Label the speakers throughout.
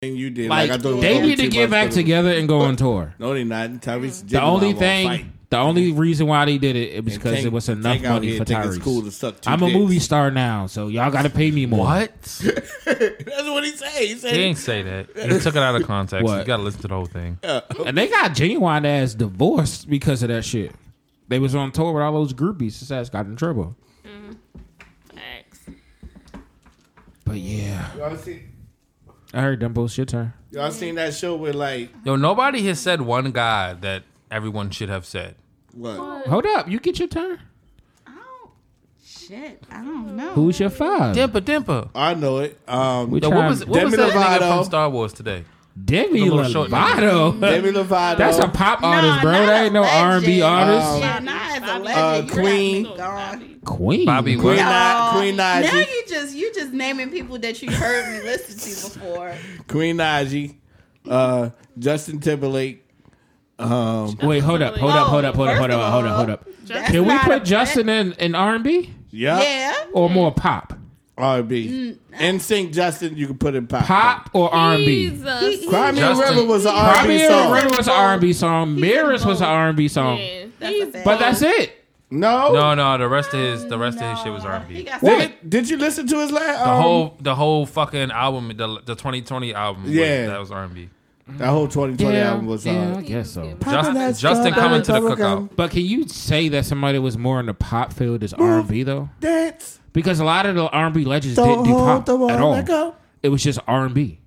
Speaker 1: thing you did.
Speaker 2: Like,
Speaker 1: I thought it was
Speaker 2: they
Speaker 1: only
Speaker 2: need to
Speaker 1: two
Speaker 2: get
Speaker 1: months
Speaker 2: back
Speaker 1: ago.
Speaker 2: together and go on tour.
Speaker 1: No, they not. Tyrese
Speaker 2: The only
Speaker 1: Fight.
Speaker 2: thing, the only reason why they did it, it was
Speaker 1: And
Speaker 2: because it
Speaker 1: Tank-
Speaker 2: was enough
Speaker 1: Tank out
Speaker 2: money
Speaker 1: here
Speaker 2: for
Speaker 1: think it's
Speaker 2: Tyrese.
Speaker 1: cool to suck two
Speaker 2: I'm a
Speaker 1: dicks.
Speaker 2: movie star now, so y'all got to pay me more.
Speaker 3: What?
Speaker 1: That's what he say. He
Speaker 3: He
Speaker 1: say.
Speaker 3: didn't say that. He took it out of context.
Speaker 2: What?
Speaker 3: You got to listen to the whole thing.
Speaker 2: And they got genuine ass divorced because of that shit. They was on tour with all those groupies. His ass got in trouble.
Speaker 4: Mm-hmm. Facts.
Speaker 2: But yeah,
Speaker 1: Y'all seen,
Speaker 2: I heard them both shit turn.
Speaker 1: y'all seen that show with like
Speaker 3: Yo, nobody has said one guy that everyone should have said.
Speaker 1: what?
Speaker 2: Hold up, you get your turn.
Speaker 4: I don't. Shit. I don't know.
Speaker 2: Who's your five?
Speaker 3: Dimpa, Dimpa.
Speaker 1: I know it. Um,
Speaker 2: Which-
Speaker 3: Yo, what was, what
Speaker 1: Demi
Speaker 3: was that nigga
Speaker 1: Lovato.
Speaker 3: from Star Wars today?
Speaker 2: Demi
Speaker 3: The little short
Speaker 2: Lovato.
Speaker 1: Demi Lovato.
Speaker 2: That's a pop artist, bro.
Speaker 4: not
Speaker 2: That
Speaker 4: a
Speaker 2: ain't no R and
Speaker 4: legend.
Speaker 2: B artist.
Speaker 4: yeah, not as a
Speaker 1: uh,
Speaker 4: legend.
Speaker 1: Queen.
Speaker 4: Gone.
Speaker 2: Queen.
Speaker 3: Bobby
Speaker 1: Queen,
Speaker 3: What?
Speaker 1: Ni- Queen
Speaker 4: Now
Speaker 1: Najee.
Speaker 4: you just you just naming people that you heard me listen to before.
Speaker 1: Queen Najee. Uh, Justin Timberlake. Um,
Speaker 2: Wait, hold up, hold up, hold up, hold up, hold up, hold up, hold up.
Speaker 4: That's
Speaker 2: Can we
Speaker 4: not
Speaker 2: put
Speaker 4: a-
Speaker 2: Justin in in R and B
Speaker 1: yeah. Mm,
Speaker 4: Yeah.
Speaker 2: or more pop?
Speaker 1: R&B. And sync Justin, you can put in pop.
Speaker 2: Pop or R and B?
Speaker 5: Jesus.
Speaker 1: Cry Me a
Speaker 3: Justin.
Speaker 1: River was an
Speaker 2: Cry
Speaker 1: R&B
Speaker 2: Me a
Speaker 1: song.
Speaker 2: River was an R and B song. Mirrors was an R and B song.
Speaker 5: Yeah.
Speaker 4: That's a fact.
Speaker 2: But that's it.
Speaker 1: No.
Speaker 3: No, no. The rest of his, the rest of his shit was
Speaker 4: He
Speaker 3: R&B.
Speaker 4: got
Speaker 2: What?
Speaker 4: some-
Speaker 1: Did, did you listen to his last?
Speaker 3: The
Speaker 1: um,
Speaker 3: whole, the whole fucking album, the, the 2020 album. was-
Speaker 1: Yeah.
Speaker 3: that was R&B.
Speaker 1: Oh, that whole 2020 album was uh,
Speaker 2: yeah, I
Speaker 1: on.
Speaker 2: guess so.
Speaker 3: Justin, Justin coming to the cookout.
Speaker 2: But can you say that somebody was more in the pop field as R and B though?
Speaker 1: That's
Speaker 2: Because a lot of the R and B legends
Speaker 1: don't
Speaker 2: didn't do
Speaker 1: hold
Speaker 2: pop
Speaker 1: the
Speaker 2: at
Speaker 1: wall. Let
Speaker 2: all.
Speaker 1: go.
Speaker 2: It was just R and B.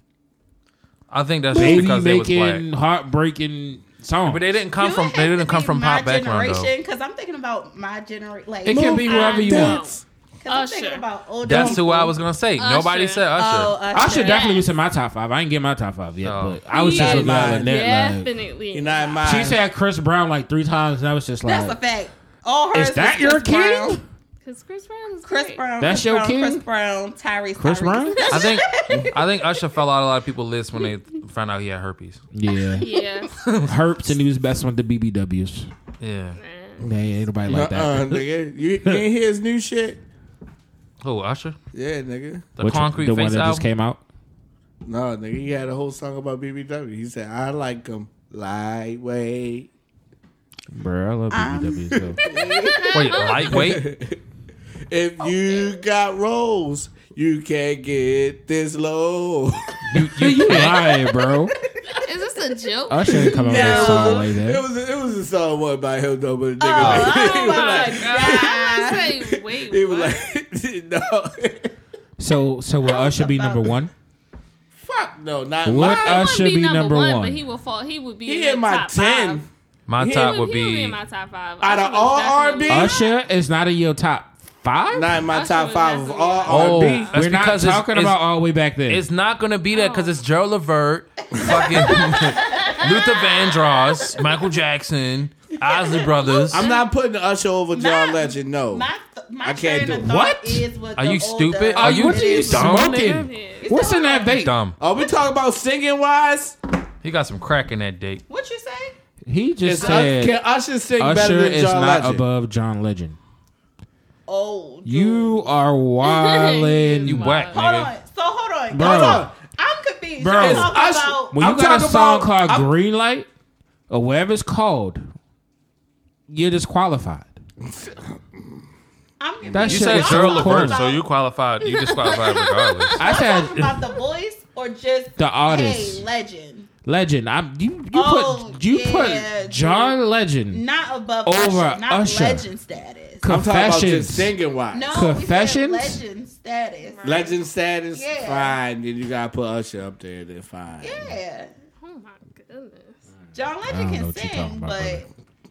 Speaker 3: I think that's just
Speaker 2: Baby
Speaker 3: because they was black.
Speaker 2: making heartbreaking songs.
Speaker 3: But they didn't come from they didn't come from pop background though.
Speaker 4: Because I'm thinking about my generation. Like,
Speaker 2: It can be whoever you want.
Speaker 1: Dance.
Speaker 4: 'cause I'm thinking
Speaker 5: Usher.
Speaker 4: about older.
Speaker 3: That's who
Speaker 4: people.
Speaker 3: I was gonna say. Nobody said
Speaker 4: Oh,
Speaker 3: Usher.
Speaker 2: I should
Speaker 4: Usher.
Speaker 2: definitely was in my top five. I ain't get my top five yet,
Speaker 3: No.
Speaker 2: but I was just
Speaker 1: Yeah.
Speaker 2: looking at that. Like,
Speaker 5: Definitely.
Speaker 1: You're not mine.
Speaker 2: she said Chris Brown like three times, and I was just
Speaker 4: That's
Speaker 2: like,
Speaker 4: a fact. All hers.
Speaker 2: "Is that
Speaker 4: was
Speaker 2: your
Speaker 4: Chris Brown.
Speaker 2: king?"
Speaker 5: Because Chris Brown is
Speaker 4: Chris
Speaker 5: great.
Speaker 4: Brown.
Speaker 2: That's
Speaker 4: Chris
Speaker 2: your
Speaker 4: Brown,
Speaker 2: king?
Speaker 4: Chris Brown. Tyrese.
Speaker 2: Chris
Speaker 4: Tyrese.
Speaker 2: Brown?
Speaker 3: I think I think Usher fell out of a lot of people's lists when they found out he had herpes.
Speaker 2: Yeah,
Speaker 5: Yeah.
Speaker 2: Herps and he was best one to BBWs.
Speaker 3: Yeah.
Speaker 2: Nah, ain't nobody like
Speaker 1: Uh-uh,
Speaker 2: that.
Speaker 1: nigga. You, you ain't hear his new shit?
Speaker 3: Who Usher?
Speaker 1: Yeah, nigga.
Speaker 3: The
Speaker 2: Which-
Speaker 3: Concrete
Speaker 2: the one
Speaker 3: Face
Speaker 2: that
Speaker 3: album.
Speaker 2: just came out.
Speaker 1: No, nigga. He had a whole song about BBW. He said, I like him lightweight.
Speaker 2: Bro, I love
Speaker 4: Uh-huh.
Speaker 2: BBWs. though.
Speaker 3: Wait, lightweight.
Speaker 1: If you got rolls, you can't get this low.
Speaker 2: Oh,
Speaker 3: You,
Speaker 2: you,
Speaker 3: you can't.
Speaker 2: lying, bro.
Speaker 5: Is this a joke?
Speaker 2: Usher ain't come out with
Speaker 1: Yeah,
Speaker 2: a song like
Speaker 1: it
Speaker 2: that.
Speaker 1: was a, it was a song one by him though, but the nigga like,
Speaker 5: Oh
Speaker 1: he was like,
Speaker 5: my god! I was like, wait,
Speaker 1: he
Speaker 5: what?
Speaker 1: was like, no,
Speaker 2: So, so will Usher be number one?
Speaker 1: fuck no, not mine.
Speaker 2: Would
Speaker 5: He wouldn't
Speaker 2: Usher be number
Speaker 5: but
Speaker 2: one?
Speaker 5: he would fall. He would be
Speaker 1: He
Speaker 5: in,
Speaker 1: in
Speaker 5: the
Speaker 1: my
Speaker 5: top
Speaker 1: ten.
Speaker 5: Five.
Speaker 3: My
Speaker 1: He-
Speaker 3: top
Speaker 5: He
Speaker 3: would
Speaker 5: would be
Speaker 3: be
Speaker 5: in my top five.
Speaker 1: Out of
Speaker 5: Usher was
Speaker 1: all
Speaker 5: definitely-
Speaker 1: R&B?
Speaker 2: Usher is not in your top five.
Speaker 1: Not in my
Speaker 5: Usher
Speaker 1: top
Speaker 5: was
Speaker 1: five of
Speaker 5: definitely
Speaker 1: all
Speaker 3: Oh,
Speaker 1: R&B.
Speaker 3: that's
Speaker 2: We're not
Speaker 3: because
Speaker 2: talking
Speaker 3: it's- it's-
Speaker 2: about all the way back then.
Speaker 3: It's not gonna be that because it's
Speaker 2: Oh.
Speaker 3: Gerald Levert, fucking Luther Vandross, Michael Jackson, Isley Brothers.
Speaker 1: I'm not putting Usher over John Legend. No,
Speaker 4: My, th- my
Speaker 1: I can't
Speaker 4: train
Speaker 1: do
Speaker 4: of
Speaker 1: it.
Speaker 4: thought
Speaker 2: What?
Speaker 4: Is with
Speaker 3: Are
Speaker 4: the
Speaker 3: you
Speaker 4: older-
Speaker 3: stupid? Are you,
Speaker 2: What are you
Speaker 3: dumb?
Speaker 2: smoking?
Speaker 3: nigga?
Speaker 5: Yeah.
Speaker 2: What's in that vape?
Speaker 3: Dumb.
Speaker 1: are we talking about singing wise?
Speaker 3: He got some crack in that dick.
Speaker 4: What you say?
Speaker 2: He
Speaker 1: Is
Speaker 2: just
Speaker 1: Us-
Speaker 2: said
Speaker 1: can Usher sing better
Speaker 2: Usher
Speaker 1: than
Speaker 2: is
Speaker 1: John
Speaker 2: not
Speaker 1: Legend?
Speaker 2: above John Legend.
Speaker 4: Oh, dude.
Speaker 2: You are wildin'.
Speaker 3: You whack,
Speaker 4: Hold
Speaker 3: nigga.
Speaker 4: on. So hold on.
Speaker 2: Bro.
Speaker 4: Hold on. I'm confused.
Speaker 2: Bro.
Speaker 4: I'm
Speaker 2: It's
Speaker 4: talking
Speaker 1: Usher.
Speaker 4: about.
Speaker 2: When you
Speaker 1: I'm
Speaker 2: got a
Speaker 1: talking
Speaker 2: song
Speaker 1: about-
Speaker 2: called
Speaker 1: I'm-
Speaker 2: Green Light or whatever it's called, you're disqualified.
Speaker 4: I'm confused.
Speaker 2: That
Speaker 3: You
Speaker 2: shit
Speaker 3: said
Speaker 2: is so
Speaker 3: Gerald
Speaker 2: corny.
Speaker 3: Levert, so you qualified. You disqualified regardless.
Speaker 2: I
Speaker 4: talking
Speaker 2: said
Speaker 4: about the voice or just
Speaker 2: The artist.
Speaker 4: Hey, legend,
Speaker 2: Legend. I'm you. You
Speaker 4: Oh,
Speaker 2: put you
Speaker 4: yeah,
Speaker 2: put John
Speaker 4: dude.
Speaker 2: Legend.
Speaker 4: not above
Speaker 2: Over
Speaker 4: Usher, not
Speaker 2: Usher.
Speaker 4: legend status.
Speaker 1: I'm talking about just
Speaker 2: Confessions.
Speaker 1: singing wise.
Speaker 4: No,
Speaker 2: Confessions?
Speaker 4: We said legend status.
Speaker 1: Legend status,
Speaker 4: Yeah.
Speaker 1: fine. Then you gotta put Usher up there. Then fine.
Speaker 4: Yeah,
Speaker 5: Oh my goodness.
Speaker 4: John
Speaker 2: don't
Speaker 4: Legend
Speaker 2: know
Speaker 4: can
Speaker 2: what you're talking
Speaker 4: sing,
Speaker 2: about,
Speaker 4: but
Speaker 2: brother.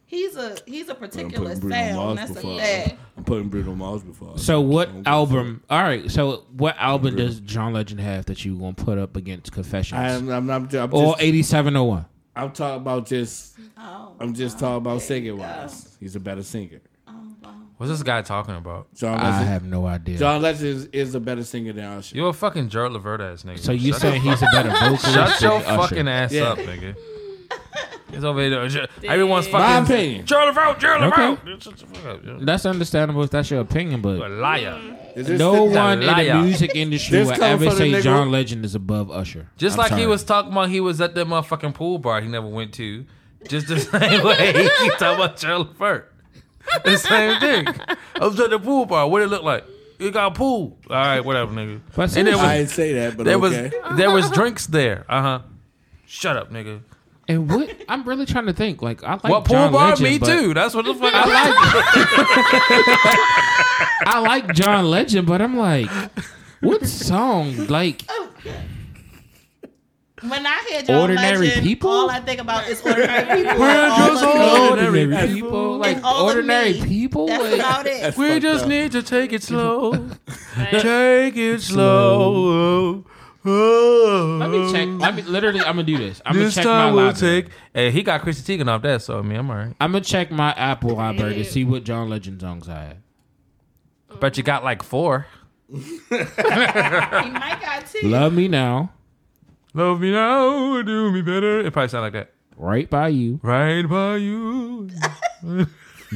Speaker 4: he's a he's a particular
Speaker 1: Bruno
Speaker 4: sound.
Speaker 1: Mars
Speaker 4: That's a
Speaker 1: before.
Speaker 4: fact.
Speaker 1: I'm putting Bruno Mars before.
Speaker 2: So
Speaker 1: Usher.
Speaker 2: what
Speaker 1: I don't give a fuck.
Speaker 2: album? All right. So what album does John Legend have that you gonna put up against Confessions
Speaker 1: I'm, I'm, I'm, I'm,
Speaker 2: or
Speaker 1: just,
Speaker 2: 8701?
Speaker 1: I'm talking about just.
Speaker 4: Oh,
Speaker 1: I'm just talking about singing wise. He's a better singer.
Speaker 4: oh, wow.
Speaker 3: What's this guy talking about?
Speaker 1: John
Speaker 2: I
Speaker 1: Legend.
Speaker 2: have no idea.
Speaker 1: John Legend is, is a better singer than Usher.
Speaker 3: You a fucking Gerald Levert ass nigga.
Speaker 2: so you
Speaker 3: shut
Speaker 2: saying he's a better vocalist
Speaker 3: Shut
Speaker 2: than
Speaker 3: your
Speaker 2: Usher?
Speaker 3: fucking ass
Speaker 1: Yeah.
Speaker 3: up, nigga. It's over there. Jer- Everyone's fucking.
Speaker 5: My
Speaker 1: opinion.
Speaker 3: Gerald Levert, Gerald
Speaker 2: Okay.
Speaker 3: Levert. Shut the fuck up. You're
Speaker 2: That's understandable if that's your opinion,
Speaker 3: A
Speaker 2: but
Speaker 3: liar.
Speaker 1: Is this
Speaker 2: no
Speaker 1: the-
Speaker 2: one in the
Speaker 3: liar.
Speaker 2: music industry
Speaker 1: This
Speaker 2: will
Speaker 1: coming
Speaker 2: ever
Speaker 1: from the
Speaker 2: say
Speaker 1: nigga-
Speaker 2: John Legend is above Usher.
Speaker 3: Just
Speaker 2: I'm
Speaker 3: like
Speaker 2: sorry.
Speaker 3: he was talking about, he was at that motherfucking pool bar he never went to. Just the same way he talking about Gerald Levert. The same thing. I was at the pool bar. What it look like? It got a pool. All right, whatever, nigga.
Speaker 2: But
Speaker 3: And there was,
Speaker 1: I didn't say that, but
Speaker 3: there
Speaker 1: okay.
Speaker 3: was there was drinks there. Uh huh. Shut up, nigga.
Speaker 2: And what I'm really trying to think, like I like
Speaker 3: What pool
Speaker 2: John
Speaker 3: bar?
Speaker 2: Legend,
Speaker 3: Me
Speaker 2: but
Speaker 3: too. That's what the fuck I like.
Speaker 2: I like I like John Legend, but I'm like, what song? Like
Speaker 4: When I hear John
Speaker 2: Ordinary
Speaker 4: Legend,
Speaker 2: people?
Speaker 4: all I think about is ordinary people. and all
Speaker 3: just
Speaker 4: of me.
Speaker 3: all-
Speaker 2: ordinary
Speaker 1: Ordinary
Speaker 2: people, like
Speaker 4: all of
Speaker 2: ordinary
Speaker 4: me.
Speaker 2: people.
Speaker 4: That's
Speaker 2: like-
Speaker 4: about it.
Speaker 1: Fucked
Speaker 3: We just
Speaker 1: up.
Speaker 3: need to take it slow.
Speaker 5: Like,
Speaker 3: take it slow.
Speaker 2: Let
Speaker 3: Let
Speaker 2: me check. Let me literally. I'm gonna do this. I'm gonna
Speaker 3: Oh. This
Speaker 2: check my
Speaker 3: time we'll
Speaker 2: library.
Speaker 3: take. Hey, he got Chrissy Teigen off that, so I mean, I'm alright.
Speaker 2: I'm gonna check my Apple library to see what John Legend songs I have.
Speaker 3: But you got like four.
Speaker 4: He might got two.
Speaker 2: Love Me Now,
Speaker 3: Love me now, do me better. It probably sound like that.
Speaker 2: Right by You,
Speaker 3: Right by you,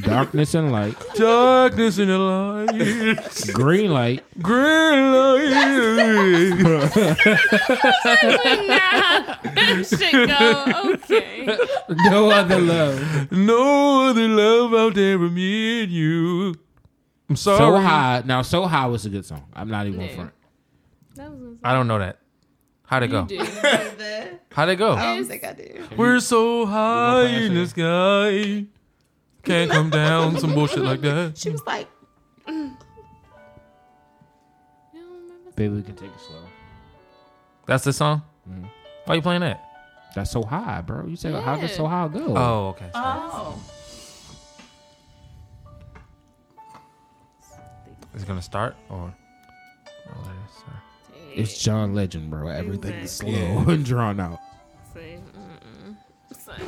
Speaker 2: Darkness and Light,
Speaker 3: darkness in the light,
Speaker 2: Green Light,
Speaker 3: green light.
Speaker 5: nah, that shit go okay.
Speaker 2: No Other Love,
Speaker 3: No other love out there but me and you. I'm sorry.
Speaker 2: So High. Oh, Now So High was a good song. I'm not even
Speaker 5: Yeah.
Speaker 2: front.
Speaker 5: That was
Speaker 3: I don't know that. How'd it go?
Speaker 5: insane. Dude.
Speaker 4: I
Speaker 3: How'd it go?
Speaker 2: Oh.
Speaker 4: don't think I do.
Speaker 3: We're so high
Speaker 2: We're
Speaker 3: in the sky. Can't come down, some bullshit like that.
Speaker 4: She was like,
Speaker 5: You don't remember
Speaker 2: Baby, we can take it slow.
Speaker 3: That's the song? Why you playing that?
Speaker 2: That's so high, bro. You said how
Speaker 5: Yeah.
Speaker 2: does so high go?
Speaker 3: Oh, okay.
Speaker 4: oh. Uh-huh.
Speaker 3: Is it gonna start or? Oh, there it is. Sorry.
Speaker 5: something?
Speaker 2: It's John Legend, bro. Everything is slow
Speaker 5: Exactly.
Speaker 2: and drawn out.
Speaker 5: Say, mm-mm. It's like,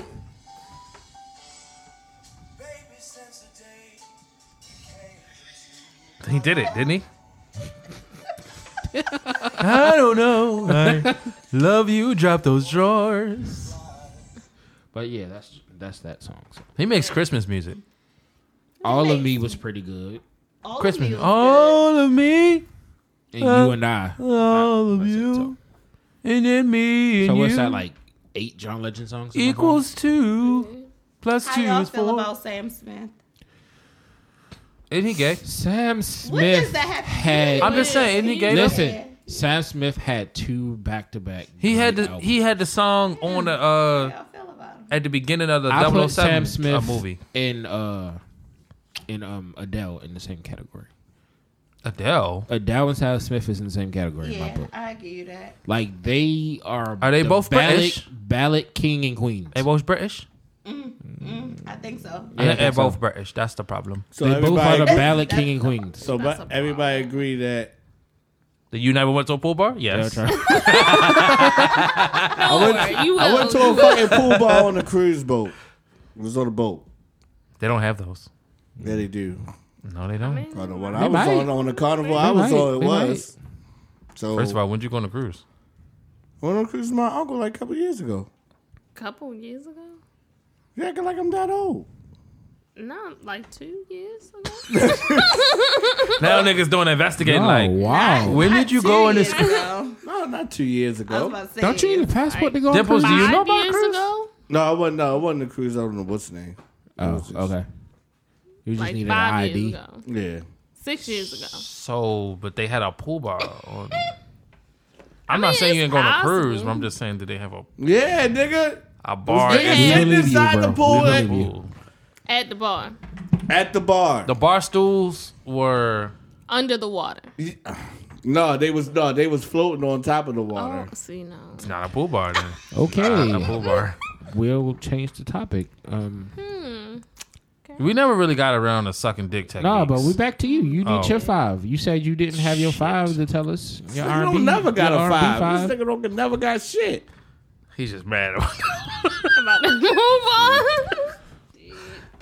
Speaker 3: He did it, didn't he? I don't know. I love you. Drop those drawers.
Speaker 2: But yeah, that's that's that song. So.
Speaker 3: He makes Christmas music.
Speaker 2: All of me was pretty good,
Speaker 4: All of
Speaker 3: Christmas.
Speaker 4: you was
Speaker 2: Oh,
Speaker 3: All of me,
Speaker 2: and
Speaker 3: Uh,
Speaker 2: you and I.
Speaker 3: all of
Speaker 2: That's it,
Speaker 3: you,
Speaker 2: so-
Speaker 3: and then me and
Speaker 2: So what's
Speaker 3: you
Speaker 2: that like? Eight John Legend songs in my
Speaker 3: equals two plus
Speaker 4: How
Speaker 3: two
Speaker 4: y'all
Speaker 3: is
Speaker 4: feel
Speaker 3: four.
Speaker 4: about Sam Smith?
Speaker 3: Isn't he gay?
Speaker 2: phone? Sam
Speaker 4: What does
Speaker 2: Smith
Speaker 4: that have to do
Speaker 2: had.
Speaker 3: I'm just saying, isn't he gay? though?
Speaker 2: listen, Sam Smith had two back to back.
Speaker 3: He had the he had the song on the
Speaker 4: How
Speaker 3: uh
Speaker 4: y'all feel about him?
Speaker 3: at the beginning of the
Speaker 2: I put
Speaker 3: 007
Speaker 2: Sam
Speaker 3: uh,
Speaker 2: Smith
Speaker 3: movie.
Speaker 2: in uh in um Adele in the same category.
Speaker 3: Adele.
Speaker 2: Adele and Sam Smith is in the same category in my
Speaker 4: Yeah,
Speaker 2: book.
Speaker 4: I give you that.
Speaker 2: Like they are.
Speaker 3: Are they
Speaker 2: the
Speaker 3: both
Speaker 2: ballot,
Speaker 3: British?
Speaker 2: Ballot king and queen.
Speaker 3: They both British.
Speaker 4: I think so.
Speaker 2: Yeah, I
Speaker 3: they're
Speaker 2: think so.
Speaker 3: both British. That's the problem.
Speaker 1: So
Speaker 2: They both are
Speaker 1: everybody,
Speaker 2: the ballot king and queens.
Speaker 1: so but everybody agree that
Speaker 3: The you never went to a pool bar? Yes.
Speaker 5: Or you
Speaker 1: I went to a fucking pool bar on a cruise boat. It was on a boat.
Speaker 3: They don't have those.
Speaker 1: Yeah, they do.
Speaker 3: No, they don't.
Speaker 1: On the one I was
Speaker 2: might.
Speaker 1: on on the carnival I was
Speaker 2: might.
Speaker 1: on it
Speaker 2: They
Speaker 1: was. So
Speaker 3: First of all, when'd you go on a cruise?
Speaker 1: went on a cruise with my uncle like a couple years ago.
Speaker 5: couple years ago.
Speaker 1: You acting like I'm that old.
Speaker 5: No, like two years ago.
Speaker 3: Now niggas doing investigating.
Speaker 2: oh,
Speaker 3: Like,
Speaker 2: wow.
Speaker 3: when did you go on this?
Speaker 4: I know.
Speaker 1: No, not two years
Speaker 4: I was
Speaker 1: ago.
Speaker 4: about to say.
Speaker 2: Don't you need a passport to go on
Speaker 3: Dimples, do
Speaker 2: cruises?
Speaker 3: you know
Speaker 5: Five
Speaker 3: about
Speaker 5: years
Speaker 3: cruise?
Speaker 5: ago,
Speaker 1: No, I wasn't no, I wasn't a cruise, I don't know what's the name.
Speaker 2: Oh, okay. You just
Speaker 5: like
Speaker 2: needed an
Speaker 5: five
Speaker 2: ID.
Speaker 5: years ago,
Speaker 1: Yeah.
Speaker 5: six years ago.
Speaker 3: So, but they had a pool bar. On... I'm not
Speaker 5: mean,
Speaker 3: saying you
Speaker 5: it's
Speaker 3: ain't going on a cruise,
Speaker 5: possible.
Speaker 3: but I'm just saying, did they have a,
Speaker 1: Yeah, nigga.
Speaker 3: a bar?
Speaker 1: This nigga-
Speaker 3: and
Speaker 2: We
Speaker 1: Sitting
Speaker 2: believe you,
Speaker 1: inside the
Speaker 2: bro.
Speaker 1: pool
Speaker 2: We
Speaker 1: at-
Speaker 2: believe you.
Speaker 3: pool?
Speaker 5: At the bar,
Speaker 1: At the bar.
Speaker 3: The bar stools were.
Speaker 5: under the water.
Speaker 1: No, they was no, they was floating on top of the
Speaker 5: Oh,
Speaker 1: water.
Speaker 5: see, no.
Speaker 3: It's not a pool bar then. Not a
Speaker 2: Okay.
Speaker 3: pool bar.
Speaker 2: we'll change the topic. Um,
Speaker 3: We never really got around to sucking dick techniques.
Speaker 2: no, but we back to you. You need
Speaker 3: Oh.
Speaker 2: your five. You said you didn't have your five to tell us. Your
Speaker 1: You
Speaker 2: R&B,
Speaker 1: don't never got
Speaker 2: your
Speaker 1: a
Speaker 2: R&B
Speaker 1: five. This nigga don't never got shit.
Speaker 3: He's just mad.
Speaker 5: About to move on.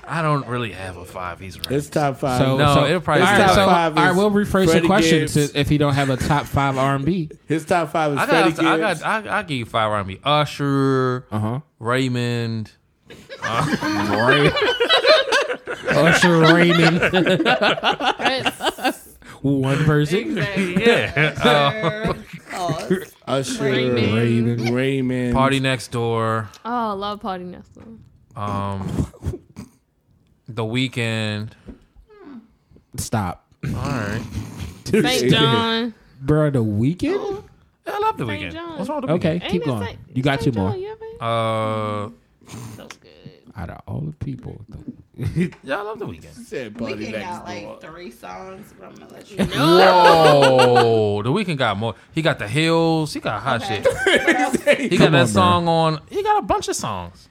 Speaker 3: I don't really have a five. He's right.
Speaker 1: It's top five.
Speaker 2: So,
Speaker 3: No,
Speaker 2: so,
Speaker 3: it'll probably
Speaker 2: all
Speaker 3: be
Speaker 2: right,
Speaker 3: top
Speaker 2: so,
Speaker 1: five
Speaker 2: all right,
Speaker 1: is
Speaker 2: we'll rephrase
Speaker 1: Freddie
Speaker 2: the question
Speaker 1: Gibbs.
Speaker 2: to- if he don't have a top five R&B.
Speaker 1: His top five is
Speaker 3: I
Speaker 1: Freddie
Speaker 3: got,
Speaker 1: Gibbs.
Speaker 3: I got, I, I give you five around me. Usher,
Speaker 2: Uh-huh.
Speaker 3: Raymond, uh,
Speaker 2: Usher Raymond, one person.
Speaker 4: Exactly.
Speaker 3: Yeah.
Speaker 2: Oh.
Speaker 4: Pause.
Speaker 1: Usher,
Speaker 5: Raymond.
Speaker 1: Raymond,
Speaker 3: Uh,
Speaker 1: Raymond.
Speaker 3: party next door.
Speaker 5: Oh, love party next door.
Speaker 3: Um, the weekend.
Speaker 2: Stop,
Speaker 3: All right.
Speaker 5: St. John.
Speaker 2: bro. The weekend.
Speaker 3: Yeah, I love the
Speaker 5: Saint
Speaker 3: weekend.
Speaker 5: John.
Speaker 3: What's wrong with the
Speaker 2: Okay,
Speaker 5: Ain't
Speaker 2: keep
Speaker 5: it
Speaker 2: going.
Speaker 5: Saint-
Speaker 2: You got two
Speaker 5: Saint John,
Speaker 2: more.
Speaker 5: you ever-
Speaker 3: weekend? Uh,
Speaker 5: So good.
Speaker 2: Out of all the people,
Speaker 3: yeah, I love the weekend.
Speaker 1: Said
Speaker 4: We
Speaker 1: party
Speaker 4: can
Speaker 1: next
Speaker 4: got
Speaker 1: door.
Speaker 4: like three songs, but I'm gonna let you know.
Speaker 3: Whoa, the weekend got more. He got the hills. He got hot shit. He got
Speaker 2: Come
Speaker 3: that
Speaker 2: on,
Speaker 3: song on. He got a bunch of songs.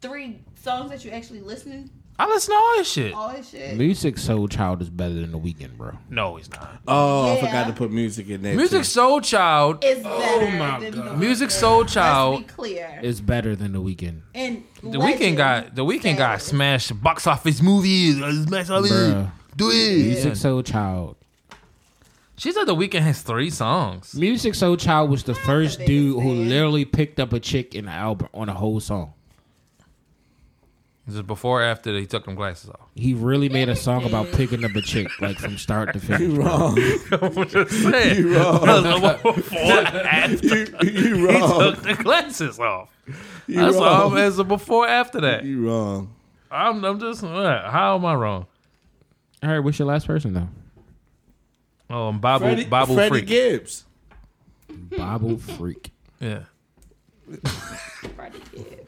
Speaker 4: three songs that you actually listening.
Speaker 3: I listen to all his shit.
Speaker 4: All that shit.
Speaker 2: Music Soul Child is better than the weekend, bro.
Speaker 3: No, he's not.
Speaker 1: oh, I
Speaker 4: Yeah.
Speaker 1: forgot to put music in there.
Speaker 3: Music
Speaker 1: too.
Speaker 3: Soul Child.
Speaker 4: is better
Speaker 2: my
Speaker 4: than
Speaker 2: God.
Speaker 4: the
Speaker 3: Music Soul
Speaker 4: Let's be
Speaker 3: Child.
Speaker 4: clear.
Speaker 2: It's better than the weekend,
Speaker 4: and
Speaker 3: The weekend got the weekend got smashed box office movies. uh, Smash all these.
Speaker 2: Bruh.
Speaker 3: Do it.
Speaker 2: Music Soul Child.
Speaker 3: She said the weekend has three songs.
Speaker 2: Music Soul Child was the first
Speaker 4: biggest
Speaker 2: dude who
Speaker 4: fan.
Speaker 2: literally picked up a chick in the album on a whole song.
Speaker 3: This is before or after he took them glasses off.
Speaker 2: He really made a song about picking up a chick, like from start to finish.
Speaker 1: You wrong.
Speaker 3: I'm just saying.
Speaker 1: You wrong.
Speaker 3: before or after
Speaker 1: you, you
Speaker 3: he
Speaker 1: wrong.
Speaker 3: took the glasses off.
Speaker 1: You
Speaker 3: That's all
Speaker 1: wrong.
Speaker 3: I'm as a before or after that.
Speaker 1: You wrong.
Speaker 3: I'm, I'm just what? how am I wrong?
Speaker 2: All right, what's your last person though?
Speaker 3: Oh, I'm Bible
Speaker 1: Freddie,
Speaker 3: Bible
Speaker 1: Freddie
Speaker 3: freak.
Speaker 1: Gibbs.
Speaker 2: Bible freak.
Speaker 3: Yeah.
Speaker 4: Friday Kid.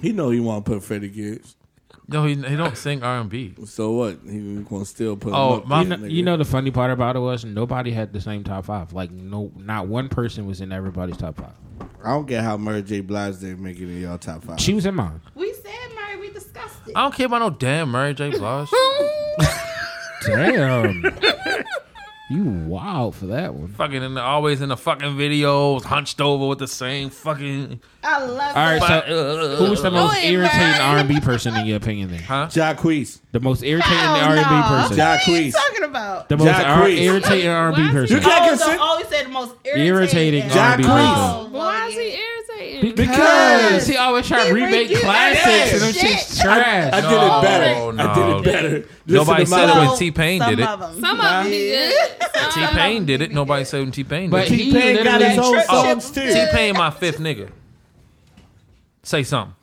Speaker 1: He know he want to put Freddie Gibbs.
Speaker 3: No, he, he don't sing R and B.
Speaker 1: So what? He gonna still put.
Speaker 3: Oh,
Speaker 1: him up there,
Speaker 3: my-
Speaker 2: You know,
Speaker 1: nigga.
Speaker 2: you know the funny part about it was nobody had the same top five. Like no, not one person was in everybody's top five.
Speaker 1: I don't get how Mary J. Blige didn't make it in y'all top five.
Speaker 2: She was in mine.
Speaker 4: We said Murray, we discussed it.
Speaker 3: I don't care about no damn Mary J. Blige.
Speaker 2: Damn, you wild for that one.
Speaker 3: fucking in the, always in the fucking videos, hunched over with the same fucking. uh,
Speaker 4: I love
Speaker 2: All right,
Speaker 4: it.
Speaker 2: so who was the most
Speaker 4: Go ahead,
Speaker 2: irritating R
Speaker 4: Brian.
Speaker 2: and B person in your opinion? Then
Speaker 1: Jacquees.
Speaker 2: the most irritating R
Speaker 4: Hell
Speaker 2: and
Speaker 4: no.
Speaker 2: B person.
Speaker 1: Jack
Speaker 4: What are you
Speaker 1: Quees.
Speaker 4: talking about?
Speaker 2: the most
Speaker 1: Jack
Speaker 2: ir-
Speaker 1: Reese.
Speaker 2: irritating R and B
Speaker 5: Why is he-
Speaker 2: person.
Speaker 1: You can't
Speaker 4: Oh,
Speaker 1: consider-
Speaker 4: so always said the most
Speaker 2: Irritating
Speaker 4: irritating.
Speaker 1: Jack
Speaker 4: Oh,
Speaker 1: Reese.
Speaker 5: Why is he
Speaker 4: Lord.
Speaker 5: irritating?
Speaker 1: Because-
Speaker 2: he always try
Speaker 4: He
Speaker 2: to remake
Speaker 4: redo-
Speaker 2: classics and them
Speaker 4: Shit.
Speaker 2: shit's trash.
Speaker 1: I did
Speaker 3: No,
Speaker 1: it better. I did
Speaker 3: no.
Speaker 1: it better. Listen
Speaker 3: Nobody
Speaker 1: to
Speaker 3: said it
Speaker 1: my-
Speaker 3: when T-Pain
Speaker 4: some
Speaker 3: did it.
Speaker 4: Of them.
Speaker 5: Some of them did.
Speaker 3: T Pain did it. Nobody said when T Pain
Speaker 2: But
Speaker 3: did
Speaker 2: he
Speaker 3: it.
Speaker 1: T-Pain got his
Speaker 2: literally-
Speaker 1: own
Speaker 4: Oh.
Speaker 1: songs too.
Speaker 3: T Pain, my fifth nigga. Say something.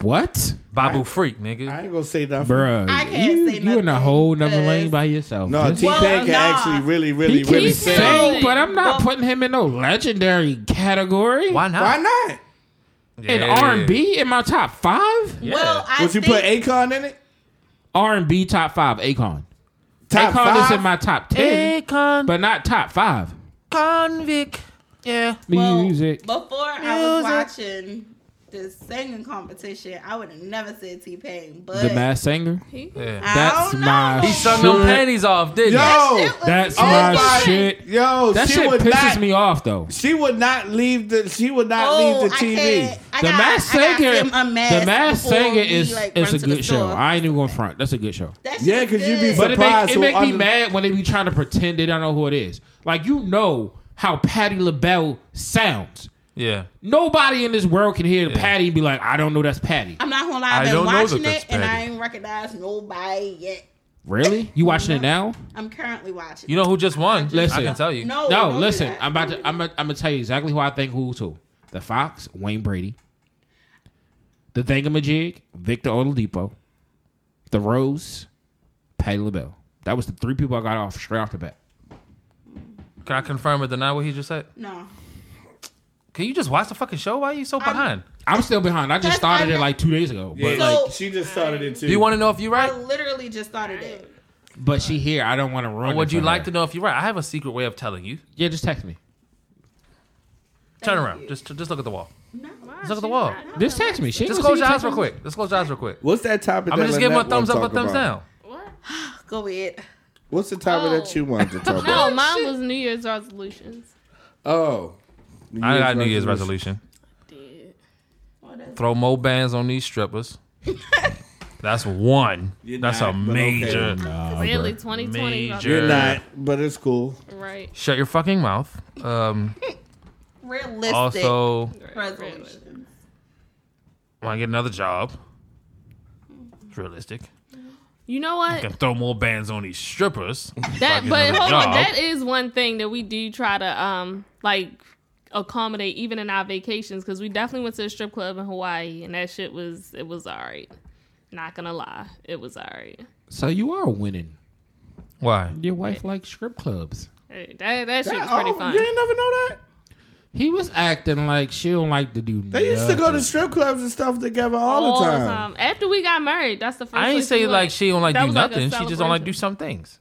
Speaker 2: What?
Speaker 3: Babu Freak, nigga.
Speaker 1: I ain't gonna say nothing.
Speaker 2: Bruh,
Speaker 4: I can't
Speaker 2: you,
Speaker 4: say
Speaker 2: you in a
Speaker 4: nothing,
Speaker 2: whole nother
Speaker 4: because-
Speaker 2: lane by yourself.
Speaker 1: No,
Speaker 2: Just-
Speaker 1: T Pain
Speaker 4: Well,
Speaker 1: can
Speaker 4: nah.
Speaker 1: actually really,
Speaker 2: he
Speaker 1: really,
Speaker 2: can
Speaker 1: really
Speaker 2: sing,
Speaker 1: sing.
Speaker 2: but I'm not
Speaker 4: Well-
Speaker 2: putting him in no legendary category.
Speaker 3: Why not?
Speaker 1: Why not?
Speaker 2: And
Speaker 3: Yeah.
Speaker 2: R and B in my top five?
Speaker 3: Yeah.
Speaker 4: Well, I
Speaker 1: Would you
Speaker 4: think
Speaker 1: put Akon in it?
Speaker 2: R and B top five. Akon.
Speaker 1: Top
Speaker 2: Akon
Speaker 1: five.
Speaker 2: is in my top ten,
Speaker 3: Akon,
Speaker 2: but not top five.
Speaker 3: convict. Yeah.
Speaker 4: well,
Speaker 2: Music.
Speaker 4: Before I was watching this singing competition, I would have never said T Pain, but
Speaker 2: The Mass Singer.
Speaker 3: yeah.
Speaker 4: I
Speaker 2: That's
Speaker 4: don't know.
Speaker 2: my.
Speaker 3: He sung them
Speaker 2: shit.
Speaker 3: panties off, didn't he?
Speaker 1: Yo,
Speaker 4: Shit was
Speaker 2: That's
Speaker 4: Oh
Speaker 2: my
Speaker 4: my-
Speaker 2: shit.
Speaker 1: yo,
Speaker 2: That
Speaker 1: she
Speaker 2: shit
Speaker 1: would
Speaker 2: pisses
Speaker 1: not,
Speaker 2: me off though.
Speaker 1: She would not leave the. She would not leave the
Speaker 4: Oh, I
Speaker 1: TV.
Speaker 4: can't. I
Speaker 2: The
Speaker 4: got-
Speaker 2: Mass
Speaker 4: I gotta
Speaker 2: Singer,
Speaker 4: get my mask
Speaker 2: the Mass
Speaker 4: before
Speaker 2: Singer
Speaker 4: we,
Speaker 2: is
Speaker 4: like,
Speaker 2: is a
Speaker 4: run to the
Speaker 2: good show.
Speaker 4: store.
Speaker 2: I ain't even gonna front. That's a good show.
Speaker 4: That
Speaker 1: Yeah,
Speaker 4: shit's
Speaker 1: 'cause you be
Speaker 4: good.
Speaker 2: But it make,
Speaker 1: Surprise,
Speaker 2: it
Speaker 1: who
Speaker 2: make me
Speaker 1: under-
Speaker 2: mad when they be trying to pretend they don't know who it is. Like you know how Patty LaBelle sounds.
Speaker 3: Yeah.
Speaker 2: Nobody in this world can hear Patty and be like, I don't know that's Patty.
Speaker 4: I'm not gonna lie,
Speaker 3: I don't
Speaker 4: I've been
Speaker 3: know that
Speaker 4: watching
Speaker 3: that's
Speaker 4: it and I
Speaker 3: Patty.
Speaker 4: ain't recognized nobody yet.
Speaker 2: Really? You watching it now?
Speaker 4: I'm currently watching.
Speaker 3: You know who just won?
Speaker 2: Listen.
Speaker 3: I can tell you.
Speaker 2: No,
Speaker 4: no, Oh, don't do
Speaker 2: listen.
Speaker 4: that.
Speaker 2: I'm about to I'm gonna I'm gonna tell you exactly who I think who to. The Fox, Wayne Brady. The Thingamajig, Victor Oladipo. The Rose, Patty LaBelle. That was the three people I got off straight off the bat.
Speaker 3: Can I confirm or deny what he just said?
Speaker 4: No,
Speaker 3: Can you just watch the fucking show? Why are you so behind?
Speaker 2: I'm still behind. I just
Speaker 4: That's
Speaker 2: started
Speaker 4: fine.
Speaker 2: it like two days ago. But
Speaker 1: Yeah,
Speaker 4: So-
Speaker 1: like, she just started it too.
Speaker 3: Do you want to know if you're
Speaker 4: I
Speaker 3: right?
Speaker 4: literally just started it.
Speaker 2: but she here. I don't want to run.
Speaker 3: Oh, Would you like to know if you're right? I have a secret way of telling you.
Speaker 2: Yeah, just text me.
Speaker 3: Turn around. Just just look at the wall.
Speaker 4: No,
Speaker 3: Just look at the wall.
Speaker 2: Just text me. She ain't
Speaker 3: Just
Speaker 2: gonna
Speaker 3: close
Speaker 2: see
Speaker 3: your
Speaker 2: you
Speaker 3: eyes real
Speaker 2: texting.
Speaker 3: quick. Just close your eyes real quick.
Speaker 1: What's that topic?
Speaker 3: I'm
Speaker 1: that
Speaker 3: gonna just give him a
Speaker 1: Lynette
Speaker 3: thumbs
Speaker 1: wanna
Speaker 3: up
Speaker 1: talk
Speaker 3: or thumbs
Speaker 1: about?
Speaker 3: down.
Speaker 4: go ahead.
Speaker 1: What's the topic
Speaker 5: Oh.
Speaker 1: that you wanted to talk
Speaker 5: No,
Speaker 1: about?
Speaker 5: mine was New Year's resolutions.
Speaker 1: Oh,
Speaker 3: I got a New Year's resolution.
Speaker 5: Did.
Speaker 3: Throw more bands on these strippers. That's one.
Speaker 1: You're
Speaker 3: That's
Speaker 1: not,
Speaker 3: a
Speaker 1: but
Speaker 3: major.
Speaker 1: okay.
Speaker 5: Really, 2020. about
Speaker 3: Major.
Speaker 1: You're not, but it's cool.
Speaker 5: that. Right.
Speaker 3: Shut your fucking mouth. Um,
Speaker 4: Realistic
Speaker 3: also,
Speaker 5: right, right, right.
Speaker 4: resolutions.
Speaker 3: When I get another job, it's realistic.
Speaker 5: You know what?
Speaker 3: I can throw more bands on these strippers.
Speaker 5: That,
Speaker 3: Fucking
Speaker 5: but
Speaker 3: another
Speaker 5: hold on,
Speaker 3: job.
Speaker 5: that is one thing that we do try to um like accommodate even in our vacations because we definitely went to a strip club in Hawaii and that shit was it was alright. Not gonna lie, it was alright.
Speaker 2: So you are winning.
Speaker 3: Why?
Speaker 2: Your wife likes strip clubs.
Speaker 5: Hey, That that shit was
Speaker 1: Oh,
Speaker 5: pretty fun.
Speaker 1: You ain't never know that?
Speaker 2: He was acting like she don't like to do.
Speaker 1: They used to go to strip clubs and stuff together all, the, time.
Speaker 5: After we got married, that's the first.
Speaker 3: I ain't
Speaker 5: place we
Speaker 3: say
Speaker 5: went.
Speaker 3: like she don't like
Speaker 5: That
Speaker 3: do
Speaker 5: was like a
Speaker 3: nothing. she just don't like do some things.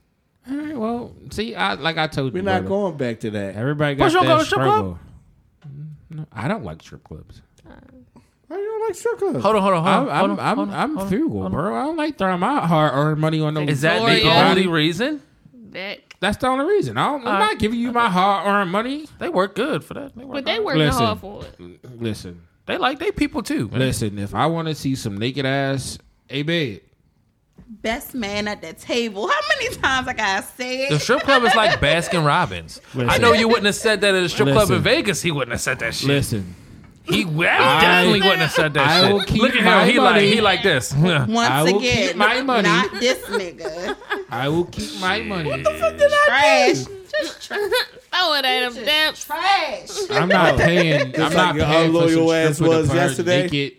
Speaker 2: All right, well, see, I like I told
Speaker 1: We're
Speaker 2: you,
Speaker 1: not
Speaker 2: brother.
Speaker 1: going back to that.
Speaker 2: Everybody got
Speaker 3: you don't
Speaker 2: their
Speaker 3: go to strip
Speaker 2: struggle. No, I don't like strip clubs.
Speaker 1: Why you don't like strip clubs?
Speaker 3: Hold on, hold on, hold
Speaker 2: I'm
Speaker 3: on. hold
Speaker 2: I'm
Speaker 3: on,
Speaker 2: I'm,
Speaker 3: hold on,
Speaker 2: I'm
Speaker 3: hold on.
Speaker 2: frugal, bro. I don't like throwing my hard earned money on no.
Speaker 3: Is that the
Speaker 5: Victoria.
Speaker 3: only reason?
Speaker 5: Back.
Speaker 2: That's the only reason. I don't, I'm not giving you my hard earned money.
Speaker 3: They work good for that. They work
Speaker 5: But they
Speaker 3: hard.
Speaker 5: working
Speaker 2: Listen.
Speaker 5: hard for it.
Speaker 2: Listen,
Speaker 3: they like they people too. man.
Speaker 2: listen. If I want to see some naked ass, hey babe,
Speaker 4: Best man at the table. How many times I gotta say
Speaker 3: The
Speaker 4: it?
Speaker 3: strip club is like Baskin Robbins. I
Speaker 2: Listen.
Speaker 3: know you wouldn't have said that at a strip club in
Speaker 2: Listen.
Speaker 3: Vegas. He wouldn't have said that shit.
Speaker 2: listen.
Speaker 3: He well, definitely wouldn't have said that
Speaker 2: I
Speaker 3: shit.
Speaker 2: will keep
Speaker 3: Look at
Speaker 2: my
Speaker 3: him. He like
Speaker 2: money.
Speaker 3: he like this.
Speaker 4: Once
Speaker 2: I will
Speaker 4: again,
Speaker 2: keep my money.
Speaker 4: not this nigga.
Speaker 2: I will keep my money.
Speaker 4: Trash.
Speaker 5: Throw Oh, it at them. Damn.
Speaker 4: Trash.
Speaker 2: I'm not paying. I'm
Speaker 1: like
Speaker 2: not
Speaker 1: your
Speaker 2: paying for some
Speaker 1: unloyal ass
Speaker 2: stripper to
Speaker 1: was
Speaker 2: put her
Speaker 1: yesterday.
Speaker 2: naked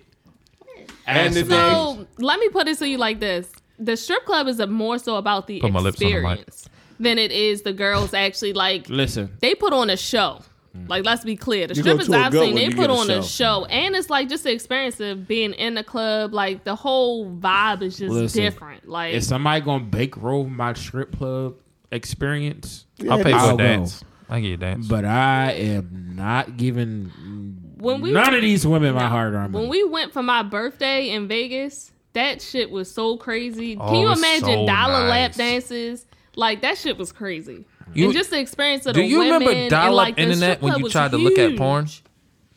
Speaker 1: And
Speaker 2: ass
Speaker 1: it's
Speaker 2: in my-
Speaker 1: like-
Speaker 5: So let me put it to you like this: the strip club is a more so about the
Speaker 3: Put my lips on the mic.
Speaker 5: experience than it is the girls actually like
Speaker 2: Listen,
Speaker 5: they put on a show.
Speaker 3: Mm.
Speaker 5: Like let's be clear, the
Speaker 1: You go
Speaker 5: strippers
Speaker 1: to a
Speaker 5: I've
Speaker 1: good one,
Speaker 5: seen they
Speaker 1: you
Speaker 5: put
Speaker 1: get a
Speaker 5: on a
Speaker 1: show.
Speaker 5: show, and it's like just the experience of being in the club. Like the whole vibe is just
Speaker 2: Listen,
Speaker 5: different. Like
Speaker 2: is somebody gonna bankroll my strip club experience?
Speaker 3: I'll pay
Speaker 2: I'll
Speaker 3: for
Speaker 2: go.
Speaker 3: a dance. I get a dance.
Speaker 2: But I am not giving
Speaker 5: when we
Speaker 2: none of these women my hard earned
Speaker 5: when
Speaker 2: money.
Speaker 5: we went for my birthday in Vegas, that shit was so crazy.
Speaker 3: Oh,
Speaker 5: Can
Speaker 3: it
Speaker 5: you
Speaker 3: was
Speaker 5: imagine
Speaker 3: so
Speaker 5: dollar lap
Speaker 3: nice.
Speaker 5: dances? Like that shit was crazy.
Speaker 3: You-
Speaker 5: and just the experience of
Speaker 3: do
Speaker 5: the
Speaker 3: you
Speaker 5: women
Speaker 3: remember
Speaker 5: and,
Speaker 3: dial-up
Speaker 5: like, the
Speaker 3: internet
Speaker 5: strip
Speaker 3: when
Speaker 5: club
Speaker 3: you
Speaker 5: was
Speaker 3: tried to look at porn?
Speaker 5: huge.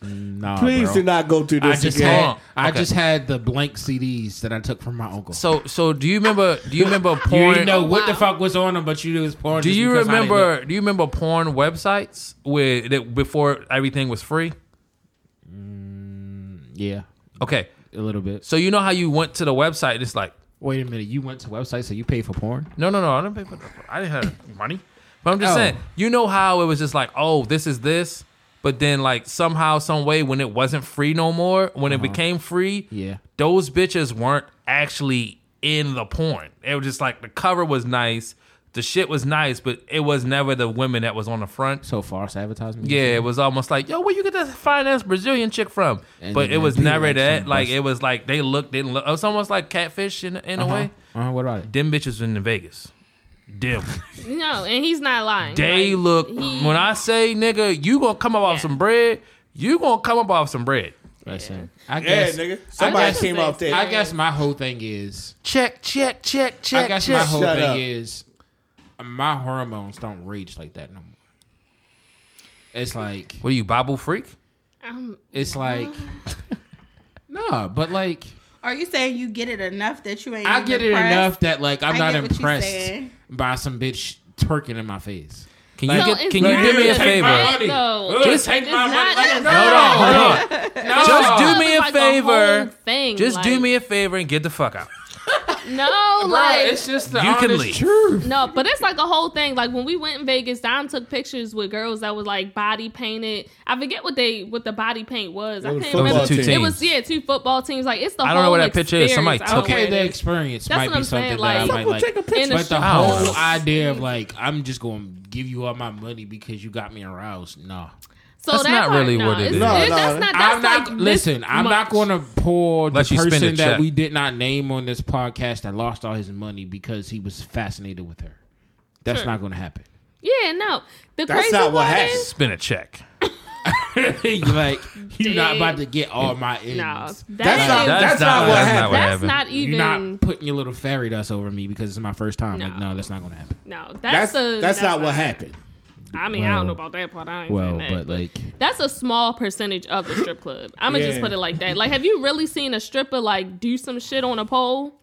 Speaker 2: Nah,
Speaker 1: Please
Speaker 2: bro.
Speaker 1: do not go through
Speaker 2: I
Speaker 1: this
Speaker 2: just
Speaker 1: again.
Speaker 2: had
Speaker 3: Okay.
Speaker 2: I just had the blank CDs that I took from my uncle.
Speaker 3: so so do you remember? Do you remember
Speaker 2: you
Speaker 3: porn? Oh,
Speaker 2: didn't know what the
Speaker 5: Wow.
Speaker 2: fuck was on them, but you knew it was porn.
Speaker 3: do
Speaker 2: just
Speaker 3: you
Speaker 2: because I didn't
Speaker 3: remember? Do you remember porn websites where that before everything was free?
Speaker 2: look. Yeah,
Speaker 3: Okay,
Speaker 2: a little bit.
Speaker 3: so you know how you went to the website and it's like,
Speaker 2: Wait a minute, you went to websites so you paid for porn?
Speaker 3: no, no, no, I didn't pay for. I didn't have money. But I'm just
Speaker 2: Oh.
Speaker 3: saying, you know how it was just like, oh, this is this, but then like somehow, some way, when it wasn't free no more, when it became free,
Speaker 2: Uh-huh. Yeah.
Speaker 3: those bitches weren't actually in the porn. It was just like the cover was nice, the shit was nice, but it was never the women that was on the front.
Speaker 2: So false advertisement.
Speaker 3: Yeah, it was almost like, yo, where you get this fine ass Brazilian chick from?
Speaker 2: And
Speaker 3: but
Speaker 2: then
Speaker 3: it was
Speaker 2: they'd be
Speaker 3: never
Speaker 2: like
Speaker 3: that.
Speaker 2: some
Speaker 3: Like
Speaker 2: bust-
Speaker 3: it was like they looked, didn't look. It was almost like catfish in, in
Speaker 2: Uh-huh.
Speaker 3: a way.
Speaker 2: Uh-huh, what about it?
Speaker 3: Them bitches in Vegas. Them.
Speaker 5: No, and he's not lying.
Speaker 3: They
Speaker 5: Like,
Speaker 3: look.
Speaker 5: he-
Speaker 3: When I say nigga, you gonna come up off some bread. You gonna come up off some bread.
Speaker 2: Listen, I
Speaker 1: Yeah,
Speaker 2: guess
Speaker 1: nigga. Somebody
Speaker 2: guess-
Speaker 1: came off there.
Speaker 2: I guess my whole thing is
Speaker 3: Check, check, check, check,
Speaker 2: I guess
Speaker 3: check.
Speaker 2: my whole
Speaker 1: Shut
Speaker 2: thing
Speaker 1: up.
Speaker 2: is my hormones don't rage like that no more. It's like
Speaker 3: what are you, Bible freak?
Speaker 5: um,
Speaker 2: it's like nah, but like
Speaker 4: Are you saying you get it enough that you ain't?
Speaker 2: I get it
Speaker 4: depressed?
Speaker 2: enough that like I'm
Speaker 4: I
Speaker 2: not
Speaker 4: get what you
Speaker 2: impressed
Speaker 4: saying.
Speaker 2: by some bitch twerking in my face.
Speaker 3: Can
Speaker 5: No,
Speaker 3: you get,
Speaker 5: it's
Speaker 3: can you
Speaker 5: not
Speaker 3: do me a
Speaker 5: just
Speaker 2: Take my
Speaker 3: favor?
Speaker 2: money.
Speaker 5: No.
Speaker 2: Ugh,
Speaker 3: Just-
Speaker 2: take my
Speaker 5: it's
Speaker 2: money.
Speaker 5: not-
Speaker 2: Like,
Speaker 5: it's
Speaker 2: no.
Speaker 5: not-
Speaker 3: Hold on, hold on.
Speaker 2: No.
Speaker 3: Just do
Speaker 5: It
Speaker 3: me
Speaker 5: was
Speaker 3: a
Speaker 5: like
Speaker 3: favor.
Speaker 5: whole thing,
Speaker 3: Just do
Speaker 5: like-
Speaker 3: me a favor and get the fuck out.
Speaker 5: No,
Speaker 2: Bro,
Speaker 5: like
Speaker 2: it's just the
Speaker 3: You can
Speaker 2: honest
Speaker 3: leave.
Speaker 2: truth.
Speaker 5: No, but it's like a whole thing. Like when we went in Vegas, Dom took pictures with girls that was like body painted. I forget what they what the body paint was. I
Speaker 1: was
Speaker 5: can't
Speaker 1: football
Speaker 5: remember.
Speaker 1: team.
Speaker 5: It was yeah, two football teams. Like it's the
Speaker 3: I don't know
Speaker 5: whole
Speaker 3: where that picture is. Somebody
Speaker 5: experience
Speaker 3: took it.
Speaker 2: Okay,
Speaker 5: outward.
Speaker 2: the experience
Speaker 5: That's
Speaker 2: might
Speaker 5: what
Speaker 2: be
Speaker 5: I'm
Speaker 2: something
Speaker 5: saying,
Speaker 2: that I
Speaker 5: like-
Speaker 2: might like.
Speaker 1: Take a picture.
Speaker 5: In
Speaker 2: But the
Speaker 3: I don't
Speaker 2: whole
Speaker 3: know.
Speaker 2: idea of like I'm just gonna give you all my money because you got me aroused. Nah.
Speaker 5: So
Speaker 3: That's
Speaker 5: that
Speaker 3: not
Speaker 5: part,
Speaker 3: really
Speaker 5: nah,
Speaker 3: what it
Speaker 5: it's-
Speaker 3: is.
Speaker 1: No,
Speaker 5: it-
Speaker 1: no.
Speaker 5: That's not.
Speaker 2: I'm
Speaker 5: That's
Speaker 2: not
Speaker 5: like this
Speaker 2: listen. I'm not
Speaker 5: much.
Speaker 2: going to pour the
Speaker 3: Unless you spend a
Speaker 2: person that
Speaker 3: check.
Speaker 2: we did not name on this podcast that lost all his money because he was fascinated with her. That's
Speaker 5: Sure.
Speaker 2: not going to happen.
Speaker 5: Yeah, no. The
Speaker 1: That's
Speaker 5: crazy
Speaker 1: not what
Speaker 5: part
Speaker 1: happened.
Speaker 5: is,
Speaker 3: Spin a check.
Speaker 2: You're like you're not
Speaker 5: Dang.
Speaker 2: about to get all my ends.
Speaker 5: no,
Speaker 1: That's
Speaker 5: that's
Speaker 1: not-
Speaker 5: not.
Speaker 1: that's not what happened.
Speaker 5: That's not
Speaker 2: You're
Speaker 5: even.
Speaker 2: not putting your little fairy dust over me because it's my first time. Like
Speaker 5: No.
Speaker 2: no, that's not going to happen.
Speaker 5: no,
Speaker 1: That's
Speaker 5: that's a-
Speaker 1: that's not what happened.
Speaker 5: I mean, I
Speaker 2: Well,
Speaker 5: don't know about that part. I ain't
Speaker 2: Well,
Speaker 5: saying
Speaker 2: but
Speaker 5: that.
Speaker 2: like
Speaker 5: That's a small percentage of the strip club. I'm gonna
Speaker 1: Yeah.
Speaker 5: just put it like that. Like, have you really seen a stripper like do some shit on a pole?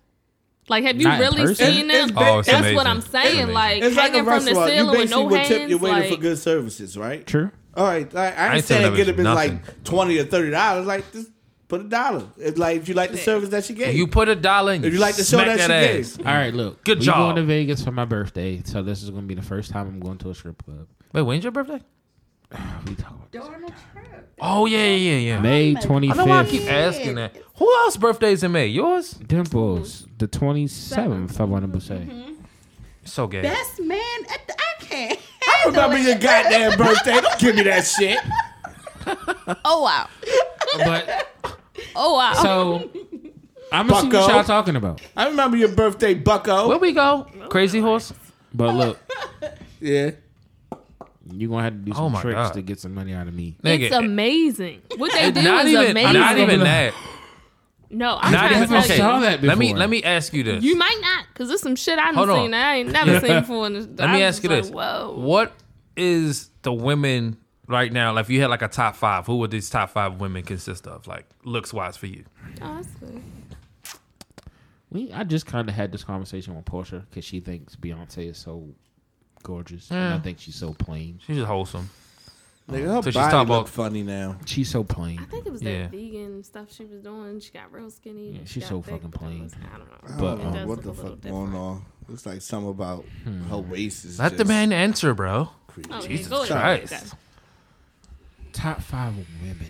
Speaker 5: Like, have you
Speaker 2: Not in
Speaker 5: really
Speaker 2: person.
Speaker 5: seen
Speaker 1: It's-
Speaker 5: them?
Speaker 1: it's Oh,
Speaker 3: it's
Speaker 5: That's
Speaker 3: amazing.
Speaker 5: what I'm
Speaker 3: It's
Speaker 5: saying.
Speaker 3: amazing.
Speaker 5: like,
Speaker 1: It's like a
Speaker 5: hanging from the
Speaker 1: restaurant. You
Speaker 5: ceiling with
Speaker 1: basically
Speaker 5: no
Speaker 1: would tip
Speaker 5: hands.
Speaker 1: your waiter
Speaker 5: like,
Speaker 1: for good services, right?
Speaker 2: true.
Speaker 1: All right, I, I
Speaker 3: ain't
Speaker 1: ain't
Speaker 3: saying
Speaker 1: saying
Speaker 3: that
Speaker 1: get
Speaker 3: was
Speaker 1: it been
Speaker 3: nothing.
Speaker 1: like twenty or thirty dollars. Like this Put a dollar. It's like if you like the service that she gave.
Speaker 3: You put a dollar in.
Speaker 1: if you like the show
Speaker 3: smack
Speaker 1: that, she
Speaker 3: that ass.
Speaker 1: gave.
Speaker 2: All right, look.
Speaker 3: Good
Speaker 2: we
Speaker 3: job.
Speaker 2: going to Vegas for my birthday, so this is going to be the first time I'm going to a strip club.
Speaker 3: Wait, when's your birthday?
Speaker 2: We talking about
Speaker 4: During the trip.
Speaker 3: Oh yeah, yeah, yeah, yeah.
Speaker 2: May
Speaker 3: I know why I
Speaker 2: 25th.
Speaker 3: keep asking that. Who else birthdays in May? Yours?
Speaker 2: Dimples, the 27th, I want to say.
Speaker 5: Mm-hmm.
Speaker 3: So gay.
Speaker 4: Best man at the I can't.
Speaker 1: I remember your goddamn birthday. Don't give me that shit.
Speaker 5: Oh wow.
Speaker 2: But
Speaker 5: Oh wow.
Speaker 2: so I'm gonna see what
Speaker 1: Bucko.
Speaker 2: y'all talking about.
Speaker 1: I remember your birthday, Bucko.
Speaker 3: Where we go?
Speaker 5: Oh,
Speaker 3: Crazy horse.
Speaker 2: But look,
Speaker 1: Yeah.
Speaker 2: you're gonna have to do
Speaker 3: Oh
Speaker 2: some
Speaker 3: my
Speaker 2: tricks
Speaker 3: God.
Speaker 2: to get some money out of me.
Speaker 3: Nigga.
Speaker 5: it's amazing. What they do
Speaker 3: not
Speaker 5: is
Speaker 3: even,
Speaker 5: amazing.
Speaker 3: not even that.
Speaker 5: No, I'm
Speaker 3: Not even
Speaker 5: trying to tell
Speaker 2: okay.
Speaker 5: you.
Speaker 2: saw that before.
Speaker 3: Let me let me ask you this.
Speaker 5: You might not, because there's some shit I
Speaker 3: Hold
Speaker 5: haven't
Speaker 3: on.
Speaker 5: seen that I ain't never seen before. In the,
Speaker 3: Let
Speaker 5: I
Speaker 3: me
Speaker 5: was
Speaker 3: ask you
Speaker 5: like,
Speaker 3: this.
Speaker 5: Whoa.
Speaker 3: What is the women right now? Like, if you had like a top five, who would these top five women consist of? Like, looks wise for you.
Speaker 5: Oh, that's good.
Speaker 2: We I just kind of had this conversation with Portia because she thinks Beyonce is so gorgeous, and I think she's so plain.
Speaker 3: She's just wholesome.
Speaker 1: Nigga, her
Speaker 3: So she's
Speaker 1: body
Speaker 3: talking
Speaker 1: look
Speaker 3: about-
Speaker 1: funny now.
Speaker 2: She's so plain.
Speaker 5: I think it was
Speaker 3: Yeah.
Speaker 5: that vegan stuff she was doing. She got real skinny.
Speaker 2: Yeah,
Speaker 5: she
Speaker 2: she's
Speaker 5: got
Speaker 2: so
Speaker 5: thick,
Speaker 2: fucking
Speaker 5: but that
Speaker 2: plain.
Speaker 5: was- I don't know.
Speaker 1: I don't
Speaker 2: But,
Speaker 1: know
Speaker 5: um,
Speaker 1: what the
Speaker 5: Does look
Speaker 1: fuck
Speaker 5: a little
Speaker 1: going on. Looks like something about her waist is
Speaker 3: Hmm. Let the
Speaker 1: just
Speaker 3: man answer, bro.
Speaker 1: creepy.
Speaker 5: Oh, yeah,
Speaker 3: Jesus
Speaker 5: go ahead.
Speaker 3: Christ.
Speaker 5: Okay.
Speaker 2: Top five women: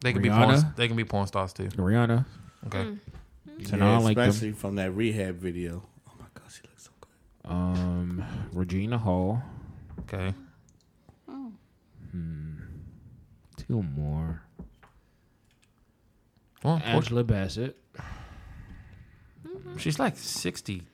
Speaker 3: They can be
Speaker 2: Rihanna?
Speaker 3: porn. They can be porn stars too.
Speaker 2: Rihanna,
Speaker 3: Okay.
Speaker 1: Yeah,
Speaker 2: and I don't like them.
Speaker 1: especially from that rehab video. Oh my god, she looks so good.
Speaker 2: um, Regina Hall,
Speaker 3: Okay.
Speaker 2: two more,
Speaker 3: Well, Portia-
Speaker 2: Angela Bassett.
Speaker 3: she's like sixty.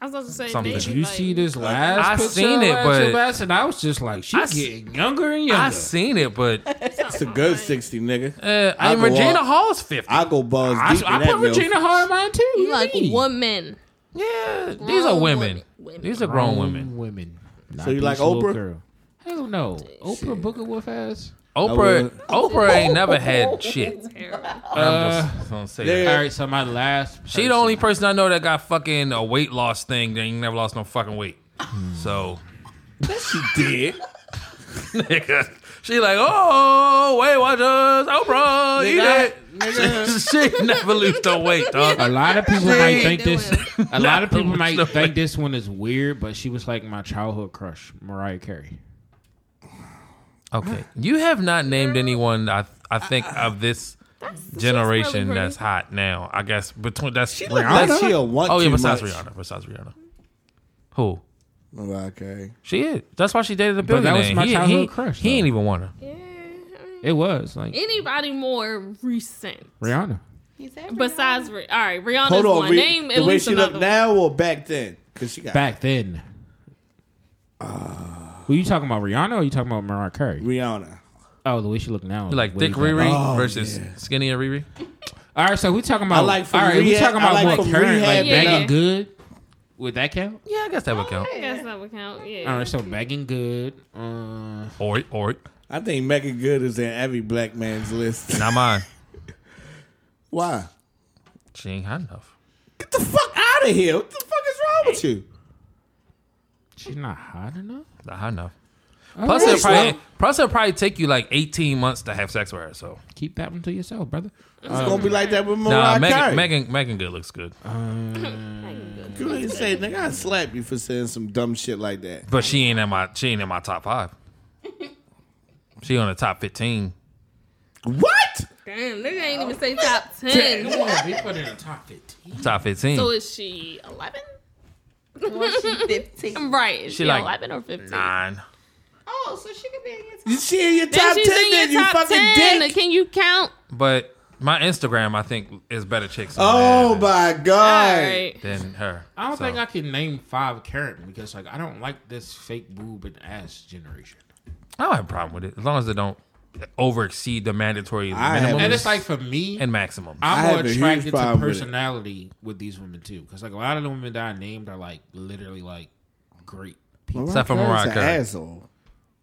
Speaker 5: I was about to say,
Speaker 3: Something.
Speaker 5: maybe,
Speaker 2: Did you
Speaker 5: like,
Speaker 2: see this last?
Speaker 3: I
Speaker 2: picture
Speaker 3: seen
Speaker 2: of
Speaker 3: it,
Speaker 2: Angela
Speaker 3: but-
Speaker 2: Bassett? and I was just like, she's
Speaker 3: I s-
Speaker 2: getting younger and
Speaker 3: I
Speaker 2: younger.
Speaker 3: seen it, but
Speaker 1: It's a good sixty, nigga.
Speaker 3: uh, I mean,
Speaker 1: go
Speaker 3: Regina
Speaker 1: up.
Speaker 3: Hall's fifty.
Speaker 1: I go balls
Speaker 2: I,
Speaker 1: deep.
Speaker 2: I
Speaker 1: in that
Speaker 2: put
Speaker 1: milk.
Speaker 2: Regina Hall in mine too.
Speaker 5: You like
Speaker 2: me.
Speaker 5: women.
Speaker 3: yeah, these are
Speaker 5: Grown
Speaker 3: women.
Speaker 5: women. Women.
Speaker 3: These are grown
Speaker 2: Grown
Speaker 3: women.
Speaker 2: Women. Not
Speaker 1: So you
Speaker 2: these
Speaker 1: like
Speaker 2: little
Speaker 1: Oprah?
Speaker 2: Girl. Hell no. Oprah Booker Wolf ass.
Speaker 3: Oprah.
Speaker 1: would-
Speaker 3: Oprah ain't never had shit. I'm just gonna say that.
Speaker 1: there-
Speaker 2: All right, so my last.
Speaker 3: She the only person I know that got fucking a weight loss thing that ain't never lost no fucking weight.
Speaker 1: Hmm.
Speaker 3: So
Speaker 1: She did.
Speaker 3: nigga, she like, oh, Weight Watchers, Oprah, eat
Speaker 1: Nigga,
Speaker 3: it.
Speaker 1: nigga.
Speaker 3: she never lose no weight, dog.
Speaker 2: A lot of people might think
Speaker 5: doing.
Speaker 2: this. A lot of people might
Speaker 3: No way.
Speaker 2: think this one is weird, but she was like my childhood crush, Mariah Carey.
Speaker 3: Okay, you have not named anyone. I I think of this generation
Speaker 5: really
Speaker 3: that's hot now. I guess between that's she
Speaker 1: That she a want
Speaker 3: Oh yeah,
Speaker 1: too
Speaker 3: besides
Speaker 1: much.
Speaker 3: Rihanna, besides Rihanna, who
Speaker 1: Oh, Okay.
Speaker 3: she is. That's why she dated a
Speaker 2: But
Speaker 3: billionaire.
Speaker 2: that was my
Speaker 3: he,
Speaker 2: childhood
Speaker 3: he-
Speaker 2: crush,
Speaker 3: He
Speaker 2: though.
Speaker 3: ain't even want her.
Speaker 5: Yeah.
Speaker 2: It was like
Speaker 5: Anybody more recent
Speaker 2: Rihanna.
Speaker 4: He said,
Speaker 5: besides? Rih- All right, Rihanna's
Speaker 1: Hold on.
Speaker 5: one.
Speaker 1: Re-
Speaker 5: Name at
Speaker 1: the way
Speaker 5: least
Speaker 1: she look
Speaker 5: another. one.
Speaker 1: now or back then? Because she got
Speaker 2: Back then. Uh, Who you talking about, Rihanna? Or you talking about Mariah Carey?
Speaker 1: Rihanna.
Speaker 2: Oh, the way she look now.
Speaker 3: You like
Speaker 2: Way
Speaker 3: thick
Speaker 2: back.
Speaker 3: Riri
Speaker 1: Oh,
Speaker 3: versus
Speaker 1: yeah.
Speaker 3: skinnier Riri?
Speaker 2: All right, so we talking about.
Speaker 1: I like from
Speaker 2: all right, we
Speaker 1: rehab-
Speaker 2: talking about
Speaker 1: I like
Speaker 2: what
Speaker 1: from
Speaker 2: current, like
Speaker 1: rehab
Speaker 5: and
Speaker 2: bagging
Speaker 5: up.
Speaker 2: good. Would that count?
Speaker 3: Yeah, I guess that would count.
Speaker 5: I guess that would count. Yeah.
Speaker 2: All right, so bagging good. Uh,
Speaker 3: Or or
Speaker 1: I think Megan Good is in every black man's list.
Speaker 3: not mine.
Speaker 1: Why?
Speaker 3: She ain't hot enough.
Speaker 1: Get the fuck out of here. What the fuck is wrong with you?
Speaker 2: she's not hot enough.
Speaker 3: Not hot enough. Plus,
Speaker 1: right,
Speaker 3: it'll probably,
Speaker 1: well-
Speaker 3: plus it'll probably take you like 18 months to have sex with her. So
Speaker 2: Keep that one to yourself, brother.
Speaker 1: It's gonna be like that with
Speaker 3: nah,
Speaker 1: Mariah Carey.
Speaker 3: Megan, Megan Megan Good looks good,
Speaker 1: You ain't say nigga, I slap you for saying some dumb shit like that.
Speaker 3: but she ain't in my she ain't in my top five. She on the top 15.
Speaker 1: What?
Speaker 5: Damn, nigga ain't even say top ten.
Speaker 2: we put in a top fifteen.
Speaker 3: Top 15.
Speaker 5: So is she eleven?
Speaker 4: well, she 15.
Speaker 5: Right. Is
Speaker 3: She
Speaker 5: she,
Speaker 3: like
Speaker 5: eleven or fifteen?
Speaker 3: Nine.
Speaker 4: Oh, so she could be in your
Speaker 1: You see in your
Speaker 5: Then
Speaker 1: top ten,
Speaker 5: she's in your
Speaker 1: then you
Speaker 5: top
Speaker 1: fucking
Speaker 5: 10.
Speaker 1: dick.
Speaker 5: Can you count?
Speaker 3: But my Instagram, I think, is better chicks. than
Speaker 1: Oh
Speaker 3: that-
Speaker 1: my
Speaker 5: All
Speaker 1: god.
Speaker 5: right.
Speaker 3: Than her.
Speaker 2: I don't
Speaker 3: So,
Speaker 2: think I can name five current because like I don't like this fake boob and ass generation.
Speaker 3: I don't have a problem with it as long as it don't over exceed the mandatory
Speaker 1: I
Speaker 3: minimum
Speaker 1: haven't-
Speaker 2: And it's like for me,
Speaker 3: and maximum.
Speaker 1: I
Speaker 2: I'm more
Speaker 1: have a huge
Speaker 2: attracted to
Speaker 1: problem with it.
Speaker 2: personality with, these women too, because like a lot of the women that I named are like literally like great. people.
Speaker 1: Mariah
Speaker 3: Except for
Speaker 1: Carey's
Speaker 3: Mariah
Speaker 1: an
Speaker 3: Carey.
Speaker 1: Asshole.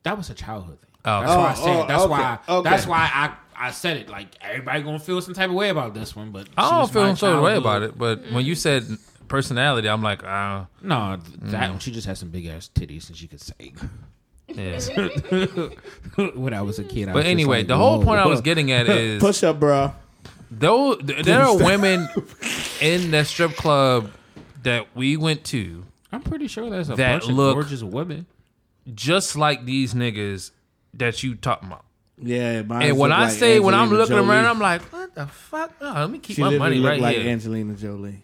Speaker 2: That was a childhood thing.
Speaker 3: Oh,
Speaker 2: that's why I said.
Speaker 1: Oh,
Speaker 2: it. That's
Speaker 1: oh,
Speaker 2: why.
Speaker 1: okay, okay.
Speaker 2: That's why I I said it. Like everybody gonna feel some type of way about this one, but
Speaker 3: I
Speaker 2: she was
Speaker 3: don't
Speaker 2: my
Speaker 3: feel so way
Speaker 2: childhood-
Speaker 3: about it, but when you said personality, I'm like, uh,
Speaker 2: No, th- that one, she just had some big ass titties and she could sing.
Speaker 3: yeah.
Speaker 2: when I was a kid. I was
Speaker 3: But
Speaker 2: just
Speaker 3: anyway,
Speaker 2: like,
Speaker 3: the whole
Speaker 2: "Whoa."
Speaker 3: point I was getting at is
Speaker 1: Push up, bro.
Speaker 3: Though there are women in the strip club that we went to
Speaker 2: I'm pretty sure there's a
Speaker 3: That
Speaker 2: bunch of
Speaker 3: look-
Speaker 2: gorgeous women.
Speaker 3: just like these niggas that you talking about.
Speaker 1: Yeah, mine
Speaker 3: And when
Speaker 1: look
Speaker 3: I
Speaker 1: like
Speaker 3: say when I'm
Speaker 1: Angelina
Speaker 3: looking
Speaker 1: Jolie.
Speaker 3: around, I'm like, what the fuck? Oh, let me keep
Speaker 1: she
Speaker 3: my
Speaker 1: literally
Speaker 3: money
Speaker 1: look
Speaker 3: right
Speaker 1: like
Speaker 3: here.
Speaker 1: Angelina Jolie.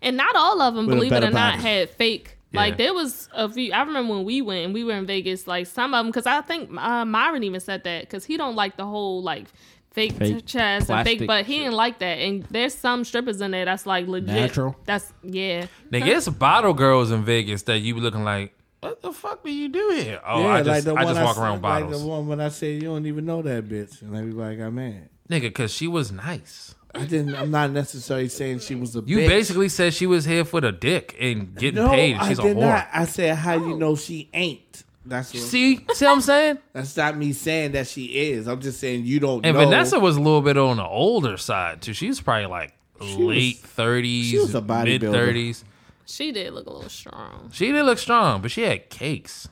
Speaker 5: And not all of them,
Speaker 1: With a
Speaker 5: believe it
Speaker 1: better
Speaker 5: or not,
Speaker 1: body.
Speaker 5: had fake.
Speaker 3: Yeah.
Speaker 5: Like there was a few. I remember when we went and we were in Vegas. Like some of them, because I think uh, Myron even said that because he don't like the whole like fake,
Speaker 2: Fake
Speaker 5: t- chest and fake,
Speaker 2: plastic
Speaker 5: but he didn't like that. And there's some strippers in there that's like legit.
Speaker 2: Natural.
Speaker 5: That's yeah.
Speaker 3: Nigga, it's bottle girls in Vegas that you be looking like, what the fuck do you do here? Oh,
Speaker 1: yeah,
Speaker 3: I just,
Speaker 1: like the
Speaker 3: I
Speaker 1: one
Speaker 3: just walk
Speaker 1: said-
Speaker 3: around
Speaker 1: like
Speaker 3: bottles.
Speaker 1: the one when I said you don't even know that bitch, and everybody got mad.
Speaker 3: Nigga, because she was nice.
Speaker 1: I didn't. I'm not necessarily saying she was a.
Speaker 3: You
Speaker 1: bitch.
Speaker 3: basically said she was here for the dick and getting
Speaker 1: no,
Speaker 3: paid. She's
Speaker 1: I
Speaker 3: a
Speaker 1: did
Speaker 3: whore.
Speaker 1: not. I said how you know she ain't. That's what,
Speaker 3: See, see what I'm saying?
Speaker 1: that's not me saying that she is. I'm just saying you don't
Speaker 3: And
Speaker 1: know.
Speaker 3: Vanessa was a little bit on the older side too. She was probably like late thirties,
Speaker 1: she was a bodybuilder.
Speaker 3: mid thirties.
Speaker 5: She did look a little strong,
Speaker 3: She didn't look strong, but she had cakes.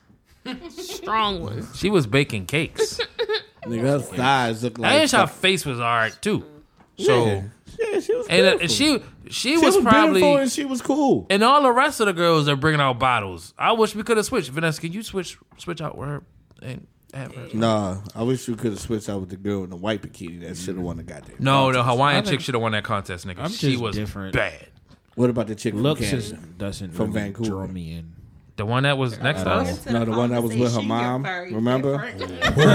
Speaker 5: strong one.
Speaker 3: She was baking cakes,
Speaker 1: nigga, her thighs look like.
Speaker 3: and her face was all right too. So,
Speaker 1: yeah, she was.
Speaker 3: and uh,
Speaker 1: beautiful.
Speaker 3: she she
Speaker 1: She
Speaker 3: was,
Speaker 1: beautiful
Speaker 3: probably
Speaker 1: and she was cool.
Speaker 3: and all the rest of the girls are bringing out bottles. I wish we could have switched. Vanessa, can you switch switch out with her and have her?
Speaker 1: Nah, I wish we could have switched out with the girl in the white bikini that should have won the goddamn.
Speaker 3: No, the Hawaiian
Speaker 2: I think-
Speaker 3: chick should have won that contest, nigga.
Speaker 2: I'm
Speaker 3: she
Speaker 2: just
Speaker 3: was
Speaker 2: different.
Speaker 3: bad.
Speaker 1: What about the chick
Speaker 2: Looks
Speaker 1: from
Speaker 2: just
Speaker 1: Canada?
Speaker 2: doesn't
Speaker 1: From
Speaker 2: really
Speaker 1: Vancouver.
Speaker 2: draw me in.
Speaker 3: The one that was next to
Speaker 2: all.
Speaker 3: us.
Speaker 1: No, the one that was with her mom, remember?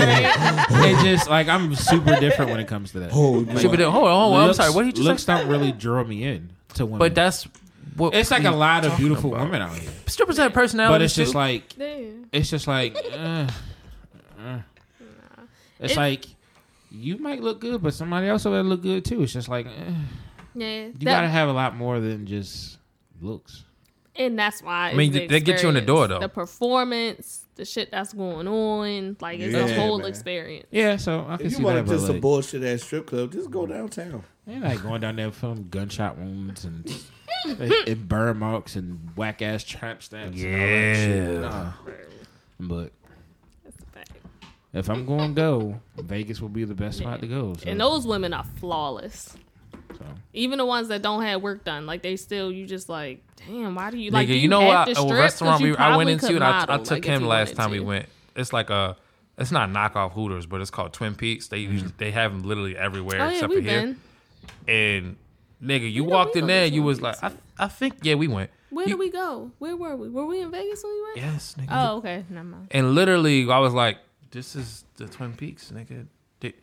Speaker 2: It just like I'm super different when it comes to that.
Speaker 1: Oh,
Speaker 3: She be doing- hold on, hold on. I'm sorry. What did you
Speaker 2: looks
Speaker 3: say?
Speaker 2: don't really draw me in to women.
Speaker 3: But that's what
Speaker 2: it's like a
Speaker 3: we-
Speaker 2: lot of beautiful women out here.
Speaker 3: strippers have personality.
Speaker 2: But it's just
Speaker 3: too.
Speaker 2: like
Speaker 5: Damn.
Speaker 2: it's just like uh, uh. it's
Speaker 5: It-
Speaker 2: like you might look good, but somebody else will look good too. It's just like uh, you
Speaker 5: Yeah. You
Speaker 2: gotta have a lot more than just looks.
Speaker 5: and that's why. I
Speaker 3: mean, they get you in the door, though.
Speaker 5: The performance, the shit that's going on, like it's
Speaker 1: Yeah,
Speaker 5: a whole
Speaker 1: man.
Speaker 5: experience.
Speaker 2: Yeah, so I can
Speaker 1: If you
Speaker 2: see
Speaker 1: want
Speaker 2: that.
Speaker 1: to
Speaker 2: But
Speaker 1: just a
Speaker 2: like,
Speaker 1: bullshit ass strip club, just go downtown.
Speaker 2: they like going down there for gunshot wounds and and and burn marks and whack ass tramp stamps. and all that shit. Nah. but
Speaker 5: That's a fact.
Speaker 2: if I'm going to go, Vegas will be the best spot to go. So.
Speaker 5: And those women are flawless. Even the ones that don't have work done, like they still, you just like, damn, why do you like?
Speaker 3: Nigga,
Speaker 5: do
Speaker 3: you know what?
Speaker 5: have to
Speaker 3: A
Speaker 5: strip? 'Cause
Speaker 3: restaurant
Speaker 5: you
Speaker 3: we, I went
Speaker 5: probably
Speaker 3: into
Speaker 5: could
Speaker 3: it. I,
Speaker 5: model,
Speaker 3: I took
Speaker 5: like, if
Speaker 3: him
Speaker 5: you
Speaker 3: last
Speaker 5: wanted
Speaker 3: time we
Speaker 5: to.
Speaker 3: went. It's like a. It's not knockoff Hooters, but it's called Twin Peaks. They usually they have them literally everywhere
Speaker 5: Mm-hmm. Oh yeah,
Speaker 3: except
Speaker 5: we've
Speaker 3: for here.
Speaker 5: been.
Speaker 3: And nigga, you
Speaker 5: Where did
Speaker 3: walked
Speaker 5: we
Speaker 3: in
Speaker 5: go
Speaker 3: there,
Speaker 5: to
Speaker 3: you
Speaker 5: Twin
Speaker 3: was like,
Speaker 5: Peaks?
Speaker 3: I, I think yeah, we went.
Speaker 5: Where
Speaker 3: you,
Speaker 5: did we go? Where were we? Were we in Vegas when we went?
Speaker 3: Yes, nigga.
Speaker 5: Oh, okay. Never mind.
Speaker 3: And literally, I was like, "This is the Twin Peaks, nigga. Di-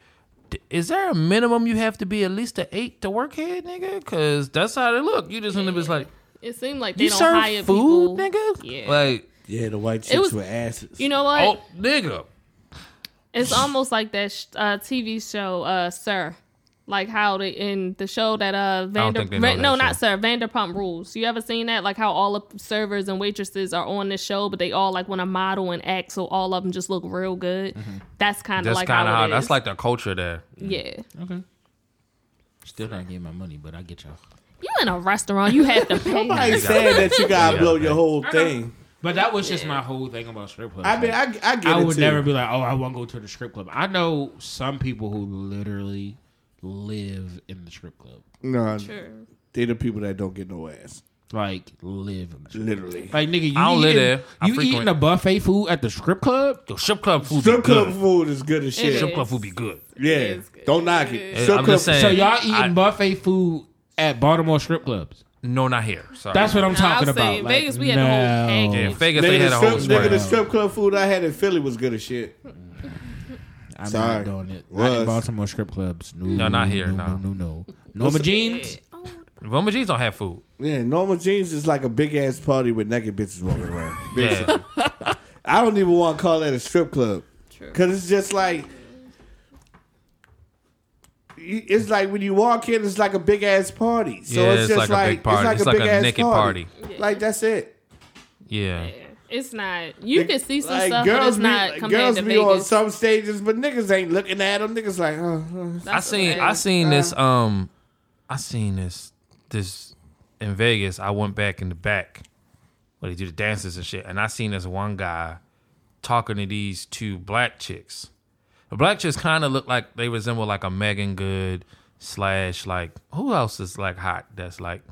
Speaker 3: di- Is there a minimum you have to be at least a eight to work here, nigga? Cause that's how they look. You just in the it's like,
Speaker 5: It seemed like they
Speaker 3: you
Speaker 5: don't
Speaker 3: serve
Speaker 5: hire
Speaker 3: food,
Speaker 5: people.
Speaker 3: nigga.
Speaker 5: Yeah.
Speaker 3: Like,
Speaker 1: Yeah, the white chicks
Speaker 5: was-
Speaker 1: were asses.
Speaker 5: You know what?
Speaker 3: oh, nigga.
Speaker 5: It's almost like that sh- uh, TV show, uh, Sir. Like how they in the show that uh Vander
Speaker 3: think they know
Speaker 5: Van-
Speaker 3: that
Speaker 5: no
Speaker 3: show.
Speaker 5: not Sir Vanderpump Rules. You ever seen that? Like how all the servers and waitresses are on this show, but they all like want to model and act, so all of them just look real good. That's kind
Speaker 3: Mm-hmm.
Speaker 5: of
Speaker 3: That's
Speaker 5: like
Speaker 3: kind of
Speaker 5: how,
Speaker 3: how.
Speaker 5: it
Speaker 3: That's
Speaker 5: is.
Speaker 3: like the culture there.
Speaker 5: yeah.
Speaker 2: Okay. Still not getting my money, but I get y'all.
Speaker 5: You in a restaurant, you have to pay.
Speaker 1: I ain't saying that you gotta
Speaker 3: Yeah,
Speaker 1: blow
Speaker 3: man.
Speaker 1: your whole thing.
Speaker 2: But that was just my whole thing about strip clubs.
Speaker 1: I mean,
Speaker 2: Like,
Speaker 1: I, I get
Speaker 2: I
Speaker 1: it
Speaker 2: would
Speaker 1: too.
Speaker 2: never be like, oh, I want to go to the strip club. I know some people who literally live in the strip club,
Speaker 1: no,
Speaker 5: Sure.
Speaker 1: they're the people that don't get no ass.
Speaker 2: like live in the strip.
Speaker 1: Literally,
Speaker 2: Like nigga, you
Speaker 3: I don't live
Speaker 2: eating-
Speaker 3: there. I
Speaker 2: You
Speaker 3: frequent-
Speaker 2: eating a buffet food at the strip club?
Speaker 3: Yo, strip club food.
Speaker 1: strip
Speaker 3: Strip
Speaker 1: club food is good as
Speaker 5: It
Speaker 1: shit.
Speaker 5: is.
Speaker 3: Strip club food be good.
Speaker 1: Yeah,
Speaker 5: is good.
Speaker 1: don't knock
Speaker 5: It
Speaker 1: it.
Speaker 5: is.
Speaker 1: Strip
Speaker 3: I'm
Speaker 1: club.
Speaker 3: just saying.
Speaker 2: So y'all eating
Speaker 3: I-
Speaker 2: buffet food at Baltimore strip clubs?
Speaker 3: No, not here. Sorry.
Speaker 2: That's what I'm talking
Speaker 5: I was
Speaker 2: about.
Speaker 5: saying,
Speaker 2: Like,
Speaker 5: Vegas, we had the whole
Speaker 2: no.
Speaker 5: package.
Speaker 3: Yeah, Vegas
Speaker 1: Nigga,
Speaker 3: they had
Speaker 1: the
Speaker 3: a whole
Speaker 1: strip, nigga, the
Speaker 3: spread.
Speaker 1: strip club food I had in Philly was good as shit.
Speaker 2: I'm
Speaker 1: Sorry.
Speaker 2: not doing it. Not
Speaker 1: Was.
Speaker 2: in Baltimore strip clubs. No,
Speaker 3: No, not here,
Speaker 2: No,
Speaker 3: no.
Speaker 2: no, no, no. Norma jeans.
Speaker 3: Voma G's don't have food.
Speaker 1: Yeah, Norma Jeans is like a big ass party with naked bitches walking around.
Speaker 3: Yeah.
Speaker 1: I don't even want to call that a strip club
Speaker 5: True.
Speaker 1: because it's just like it's like when you walk in, it's like a big ass party. So
Speaker 3: Yeah,
Speaker 1: it's,
Speaker 3: it's
Speaker 1: just
Speaker 3: like a
Speaker 1: like
Speaker 3: big party.
Speaker 1: it's like
Speaker 3: It's
Speaker 1: a
Speaker 3: like a
Speaker 1: big ass
Speaker 3: naked
Speaker 1: party.
Speaker 5: party.
Speaker 1: Like that's it.
Speaker 3: yeah.
Speaker 5: Yeah. It's not. You can see some
Speaker 1: Like,
Speaker 5: stuff, but it's not
Speaker 1: be,
Speaker 5: compared
Speaker 1: girls
Speaker 5: to
Speaker 1: be on
Speaker 5: Vegas.
Speaker 1: some stages, but niggas ain't looking at them. Niggas like, oh,
Speaker 3: I seen I seen this um I seen this this in Vegas. I went back in the back where they do the dances and shit, and I seen this one guy talking to these two black chicks. The black chicks kind of look like they resemble like a Megan Good, slash like who else is like hot that's like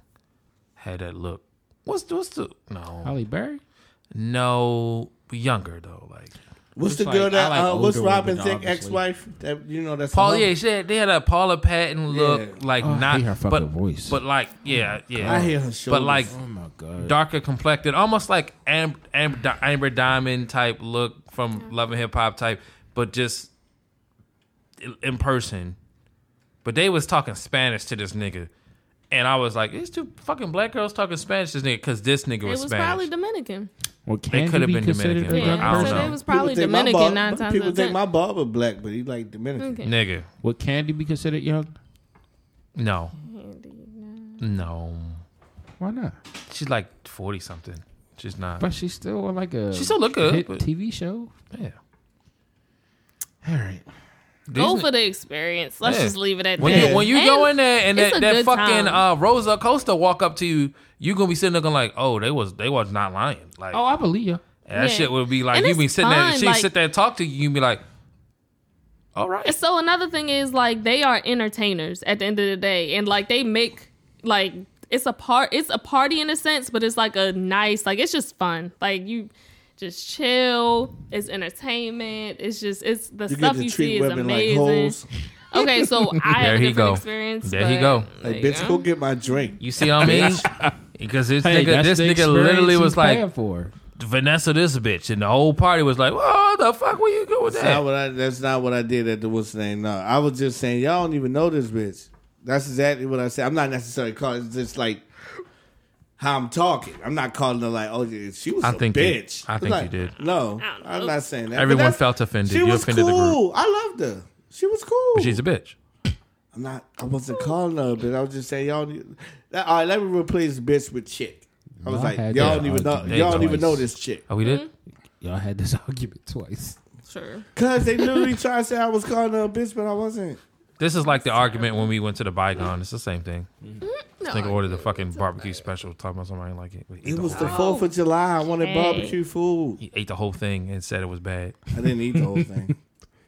Speaker 3: had that look. What's what's the no
Speaker 2: Holly Berry.
Speaker 3: no younger though like
Speaker 1: What's
Speaker 2: It's
Speaker 1: the
Speaker 2: like-
Speaker 1: girl that?
Speaker 2: I like
Speaker 1: uh, what's
Speaker 2: older women,
Speaker 1: Robin's
Speaker 2: obviously.
Speaker 1: ex-wife? That you know that's
Speaker 3: Paul
Speaker 1: a-
Speaker 3: yeah she had, they had a Paula Patton look
Speaker 1: Yeah.
Speaker 3: like
Speaker 2: Oh, I
Speaker 3: not
Speaker 2: hate her fucking
Speaker 3: but
Speaker 2: voice.
Speaker 3: but like yeah yeah
Speaker 1: Oh, I hear her
Speaker 3: but
Speaker 1: shoulders.
Speaker 3: like
Speaker 2: Oh my god.
Speaker 3: darker complected, almost like Am- Am- Di- Amber Diamond type look from Love and Hip Hop type, but just i- in person. But they was talking Spanish to this nigga, and I was like, "These two fucking black girls talking Spanish to this nigga because this nigga
Speaker 5: It
Speaker 3: was,
Speaker 5: was probably
Speaker 3: Spanish."
Speaker 5: Dominican.
Speaker 2: Well, can
Speaker 3: could've
Speaker 2: you be
Speaker 3: been
Speaker 2: considered
Speaker 3: Dominican,
Speaker 2: a
Speaker 3: but
Speaker 5: Yeah,
Speaker 2: black
Speaker 3: I don't
Speaker 5: so
Speaker 2: person?
Speaker 5: they
Speaker 3: know.
Speaker 5: was probably
Speaker 1: People think my
Speaker 5: Dominican
Speaker 1: bar-
Speaker 5: nine times
Speaker 1: People
Speaker 5: out of
Speaker 1: think
Speaker 5: ten.
Speaker 1: my barber black, but he like Dominican.
Speaker 5: Okay.
Speaker 3: nigga,
Speaker 2: Would Candy be considered young?
Speaker 3: no, no,
Speaker 2: Why not?
Speaker 3: she's like forty something. She's not.
Speaker 2: But she's still on like a
Speaker 3: She still look good,
Speaker 2: hit
Speaker 3: but-
Speaker 2: TV show.
Speaker 3: Yeah,
Speaker 2: All right.
Speaker 5: Go
Speaker 3: These
Speaker 5: for the experience. Let's
Speaker 3: Yeah.
Speaker 5: just leave it at
Speaker 3: When
Speaker 5: that.
Speaker 3: you when you go in
Speaker 5: And
Speaker 3: there and
Speaker 5: it's
Speaker 3: that,
Speaker 5: a
Speaker 3: that
Speaker 5: good
Speaker 3: fucking uh,
Speaker 5: time.
Speaker 3: Rosa Costa walk up to you, you gonna be sitting there going like, oh, they was they was not lying. Like
Speaker 2: Oh, I believe you.
Speaker 3: that
Speaker 5: yeah.
Speaker 3: shit would be like
Speaker 5: And
Speaker 3: you be
Speaker 5: it's
Speaker 3: sitting there,
Speaker 5: fun,
Speaker 3: she
Speaker 5: like-
Speaker 3: sit there and talk to you, you be like, all right,
Speaker 5: So another thing is like they are entertainers at the end of the day, and like they make like it's a part it's a party in a sense, but it's like a nice like it's just fun. Like you just chill. It's entertainment. It's just it's the
Speaker 1: You
Speaker 5: stuff
Speaker 1: get to
Speaker 5: you
Speaker 1: treat
Speaker 5: see is
Speaker 1: women like
Speaker 5: amazing.
Speaker 1: hoes.
Speaker 5: okay, so
Speaker 3: There
Speaker 5: I have a
Speaker 3: he
Speaker 5: different
Speaker 3: go.
Speaker 5: experience.
Speaker 3: There he
Speaker 5: but,
Speaker 3: go.
Speaker 1: Like,
Speaker 5: like,
Speaker 1: bitch,
Speaker 5: uh,
Speaker 1: go get my drink.
Speaker 3: you see what I mean? Because this
Speaker 2: Hey,
Speaker 3: nigga,
Speaker 2: that's
Speaker 3: this
Speaker 2: the
Speaker 3: nigga
Speaker 2: experience
Speaker 3: literally
Speaker 2: he's
Speaker 3: was like
Speaker 2: paying for.
Speaker 3: Vanessa, this bitch, and the whole party was like, what the fuck, where you go with
Speaker 1: That's
Speaker 3: that?
Speaker 1: not what I. That's not what I did at the what's the name. No, I was just saying y'all don't even know this bitch. That's exactly what I said. I'm not necessarily calling. It's just like how I'm talking. I'm not calling her like, oh, yeah, she was
Speaker 3: I
Speaker 1: a
Speaker 3: think you-
Speaker 1: bitch.
Speaker 3: I
Speaker 1: It's
Speaker 3: think
Speaker 1: like,
Speaker 3: you did.
Speaker 1: No,
Speaker 5: I don't know.
Speaker 1: I'm not saying that. But
Speaker 3: Everyone
Speaker 1: that's-
Speaker 3: felt offended.
Speaker 1: She
Speaker 3: You
Speaker 1: was
Speaker 3: offended the group.
Speaker 1: cool. I loved her. She was cool.
Speaker 3: She's a bitch.
Speaker 1: I'm not. I wasn't calling her, but I was just saying y'all. Need, that, all right, let me replace bitch with chick. I was
Speaker 2: Y'all
Speaker 1: like,
Speaker 2: had
Speaker 1: y'all
Speaker 2: that
Speaker 1: don't even know.
Speaker 2: argument
Speaker 1: Y'all don't even
Speaker 2: twice.
Speaker 1: know this chick
Speaker 3: Oh, we
Speaker 5: Mm-hmm.
Speaker 3: did.
Speaker 2: Y'all had this argument twice.
Speaker 5: sure.
Speaker 1: because they literally tried to say I was calling her a bitch, but I wasn't.
Speaker 3: This is like the argument when we went to the bygone. It's the same thing.
Speaker 5: No,
Speaker 3: Nigga ordered the fucking barbecue special, talking about somebody like it.
Speaker 1: It was
Speaker 3: whole-
Speaker 1: the Fourth of July. I wanted
Speaker 5: Hey.
Speaker 1: barbecue food.
Speaker 3: He ate the whole thing and said it was bad.
Speaker 1: I didn't eat the whole thing.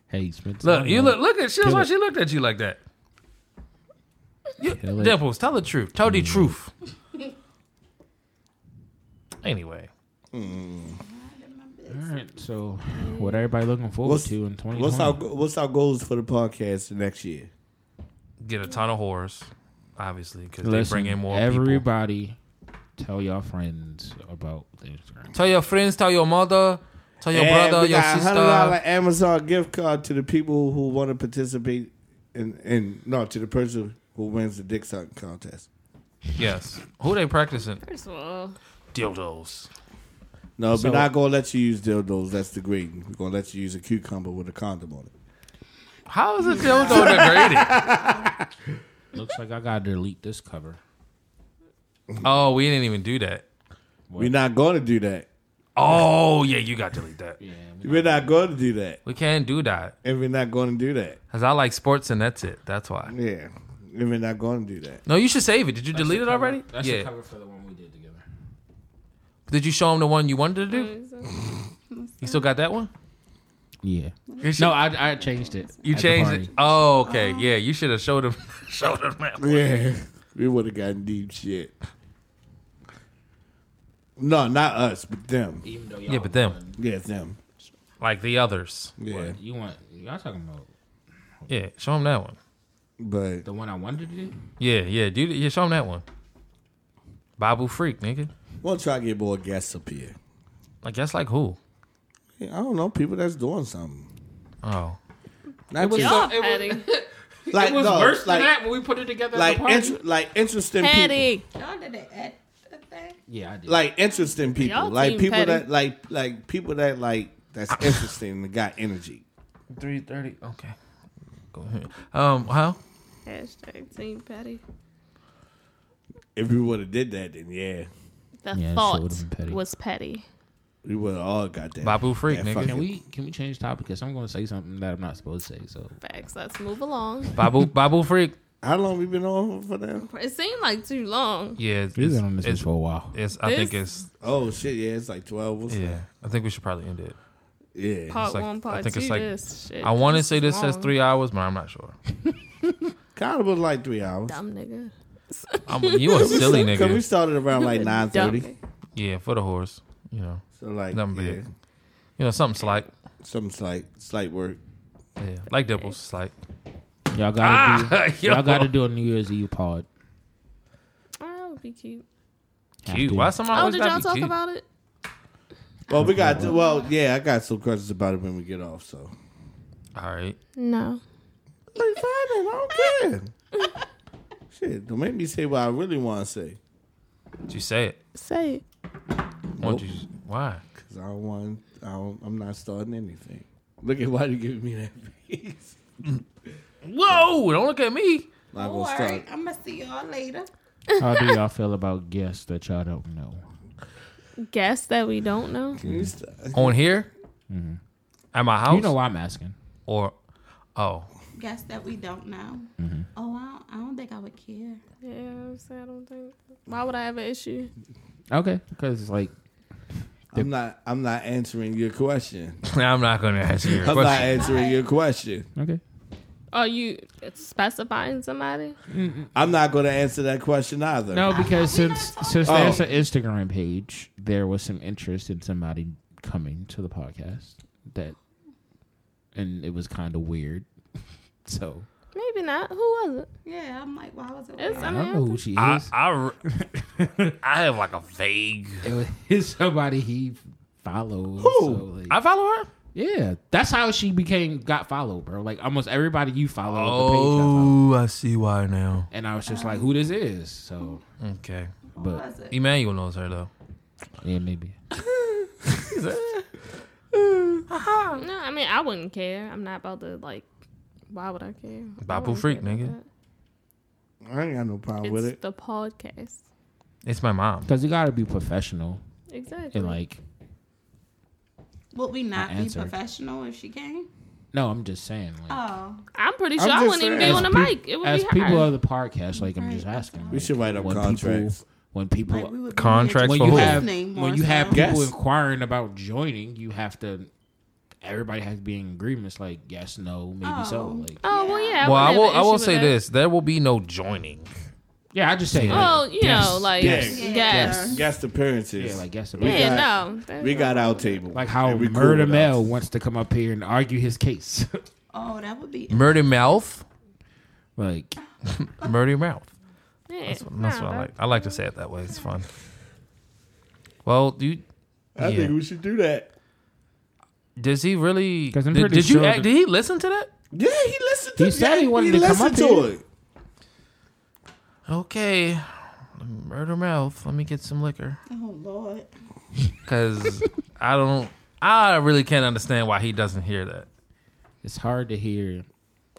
Speaker 2: Hey, you spent time
Speaker 3: Look, you
Speaker 2: on
Speaker 3: look, look at. She that's
Speaker 2: Kill
Speaker 3: why
Speaker 2: it.
Speaker 3: she looked at you like that. You,
Speaker 2: Kill it. Mm.
Speaker 3: Dimples, tell the truth. Tell the truth. Anyway,
Speaker 2: it. All right, so what everybody looking forward
Speaker 1: What's-
Speaker 2: to in 2020?
Speaker 1: What's our What's our goals for the podcast next year?
Speaker 3: get a ton of horrors, obviously, because they
Speaker 2: Listen,
Speaker 3: bring in more people.
Speaker 2: everybody tell y'all friends about the Instagram.
Speaker 3: Tell your friends, tell your mother, tell your
Speaker 1: And
Speaker 3: brother,
Speaker 1: we
Speaker 3: your
Speaker 1: got a hundred dollar
Speaker 3: sister.
Speaker 1: Amazon gift card to the people who want to participate, in, in no to the person who wins the dick sucking contest.
Speaker 3: Yes. Who they practicing?
Speaker 5: First of all,
Speaker 3: Dildos.
Speaker 1: No,
Speaker 2: So-
Speaker 1: we're not gonna let you use dildos. That's degrading. We're gonna let you use a cucumber with a condom on it.
Speaker 3: How is a dildo degraded?
Speaker 2: Looks like I gotta delete this cover.
Speaker 3: Oh, we didn't even do that.
Speaker 1: We're not gonna do that.
Speaker 3: Oh yeah, you got to delete that.
Speaker 2: Yeah,
Speaker 1: We're not gonna do that,
Speaker 3: We can't do that
Speaker 1: and we're not gonna do that.
Speaker 3: because I like sports and that's it. That's why.
Speaker 1: Yeah, and we're not gonna do that.
Speaker 3: No, you should save it. Did you delete it
Speaker 2: cover,
Speaker 3: already?
Speaker 2: That's the
Speaker 3: yeah.
Speaker 2: cover for the one we did together.
Speaker 3: Did you show him the one you wanted to do? You still got that one?
Speaker 2: Yeah.
Speaker 3: You should-
Speaker 2: No, Oh, I, I changed it.
Speaker 3: you
Speaker 2: at the
Speaker 3: changed
Speaker 2: party.
Speaker 3: it. Oh, okay. Yeah, you should have showed him. showed him that. One.
Speaker 1: Yeah, we would have gotten deep shit. No, not us, but them.
Speaker 2: Even though y'all
Speaker 3: Yeah, but them.
Speaker 2: won.
Speaker 1: Yeah, them.
Speaker 3: Like the others.
Speaker 1: Yeah,
Speaker 2: You want y'all talking about
Speaker 3: Yeah, show him that one.
Speaker 1: but
Speaker 2: the one I wanted to do?
Speaker 3: Yeah, yeah. Do yeah, show him that one. Babu freak, nigga.
Speaker 1: we'll try to get more guests up here.
Speaker 3: Like that's like who?
Speaker 1: Yeah, I don't know people that's doing something.
Speaker 3: Oh,
Speaker 1: Not just,
Speaker 5: y'all petty.
Speaker 1: like
Speaker 2: It was
Speaker 1: no,
Speaker 2: worse
Speaker 1: like,
Speaker 2: than that when we put it together.
Speaker 1: Like
Speaker 2: at the party.
Speaker 1: inter- like interesting people.
Speaker 5: petty.
Speaker 4: Y'all did it at the thing.
Speaker 2: yeah, I did.
Speaker 1: like interesting people,
Speaker 5: Y'all
Speaker 1: like
Speaker 5: team
Speaker 1: people
Speaker 5: petty.
Speaker 1: that like like people that like that's interesting and got energy.
Speaker 3: three thirty. Okay. Go ahead. Um, how?
Speaker 5: Hashtag team petty.
Speaker 1: If we would have did that, then yeah,
Speaker 2: Yeah,
Speaker 5: The
Speaker 2: it sure
Speaker 5: thought
Speaker 2: would've been petty.
Speaker 5: was petty.
Speaker 1: we would have all got that.
Speaker 3: Babu freak,
Speaker 1: that
Speaker 3: nigga.
Speaker 1: fucking-
Speaker 2: can we can we change topic? Cause I'm gonna say something that I'm not supposed to say. So
Speaker 5: Facts. Let's move along.
Speaker 3: Babu Babu freak.
Speaker 1: How long we been on for them?
Speaker 5: It seemed like too long.
Speaker 3: Yeah, it's,
Speaker 2: we've
Speaker 3: it's,
Speaker 2: been on this
Speaker 3: it's-
Speaker 2: for a while.
Speaker 3: it's- I think it's
Speaker 1: Oh shit, yeah, it's like twelve. What's
Speaker 3: yeah. I think we should probably end it.
Speaker 1: that? yeah.
Speaker 5: Part
Speaker 3: like-
Speaker 5: one,
Speaker 3: I
Speaker 5: part
Speaker 3: think
Speaker 5: two.
Speaker 3: it's like-
Speaker 5: this shit.
Speaker 3: I want to
Speaker 5: is
Speaker 3: say this says
Speaker 5: long.
Speaker 3: three hours, but I'm not sure.
Speaker 1: Carnival's like three hours.
Speaker 5: Dumb nigga.
Speaker 3: I'm, you a silly
Speaker 1: Because we
Speaker 3: nigga.
Speaker 1: started around like nine
Speaker 5: Dumb
Speaker 1: thirty.
Speaker 5: nigga.
Speaker 3: Yeah, for the horse. You know,
Speaker 1: So like
Speaker 3: Nothing
Speaker 1: yeah,
Speaker 3: big. you know, something slight.
Speaker 1: some slight slight work.
Speaker 3: Yeah, like dimples, slight.
Speaker 2: Y'all gotta
Speaker 3: Ah,
Speaker 2: do,
Speaker 3: yo.
Speaker 2: y'all gotta do a New Year's Eve pod.
Speaker 5: Oh, that would be cute.
Speaker 2: Have
Speaker 3: Cute.
Speaker 2: to.
Speaker 3: Why somebody
Speaker 5: Oh,
Speaker 3: always
Speaker 5: did
Speaker 3: gotta
Speaker 5: y'all
Speaker 3: be
Speaker 5: talk
Speaker 3: cute?
Speaker 5: about it?
Speaker 1: Well, we got well, yeah. I got some questions about it when we get off. So
Speaker 3: All right.
Speaker 5: No.
Speaker 1: like, fine, then, I don't care. Shit, don't make me say what I really want to say
Speaker 3: Did you say it?
Speaker 5: Say it.
Speaker 3: Why don't you? Why?
Speaker 1: because I don't want. I don't, I'm not starting anything. Look at why you giving me that face.
Speaker 3: Whoa! Don't look at me.
Speaker 1: Not
Speaker 4: Don't
Speaker 1: gonna
Speaker 4: worry.
Speaker 1: start.
Speaker 4: I'm going to see y'all later.
Speaker 2: How do y'all feel about guests that y'all don't know?
Speaker 5: Guess that we don't know.
Speaker 1: Can you start?
Speaker 3: On here, at my house,
Speaker 2: You know why I'm asking.
Speaker 3: or oh,
Speaker 4: Guess that we don't know. Oh, I don't, I don't think I would care.
Speaker 5: Yeah, I'm saying I don't think. Why would I have an issue?
Speaker 2: Okay, because it's like
Speaker 1: I'm not. I'm not answering your question.
Speaker 3: I'm not gonna answer your
Speaker 1: I'm not
Speaker 3: question.
Speaker 1: answering your question.
Speaker 2: okay,
Speaker 5: Are you specifying somebody?
Speaker 1: I'm not going to answer that question either.
Speaker 2: no, because since since
Speaker 1: Oh.
Speaker 2: there's an Instagram page, there was some interest in somebody coming to the podcast that, and it was kind of weird. So
Speaker 5: Maybe not. Who was it?
Speaker 4: Yeah, I'm like, why was it?
Speaker 5: It's,
Speaker 4: weird?
Speaker 5: I
Speaker 2: I
Speaker 5: mean,
Speaker 2: don't know who she
Speaker 3: I,
Speaker 2: is.
Speaker 3: I, re- I have like a vague.
Speaker 2: It was it's somebody he follows. so, like-
Speaker 3: I follow her.
Speaker 2: yeah, that's how she became got followed, bro. Like almost everybody you follow, oh. the page I follow.
Speaker 3: Oh, I see why now.
Speaker 2: and I was just like, who this is? So,
Speaker 3: Okay,
Speaker 4: Who
Speaker 2: but
Speaker 4: was it?
Speaker 3: Emmanuel knows her though.
Speaker 2: yeah, maybe.
Speaker 5: No, I mean I wouldn't care. I'm not about to like. Why would I care? I
Speaker 3: Bapu
Speaker 5: wouldn't
Speaker 3: freak,
Speaker 5: care about
Speaker 3: nigga.
Speaker 1: I ain't got no problem
Speaker 5: that.
Speaker 1: with
Speaker 5: It's
Speaker 1: it.
Speaker 5: the podcast.
Speaker 3: It's my mom.
Speaker 2: Because you gotta be professional
Speaker 5: Exactly.
Speaker 2: and like.
Speaker 4: Would we not be
Speaker 2: answered.
Speaker 4: professional if she came?
Speaker 2: No, I'm just saying. Like,
Speaker 4: Oh,
Speaker 5: I'm pretty
Speaker 1: I'm
Speaker 5: sure I
Speaker 1: just
Speaker 5: wouldn't even be
Speaker 1: saying.
Speaker 5: Uh, on the
Speaker 2: As peop-
Speaker 5: mic. It would
Speaker 2: as
Speaker 5: be
Speaker 2: people
Speaker 5: her.
Speaker 2: of the podcast, like I'm just
Speaker 4: Right.
Speaker 2: asking.
Speaker 1: We
Speaker 2: like,
Speaker 1: should write up
Speaker 2: when
Speaker 1: contracts.
Speaker 2: People, when people,
Speaker 4: like we would be
Speaker 3: Contracts
Speaker 2: when
Speaker 3: for
Speaker 2: you
Speaker 3: who?
Speaker 2: have
Speaker 4: Listening more
Speaker 2: when you have
Speaker 4: so.
Speaker 2: people
Speaker 1: Yes.
Speaker 2: inquiring about joining, you have to. Everybody has to be in agreements. Like yes, no, maybe so.
Speaker 4: Oh.
Speaker 2: Like
Speaker 5: Oh well, yeah.
Speaker 3: well, I
Speaker 5: wouldn't
Speaker 3: will.
Speaker 5: have an
Speaker 3: I will
Speaker 5: issue
Speaker 3: say
Speaker 5: with that.
Speaker 3: this: there will be no joining.
Speaker 2: yeah, I just say. Like,
Speaker 5: Well, Oh, you
Speaker 2: yes,
Speaker 5: know, like
Speaker 1: yes,
Speaker 5: yeah,
Speaker 4: yes.
Speaker 1: Guest appearances.
Speaker 2: yeah, like yes.
Speaker 1: We
Speaker 2: about-
Speaker 5: Yeah,
Speaker 1: got-
Speaker 5: no. that's
Speaker 1: we
Speaker 5: not-
Speaker 1: got our table.
Speaker 2: like how
Speaker 1: And we cool
Speaker 2: Murder
Speaker 1: with
Speaker 2: Mel
Speaker 1: us.
Speaker 2: wants to come up here and argue his case.
Speaker 4: Oh, that would be.
Speaker 3: Murder mouth.
Speaker 2: like
Speaker 3: Murder mouth.
Speaker 5: yeah,
Speaker 3: That's what, that's
Speaker 5: nah,
Speaker 3: what I
Speaker 5: that-
Speaker 3: like. I like to say it that way. It's fun. Well, you.
Speaker 1: I
Speaker 3: yeah.
Speaker 1: think we should do that.
Speaker 3: Does he really?
Speaker 2: 'Cause I'm
Speaker 3: did,
Speaker 2: pretty
Speaker 3: did you?
Speaker 2: sure
Speaker 3: act-
Speaker 2: that-
Speaker 3: did he listen to that?
Speaker 1: Yeah, he listened. To
Speaker 2: He said he wanted to come
Speaker 1: listened
Speaker 2: up here.
Speaker 1: it.
Speaker 3: Okay, murder mouth. Let me get some liquor.
Speaker 4: Oh Lord.
Speaker 3: Cause I don't. I really can't understand why he doesn't hear that.
Speaker 2: it's hard to hear.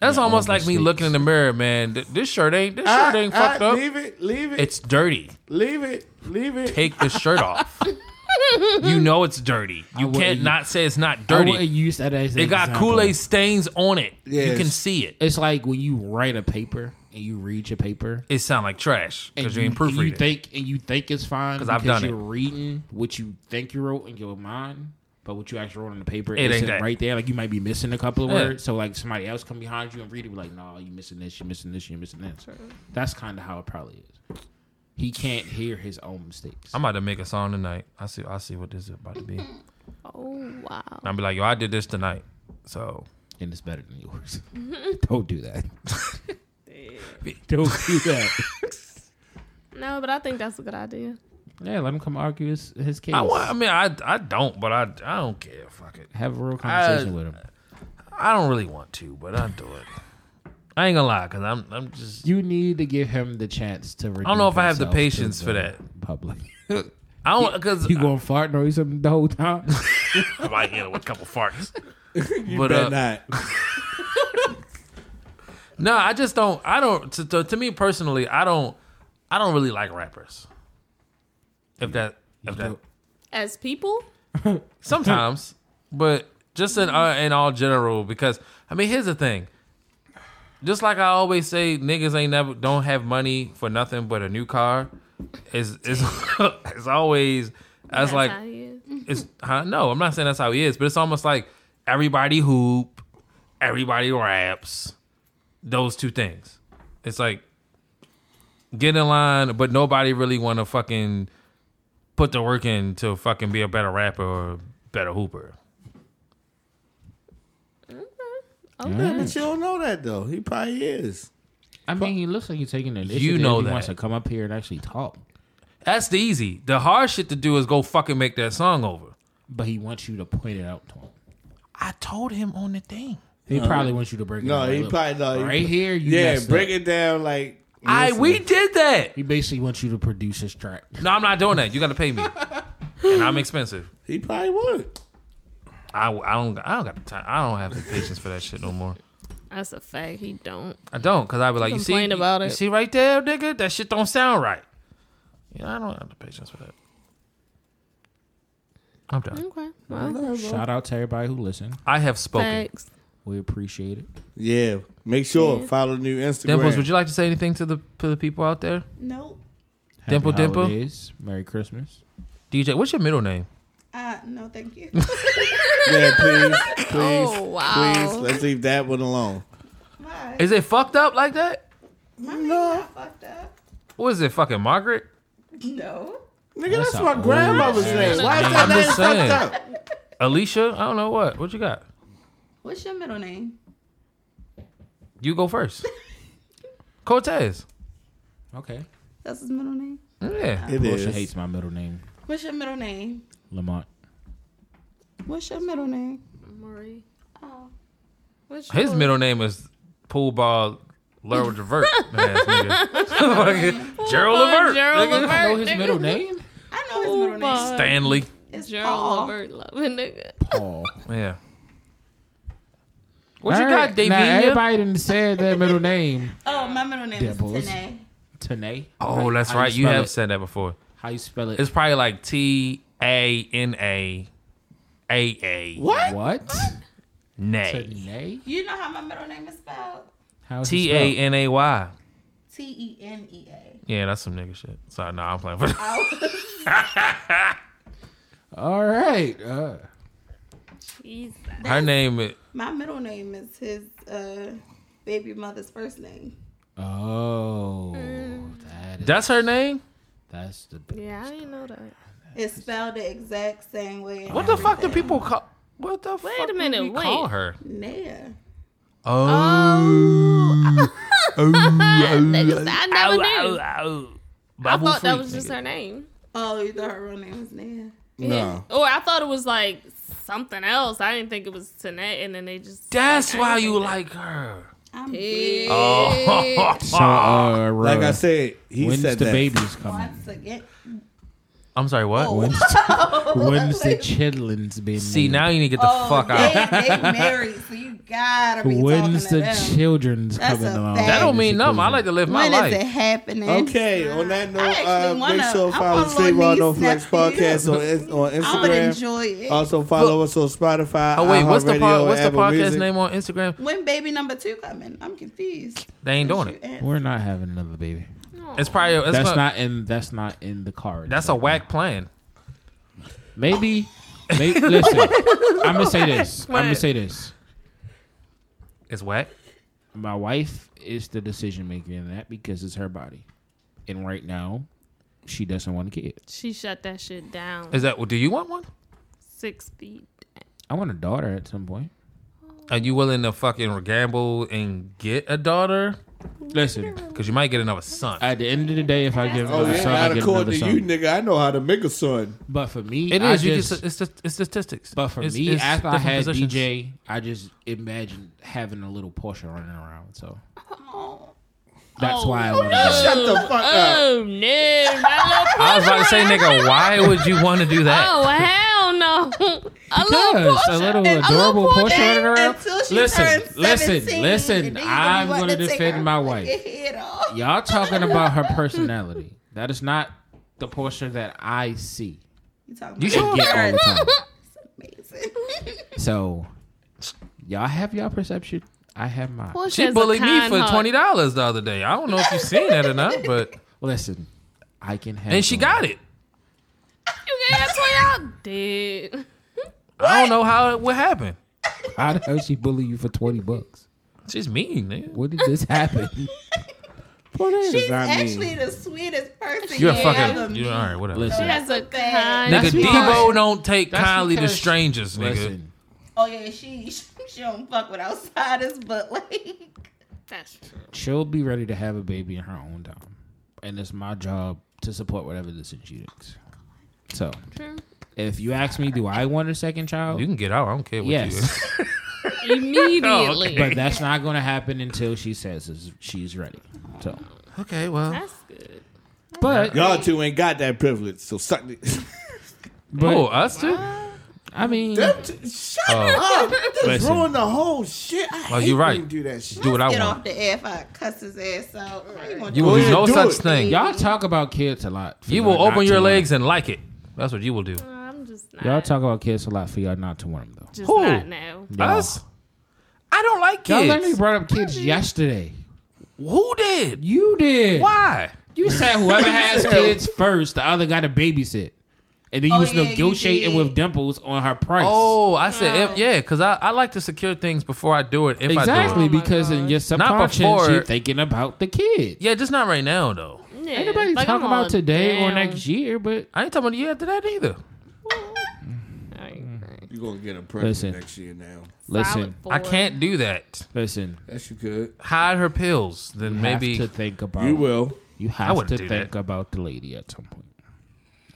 Speaker 3: That's
Speaker 2: Yeah,
Speaker 3: almost
Speaker 2: all
Speaker 3: like me
Speaker 2: mistakes.
Speaker 3: looking in the mirror, man. Th- This shirt ain't. This
Speaker 1: Ah,
Speaker 3: shirt ain't
Speaker 1: ah,
Speaker 3: fucked up.
Speaker 1: Leave it. Leave it.
Speaker 3: It's dirty.
Speaker 1: leave it. Leave it.
Speaker 3: Take the shirt off. You know it's dirty. You
Speaker 2: wouldn't
Speaker 3: can't
Speaker 2: use-
Speaker 3: not say it's not
Speaker 2: I wouldn't
Speaker 3: dirty.
Speaker 2: use that as an
Speaker 3: It got
Speaker 2: example.
Speaker 3: Kool Aid stains on it. You
Speaker 1: Yes.
Speaker 3: can see it.
Speaker 2: It's like when you write a paper and you read your paper
Speaker 3: It sound like trash
Speaker 2: and
Speaker 3: because you, ain't
Speaker 2: and
Speaker 3: proofreading.
Speaker 2: You think and you think it's fine
Speaker 3: 'Cause
Speaker 2: because
Speaker 3: I've done
Speaker 2: you're
Speaker 3: it.
Speaker 2: reading what you think you wrote in your mind, but what you actually wrote on the paper
Speaker 3: It
Speaker 2: isn't
Speaker 3: ain't that.
Speaker 2: right there. Like you might be missing a couple of
Speaker 3: Yeah.
Speaker 2: words. So like somebody else come behind you and read it, be like, "No, you missing this. You missing this. You missing this." That's kind of how it probably is. He can't hear his own mistakes.
Speaker 3: I'm about to make a song tonight. I see. I see what this is about to be. And
Speaker 5: Oh wow.
Speaker 3: I'll be like, yo, I did this tonight. So
Speaker 2: and it's better than yours. Don't do that. Don't do that.
Speaker 5: No, but I think that's a good idea.
Speaker 2: Yeah, let him come argue his, his case.
Speaker 3: I want. I mean, I I don't, but I I don't care. Fuck it.
Speaker 2: Have a real conversation with him.
Speaker 3: I don't really want to, but I do it. I ain't gonna lie, cause I'm I'm just.
Speaker 2: You need to give him the chance to. I
Speaker 3: know if I have the patience for that.
Speaker 2: Public.
Speaker 3: I don't cause
Speaker 2: You gonna fart and or something the whole time?
Speaker 3: I might handle with a couple farts.
Speaker 1: you
Speaker 3: but,
Speaker 1: better
Speaker 3: uh,
Speaker 1: not.
Speaker 3: No, I just don't. I don't. To, to, to me personally, I don't. I don't really like rappers. If that, if that,
Speaker 2: don't.
Speaker 5: As people,
Speaker 3: sometimes, but just in uh, in all general, because I mean, here's the thing. Just like I always say, niggas ain't never don't have money for nothing but a new car. Is is it's always that's
Speaker 5: that's
Speaker 3: like
Speaker 5: how it is.
Speaker 3: it's huh? no, I'm not saying that's how he is, but it's almost like everybody hoop, everybody raps, those two things. It's like get in line, but nobody really want to fucking put the work in to fucking be a better rapper or better hooper.
Speaker 1: But you don't know that though. He probably is.
Speaker 2: I mean, he looks like he's taking an issue.
Speaker 3: You know
Speaker 2: he
Speaker 3: that.
Speaker 2: wants to come up here and actually talk,
Speaker 3: That's the easy. The hard shit to do is go fucking make that song over.
Speaker 2: but he wants you to point it out to him.
Speaker 3: I told him on the thing.
Speaker 2: He probably wants you to break it.
Speaker 1: No,
Speaker 2: down.
Speaker 1: he
Speaker 2: Look,
Speaker 1: probably no. he-
Speaker 2: right here. You
Speaker 1: Yeah,
Speaker 2: messed
Speaker 1: break
Speaker 2: up.
Speaker 1: it down like.
Speaker 3: I
Speaker 1: listen.
Speaker 3: we did that.
Speaker 2: He basically wants you to produce his track.
Speaker 3: No, I'm not doing that. You got to pay me, and I'm expensive.
Speaker 1: He probably would.
Speaker 3: I, I don't I don't got the time. I don't have the patience for that shit no more.
Speaker 5: That's a fact. He don't.
Speaker 3: I don't, cause I be like, you see,
Speaker 5: Complain about
Speaker 3: you
Speaker 5: it.
Speaker 3: see right there, nigga, that shit don't sound right. Yeah, I don't have the patience for that. I'm done.
Speaker 5: Okay. Well,
Speaker 2: Shout out to everybody who listened.
Speaker 3: I have spoken.
Speaker 5: facts.
Speaker 2: We appreciate it.
Speaker 1: Yeah, make sure follow the new Instagram.
Speaker 3: Dimples, would you like to say anything to the to the people out there?
Speaker 4: Nope.
Speaker 2: Happy
Speaker 3: Dimple, dimple.
Speaker 2: holidays. Merry Christmas.
Speaker 3: DJ, what's your middle name?
Speaker 4: Uh, no, thank you.
Speaker 1: yeah, please, please,
Speaker 5: Oh, wow.
Speaker 1: please. Let's leave that one alone.
Speaker 4: Why?
Speaker 3: Is it fucked up like that?
Speaker 4: My name's not fucked up.
Speaker 3: What is it, fucking Margaret?
Speaker 4: No.
Speaker 1: Nigga,
Speaker 2: That's
Speaker 1: that's,
Speaker 2: a
Speaker 1: my
Speaker 2: old
Speaker 1: grandmother's
Speaker 2: ass
Speaker 1: name. Why is that
Speaker 3: name. I'm
Speaker 1: name
Speaker 3: just saying.
Speaker 1: fucked up?
Speaker 3: Alicia? I don't know what. What you got?
Speaker 4: What's your middle name?
Speaker 3: You go first. Cortez.
Speaker 2: Okay.
Speaker 4: That's his middle name.
Speaker 3: Yeah.
Speaker 1: It
Speaker 2: Bullshit
Speaker 1: is.
Speaker 2: hates my middle name,
Speaker 4: What's your middle name?
Speaker 2: Lamont.
Speaker 4: What's your middle name?
Speaker 5: Marie.
Speaker 4: Oh.
Speaker 5: What's
Speaker 3: His
Speaker 5: yours?
Speaker 3: middle name is Pool Ball Lerl Levert. ass nigga. Fucking Gerald
Speaker 5: Ball
Speaker 3: Levert.
Speaker 5: Gerald
Speaker 3: nigga.
Speaker 5: Levert.
Speaker 2: Know his
Speaker 5: nigga.
Speaker 2: middle name?
Speaker 4: I know his
Speaker 5: Oh
Speaker 4: middle name.
Speaker 5: my
Speaker 3: Stanley.
Speaker 4: It's
Speaker 5: Gerald
Speaker 4: Paul.
Speaker 5: Levert loving nigga.
Speaker 2: Paul.
Speaker 3: Yeah. What you
Speaker 2: All
Speaker 3: got,
Speaker 2: right. Now,
Speaker 3: Davina?
Speaker 2: everybody didn't say their middle name.
Speaker 4: Oh, my middle name
Speaker 2: Devils.
Speaker 4: is Tanae.
Speaker 2: Tanae.
Speaker 3: Oh, that's
Speaker 2: How
Speaker 3: right. You
Speaker 2: spell
Speaker 3: have
Speaker 2: it?
Speaker 3: said that before.
Speaker 2: How you spell it?
Speaker 3: It's probably like T A N A A A.
Speaker 1: What?
Speaker 2: what?
Speaker 3: Nay.
Speaker 2: Tanae?
Speaker 4: You know how my middle name is spelled?
Speaker 2: How is it
Speaker 3: T A
Speaker 2: spelled?
Speaker 3: N A Y.
Speaker 4: T E N E A.
Speaker 3: Yeah, that's some nigga shit. Sorry, no, I'm playing for that.
Speaker 2: All right. Uh,
Speaker 5: Jesus.
Speaker 3: Her name is
Speaker 4: My middle name is his uh, baby mother's first name.
Speaker 2: oh, that is,
Speaker 3: that's her name?
Speaker 2: that's the big
Speaker 5: Yeah, I didn't know that.
Speaker 4: It's spelled the exact same way.
Speaker 3: What the fuck do people call what the fuck
Speaker 5: a
Speaker 3: do
Speaker 5: minute,
Speaker 3: we call
Speaker 5: wait.
Speaker 3: her?
Speaker 4: Naya.
Speaker 5: Oh. Niggas,
Speaker 3: Oh.
Speaker 5: I never knew. I
Speaker 3: Bubble
Speaker 5: thought that
Speaker 3: freak,
Speaker 5: was just
Speaker 3: nigga.
Speaker 5: her name.
Speaker 4: Oh, you thought her real name was Naya.
Speaker 1: No.
Speaker 5: Or I thought it was like something else. I didn't think it was Tanae, and then they just.
Speaker 3: That's
Speaker 5: I
Speaker 3: why
Speaker 5: didn't
Speaker 3: you
Speaker 5: think
Speaker 3: like her.
Speaker 4: I'm
Speaker 5: that.
Speaker 4: dead.
Speaker 3: Oh,
Speaker 2: So, uh,
Speaker 1: Like I
Speaker 2: Rose,
Speaker 1: said, he
Speaker 2: when's
Speaker 1: said
Speaker 2: the
Speaker 1: that.
Speaker 2: babies coming?
Speaker 4: Once again.
Speaker 3: I'm sorry, what?
Speaker 2: When's,
Speaker 5: Oh.
Speaker 2: when's the chitlin's been?
Speaker 3: See,
Speaker 2: made?
Speaker 3: now you need to get the
Speaker 4: Oh,
Speaker 3: fuck
Speaker 4: they,
Speaker 3: out.
Speaker 4: they married, so you gotta be
Speaker 2: When's
Speaker 4: talking
Speaker 2: the
Speaker 4: to them.
Speaker 2: children's
Speaker 4: That's
Speaker 2: coming
Speaker 4: a
Speaker 2: along?
Speaker 4: fact.
Speaker 3: That don't mean nothing. I like to live my
Speaker 4: When is
Speaker 3: life.
Speaker 4: it happening?
Speaker 1: Okay, on that note,
Speaker 4: I actually
Speaker 1: uh,
Speaker 4: wanna-
Speaker 1: make sure to
Speaker 4: I
Speaker 1: follow
Speaker 4: wanna
Speaker 1: Save
Speaker 4: little
Speaker 1: All No
Speaker 4: niece
Speaker 1: Flex
Speaker 4: nephew.
Speaker 1: Podcast on, on
Speaker 4: I would
Speaker 1: Instagram.
Speaker 4: enjoy it.
Speaker 1: Also follow us on Spotify.
Speaker 3: Oh wait, what's the
Speaker 1: iHeartRadio,
Speaker 3: pod, what's the
Speaker 1: Apple
Speaker 3: podcast
Speaker 1: Music.
Speaker 3: name on Instagram?
Speaker 4: when baby number two coming? I'm confused.
Speaker 3: They ain't doing it.
Speaker 2: We're not having another baby.
Speaker 3: It's probably it's
Speaker 2: That's
Speaker 3: not,
Speaker 2: not in. That's not in the card.
Speaker 3: that's a whack plan.
Speaker 2: Maybe. maybe listen, I'm gonna say this. I'm gonna say this.
Speaker 3: It's whack.
Speaker 2: My wife is the decision maker in that because it's her body, and right now, she doesn't want a kid.
Speaker 5: She shut that shit down.
Speaker 3: Is that do you want one?
Speaker 5: Six feet.
Speaker 2: I want a daughter at some point.
Speaker 3: Are you willing to fucking gamble and get a daughter?
Speaker 2: Listen,
Speaker 3: Because you might get another son.
Speaker 2: at the end of the day, if I give
Speaker 1: Oh,
Speaker 2: another
Speaker 1: yeah,
Speaker 2: son, I
Speaker 1: not
Speaker 2: get another
Speaker 1: according to you,
Speaker 2: son.
Speaker 1: nigga. I know how to make a son.
Speaker 2: But for me,
Speaker 3: it
Speaker 2: I
Speaker 3: is. You
Speaker 2: just-
Speaker 3: can, it's just, it's statistics.
Speaker 2: But for
Speaker 3: It's-
Speaker 2: me,
Speaker 3: it's
Speaker 2: after I
Speaker 3: different
Speaker 2: had
Speaker 3: positions.
Speaker 2: DJ, I just imagined having a little Porsche running around. So that's why I want to.
Speaker 1: Shut the fuck
Speaker 3: Uh,
Speaker 1: up.
Speaker 5: Oh, no. Not a little
Speaker 3: I was about to say, nigga, why would you want to do that?
Speaker 5: Oh, hell no. A little
Speaker 2: Because
Speaker 5: Porsche.
Speaker 2: a little
Speaker 5: A
Speaker 2: adorable
Speaker 5: little
Speaker 2: Porsche running around.
Speaker 4: Until she
Speaker 2: Listen,
Speaker 4: turns
Speaker 2: listen,
Speaker 4: 17,
Speaker 2: listen.
Speaker 4: and then you gonna be
Speaker 2: I'm
Speaker 4: wanting
Speaker 2: gonna
Speaker 4: to take
Speaker 2: defend
Speaker 4: her
Speaker 2: my
Speaker 4: fucking
Speaker 2: wife.
Speaker 4: head off.
Speaker 2: Y'all talking about her personality. That is not the Porsche that I see.
Speaker 4: You talking
Speaker 3: You
Speaker 4: about
Speaker 3: should
Speaker 2: and get all the time.
Speaker 4: amazing.
Speaker 2: So y'all have your perception. I have mine.
Speaker 5: Porsche
Speaker 3: She
Speaker 5: is a
Speaker 3: bullied me
Speaker 5: kind
Speaker 3: for
Speaker 5: heart.
Speaker 3: twenty dollars the other day. I don't know if you seen that or not, but
Speaker 2: Listen, I can have.
Speaker 3: and she got it.
Speaker 5: You gave us what y'all did.
Speaker 3: I don't know how it would happen.
Speaker 2: How the hell she bully you for twenty bucks?
Speaker 3: She's mean, nigga.
Speaker 2: When did this happen?
Speaker 1: What is
Speaker 4: She's
Speaker 1: not
Speaker 4: actually
Speaker 1: mean.
Speaker 4: the sweetest person
Speaker 3: You're
Speaker 4: you ever
Speaker 3: fucking.
Speaker 4: meet.
Speaker 3: You're all right. Whatever.
Speaker 2: Listen.
Speaker 5: She has a
Speaker 4: That's bad.
Speaker 5: kind.
Speaker 2: That's
Speaker 3: Nigga,
Speaker 2: because-
Speaker 3: Debo don't take
Speaker 2: That's
Speaker 3: kindly to
Speaker 2: because-
Speaker 3: strangers, nigga.
Speaker 2: Listen,
Speaker 4: Oh yeah, she she don't fuck with outsiders, but like
Speaker 5: That's true.
Speaker 2: she'll be ready to have a baby in her own time, and it's my job to support whatever decision she makes. So,
Speaker 5: True.
Speaker 2: if you ask me, do I want a second child?
Speaker 3: You can get out. I don't care what you
Speaker 2: Yes.
Speaker 5: Immediately.
Speaker 2: but that's not going to happen until she says is- she's ready. So,
Speaker 3: Okay, well.
Speaker 5: That's good.
Speaker 2: but
Speaker 1: Y'all two ain't got that privilege, so suck it.
Speaker 2: but
Speaker 3: oh, us too?
Speaker 2: I mean,
Speaker 1: Them two- Shut up! This
Speaker 2: Listen.
Speaker 1: ruined the whole shit. I
Speaker 3: Oh,
Speaker 1: hate
Speaker 3: you right.
Speaker 1: when you do that shit.
Speaker 3: Do what I
Speaker 4: get
Speaker 3: want.
Speaker 4: off the air if I cuss his ass out. How You, gonna
Speaker 3: You
Speaker 4: do
Speaker 3: will
Speaker 1: Go
Speaker 3: do
Speaker 1: ahead,
Speaker 3: no
Speaker 1: do
Speaker 3: such
Speaker 1: it.
Speaker 3: thing.
Speaker 2: y'all talk about kids a lot. for
Speaker 3: You
Speaker 2: y'all
Speaker 3: will
Speaker 2: not
Speaker 3: open
Speaker 2: to
Speaker 3: your
Speaker 2: want-
Speaker 3: legs and like it. That's what you will do.
Speaker 5: I'm just not.
Speaker 2: Y'all talk about kids a lot for y'all not to want them
Speaker 5: Just
Speaker 3: Who?
Speaker 5: not now.
Speaker 2: though. Y'all-
Speaker 3: Us? I don't like
Speaker 2: Y'all literally
Speaker 3: kids.
Speaker 2: brought up kids yesterday.
Speaker 3: Who did?
Speaker 2: You did.
Speaker 3: Why?
Speaker 2: You said whoever has kids first, the other got to babysit. And then you
Speaker 4: Oh,
Speaker 2: was
Speaker 4: yeah, you
Speaker 2: negotiating
Speaker 4: did.
Speaker 2: with Dimples on her price.
Speaker 3: Oh, I said, if, yeah, because I, I like to secure things before I do it. If I do
Speaker 2: exactly.
Speaker 3: it.
Speaker 5: Oh my
Speaker 2: because in
Speaker 5: God.
Speaker 2: your subconscious,
Speaker 3: before-
Speaker 2: you're thinking about the kid.
Speaker 3: Yeah, just not right now, though.
Speaker 5: Yeah,
Speaker 2: Ain't nobody
Speaker 5: like,
Speaker 2: talking
Speaker 5: I'm all
Speaker 2: about today or
Speaker 5: down.
Speaker 2: next year, but
Speaker 3: I ain't talking about the year after that either.
Speaker 5: Like,
Speaker 1: You gonna get a pregnant
Speaker 2: Listen.
Speaker 1: next year now?
Speaker 2: Mm. listen,
Speaker 5: solid
Speaker 3: I
Speaker 5: four.
Speaker 3: can't do that.
Speaker 2: listen.
Speaker 1: Yes, you could.
Speaker 3: Hide her pills, then
Speaker 2: You
Speaker 3: maybe.
Speaker 2: have to think about
Speaker 1: You will.
Speaker 2: You
Speaker 3: I
Speaker 2: have
Speaker 3: wouldn't
Speaker 2: to
Speaker 3: do
Speaker 2: think
Speaker 3: that.
Speaker 2: about the lady at some point.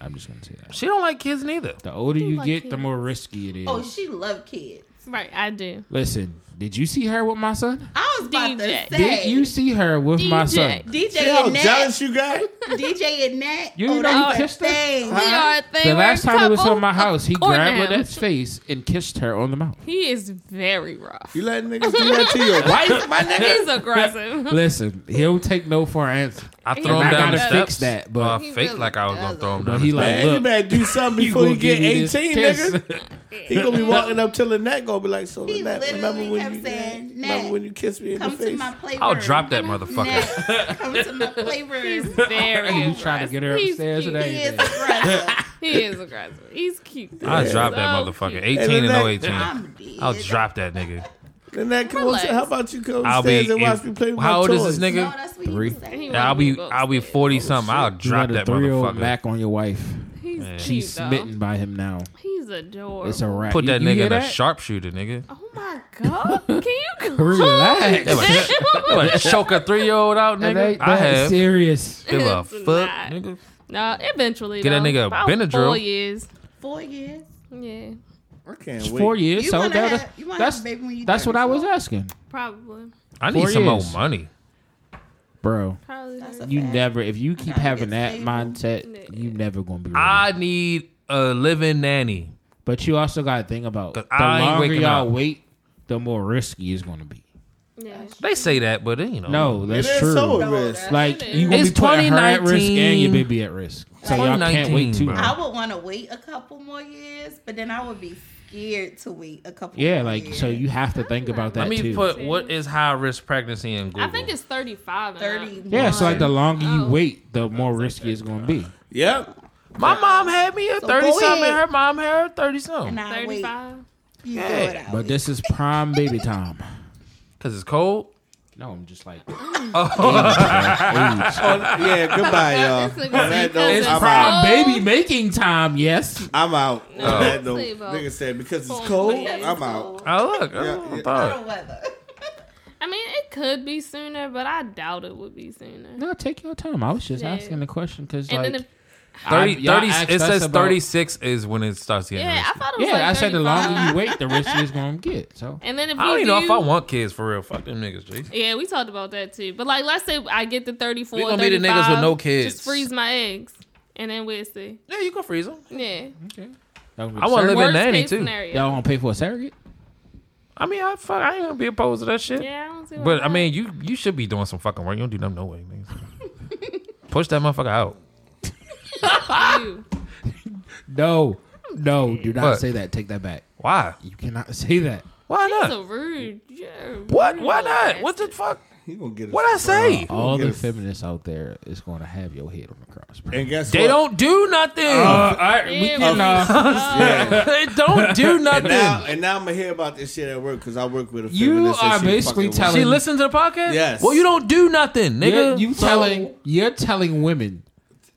Speaker 2: I'm just gonna say that.
Speaker 3: She don't like kids neither.
Speaker 2: The older you
Speaker 5: like
Speaker 2: get, the
Speaker 5: kids.
Speaker 2: more risky it is.
Speaker 4: Oh, she love kids.
Speaker 5: Right, I do.
Speaker 2: Listen, did you see her with my son?
Speaker 4: I was about
Speaker 5: DJ.
Speaker 4: to
Speaker 2: Did
Speaker 4: say
Speaker 2: you see her with my son?
Speaker 5: DJ.
Speaker 1: See
Speaker 4: DJ
Speaker 1: how
Speaker 4: and Nat,
Speaker 1: jealous you got?
Speaker 4: DJ and Nat.
Speaker 2: You
Speaker 4: oh,
Speaker 2: didn't know you
Speaker 4: that's their
Speaker 2: kissed her?
Speaker 4: thing.
Speaker 5: We are a thing.
Speaker 2: The last time he was in my house, he grabbed
Speaker 5: now.
Speaker 2: Lynette's face and kissed her on the mouth.
Speaker 5: He is very rough.
Speaker 1: You letting niggas do that to your wife, my nigga?
Speaker 5: He's aggressive.
Speaker 2: Listen, he'll take no for an answer.
Speaker 3: I
Speaker 5: He
Speaker 3: throw
Speaker 5: really
Speaker 3: him down the
Speaker 2: gotta fix
Speaker 3: steps.
Speaker 2: that, but-
Speaker 3: Uh,
Speaker 5: He
Speaker 3: fake
Speaker 5: really
Speaker 3: like I was gonna throw him
Speaker 2: But
Speaker 3: down.
Speaker 2: he
Speaker 3: the steps.
Speaker 2: like,
Speaker 1: Man, you
Speaker 2: look,
Speaker 1: better do something
Speaker 2: you
Speaker 1: before you
Speaker 2: gonna give
Speaker 1: get
Speaker 2: me this
Speaker 1: 18,
Speaker 2: kiss.
Speaker 1: nigga. He gonna be walking up to Lynette, gonna be like, so
Speaker 4: He
Speaker 1: Lynette, remember
Speaker 4: literally
Speaker 1: when
Speaker 4: kept
Speaker 1: you
Speaker 4: saying,
Speaker 1: remember
Speaker 4: "Nat,
Speaker 1: when you kissed me in the
Speaker 4: Come to
Speaker 1: face?
Speaker 4: my playroom.
Speaker 3: I'll drop that motherfucker.
Speaker 4: Nat, come to my playroom.
Speaker 5: Very.
Speaker 2: You trying to get her
Speaker 5: He's
Speaker 2: upstairs
Speaker 5: cute.
Speaker 4: He
Speaker 2: today?
Speaker 4: is aggressive.
Speaker 5: He is aggressive. He's cute.
Speaker 3: I
Speaker 1: Yeah.
Speaker 3: drop that
Speaker 5: So
Speaker 3: motherfucker.
Speaker 5: cute.
Speaker 3: Eighteen
Speaker 1: Hey,
Speaker 3: and no
Speaker 1: Lynette.
Speaker 3: eighteen.
Speaker 4: I'm dead.
Speaker 3: I'll drop that nigga.
Speaker 1: Lynette, come on,
Speaker 5: Relax.
Speaker 1: how about you come
Speaker 3: I'll be.
Speaker 1: upstairs and watch me play with my
Speaker 3: how old is this
Speaker 1: toys?
Speaker 4: No,
Speaker 3: nigga?
Speaker 4: that's what
Speaker 2: Three.
Speaker 4: he was
Speaker 5: He
Speaker 4: saying.
Speaker 5: wants
Speaker 3: I'll
Speaker 5: me to
Speaker 3: be.
Speaker 5: go
Speaker 3: I'll be
Speaker 5: upstairs.
Speaker 3: forty something. I'll
Speaker 2: You
Speaker 3: drop
Speaker 2: got a
Speaker 3: that
Speaker 2: three-year-old
Speaker 3: motherfucker.
Speaker 2: back on your wife.
Speaker 5: He's cute,
Speaker 2: She's
Speaker 5: though.
Speaker 2: smitten by him now.
Speaker 5: He's adorable.
Speaker 2: It's a wrap.
Speaker 3: Put
Speaker 2: You-
Speaker 3: that
Speaker 2: you
Speaker 3: nigga
Speaker 2: hear
Speaker 3: in a
Speaker 2: that?
Speaker 3: sharpshooter, nigga.
Speaker 5: Oh my god! Can you
Speaker 2: Relax.
Speaker 3: They would-
Speaker 5: Oh.
Speaker 3: they would choke a three year old out,
Speaker 2: That
Speaker 3: nigga.
Speaker 2: ain't
Speaker 3: I
Speaker 2: that
Speaker 3: have.
Speaker 2: serious.
Speaker 3: Give a
Speaker 5: It's
Speaker 3: fuck,
Speaker 5: not.
Speaker 3: nigga.
Speaker 5: No, eventually.
Speaker 3: Get that
Speaker 5: though.
Speaker 3: nigga a
Speaker 5: About
Speaker 3: Benadryl.
Speaker 5: Four years.
Speaker 4: Four years.
Speaker 5: Yeah,
Speaker 1: I can't
Speaker 2: It's
Speaker 1: wait.
Speaker 2: Four years,
Speaker 4: You
Speaker 2: so
Speaker 4: wanna
Speaker 2: that,
Speaker 4: have- you wanna
Speaker 2: that's
Speaker 4: have a baby when you
Speaker 2: that's what I was
Speaker 4: 34.
Speaker 2: asking,
Speaker 5: probably.
Speaker 3: I need
Speaker 2: Four
Speaker 3: some more
Speaker 2: years.
Speaker 3: money.
Speaker 2: bro.
Speaker 5: Probably.
Speaker 4: That's a
Speaker 2: You
Speaker 4: fact.
Speaker 2: never, if you keep
Speaker 4: Gotta
Speaker 2: having
Speaker 4: get
Speaker 2: that
Speaker 4: stable.
Speaker 2: mindset, you never gonna be. Ready.
Speaker 3: I need a living nanny.
Speaker 2: but you also got to think about the
Speaker 3: 'Cause I ain't
Speaker 2: longer
Speaker 3: waking
Speaker 2: y'all
Speaker 3: up.
Speaker 2: wait, the more risky it's gonna be.
Speaker 5: yeah.
Speaker 3: They say that, but you know.
Speaker 2: No,
Speaker 1: Oh, It
Speaker 2: that's
Speaker 1: is
Speaker 2: true.
Speaker 1: so at
Speaker 4: No,
Speaker 1: risk.
Speaker 4: that-
Speaker 2: like you gonna
Speaker 3: It's
Speaker 2: be putting her at risk
Speaker 3: 2019.
Speaker 2: and your baby at risk, so y'all can't wait
Speaker 3: 2019,
Speaker 2: too
Speaker 3: bro.
Speaker 2: long.
Speaker 4: I would want to wait a couple more years, but then I would be scared to wait a couple.
Speaker 2: Yeah,
Speaker 4: more
Speaker 2: like
Speaker 4: years.
Speaker 2: so you have to think about that
Speaker 3: Let me
Speaker 2: too.
Speaker 3: put what is high risk pregnancy in Google.
Speaker 5: I think it's thirty-five. and up.
Speaker 4: thirty.
Speaker 2: yeah, so like the longer you
Speaker 5: Oh.
Speaker 2: wait, the more risky it's gonna be.
Speaker 1: Yep.
Speaker 3: my mom had me at
Speaker 4: So
Speaker 3: thirty
Speaker 4: go
Speaker 3: something.
Speaker 4: ahead.
Speaker 3: Her mom had her thirty something.
Speaker 4: and I wait.
Speaker 5: Thirty-five.
Speaker 4: You
Speaker 3: Yeah.
Speaker 4: throw it out.
Speaker 2: But this is prime baby time.
Speaker 3: Cause it's cold.
Speaker 2: No, I'm just like
Speaker 1: Yeah, goodbye, y'all.
Speaker 5: It's a-
Speaker 1: On that note,
Speaker 5: it's
Speaker 1: I'm
Speaker 5: prime.
Speaker 1: out.
Speaker 2: prime baby making time. Yes,
Speaker 1: I'm out.
Speaker 2: Oh.
Speaker 1: On that note,
Speaker 5: Say about-
Speaker 1: nigga said, because it's
Speaker 5: Oh,
Speaker 1: cold,
Speaker 5: yeah, it's
Speaker 1: I'm out.
Speaker 3: Oh look,
Speaker 1: Yeah,
Speaker 3: oh,
Speaker 1: yeah.
Speaker 3: thought.
Speaker 4: Cold weather.
Speaker 5: I mean, it could be sooner, but I doubt it would be sooner.
Speaker 2: No, take your time. I was just
Speaker 5: Yeah.
Speaker 2: asking the question because
Speaker 5: and
Speaker 2: like
Speaker 5: then if,
Speaker 3: 30,
Speaker 2: I- y'all
Speaker 3: 30
Speaker 2: asked
Speaker 3: it
Speaker 2: us
Speaker 3: says
Speaker 2: about-
Speaker 3: 36 is when it starts getting
Speaker 5: yeah,
Speaker 3: risky.
Speaker 5: I thought it was
Speaker 2: Yeah,
Speaker 5: like
Speaker 2: I said the longer
Speaker 5: 35.
Speaker 2: you wait, the riskier it's gonna get. So
Speaker 5: And then if
Speaker 3: I don't
Speaker 5: you
Speaker 3: even know
Speaker 5: do-
Speaker 3: if I want kids for real. Fuck them niggas, G.
Speaker 5: Yeah, we talked about that too. But like, let's say I get the 34,
Speaker 3: We gonna be the niggas with no
Speaker 5: 35,
Speaker 3: kids.
Speaker 5: Just freeze my eggs, and then we'll see.
Speaker 3: Yeah, you can freeze them.
Speaker 5: Yeah,
Speaker 2: okay.
Speaker 3: I want to live in
Speaker 5: worst
Speaker 3: nanny
Speaker 5: case
Speaker 3: too.
Speaker 5: scenario.
Speaker 2: Y'all want to pay for a surrogate?
Speaker 3: I mean, I fuck, I ain't gonna be opposed to that shit.
Speaker 5: Yeah, I don't see. why
Speaker 3: But I
Speaker 5: not.
Speaker 3: mean, you you should be doing some fucking work. You don't do nothing no way, man. Push that motherfucker out.
Speaker 5: you.
Speaker 2: No, no, do not
Speaker 3: What?
Speaker 2: say that. Take that back.
Speaker 3: Why?
Speaker 2: You cannot say that.
Speaker 3: Why
Speaker 5: He's
Speaker 3: not?
Speaker 5: a rude. Yeah,
Speaker 3: What? Why not? What the fuck?
Speaker 1: He gonna get.
Speaker 3: What I say?
Speaker 2: All the
Speaker 1: Yes.
Speaker 2: feminists out there is going to have your head on the crossbar.
Speaker 1: And guess
Speaker 3: They
Speaker 1: what?
Speaker 3: don't do nothing.
Speaker 2: uh,
Speaker 5: we can,
Speaker 1: Yeah.
Speaker 3: they don't do nothing.
Speaker 1: Now, and now I'm gonna hear about this shit at work because I work with a
Speaker 2: You
Speaker 1: feminist. and
Speaker 2: are
Speaker 1: she
Speaker 2: basically
Speaker 1: fucking-
Speaker 2: telling-
Speaker 3: she listens to the podcast.
Speaker 1: Yes.
Speaker 3: Well, you don't do nothing, nigga.
Speaker 2: You're, you
Speaker 3: So-
Speaker 2: telling you're telling women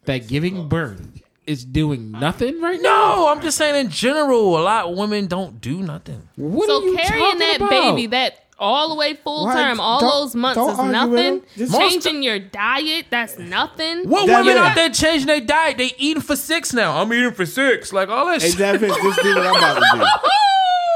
Speaker 2: that giving birth is doing nothing right now.
Speaker 3: No, I'm just saying in general, a lot of women don't do nothing.
Speaker 2: What are
Speaker 5: so
Speaker 2: you
Speaker 5: carrying
Speaker 2: talking
Speaker 5: that
Speaker 2: about?
Speaker 5: baby that all the way full
Speaker 1: Why?
Speaker 5: term, all
Speaker 1: Don't-
Speaker 5: those months
Speaker 1: don't
Speaker 5: is
Speaker 1: argue with
Speaker 5: nothing.
Speaker 1: him. Just-
Speaker 5: Changing your diet, that's nothing.
Speaker 3: What
Speaker 1: That-
Speaker 3: women
Speaker 1: yeah.
Speaker 3: out there changing their diet? They eating for six now. I'm eating for six. Like all that
Speaker 1: Hey,
Speaker 3: shit.
Speaker 1: Devin, just do what I'm about to do.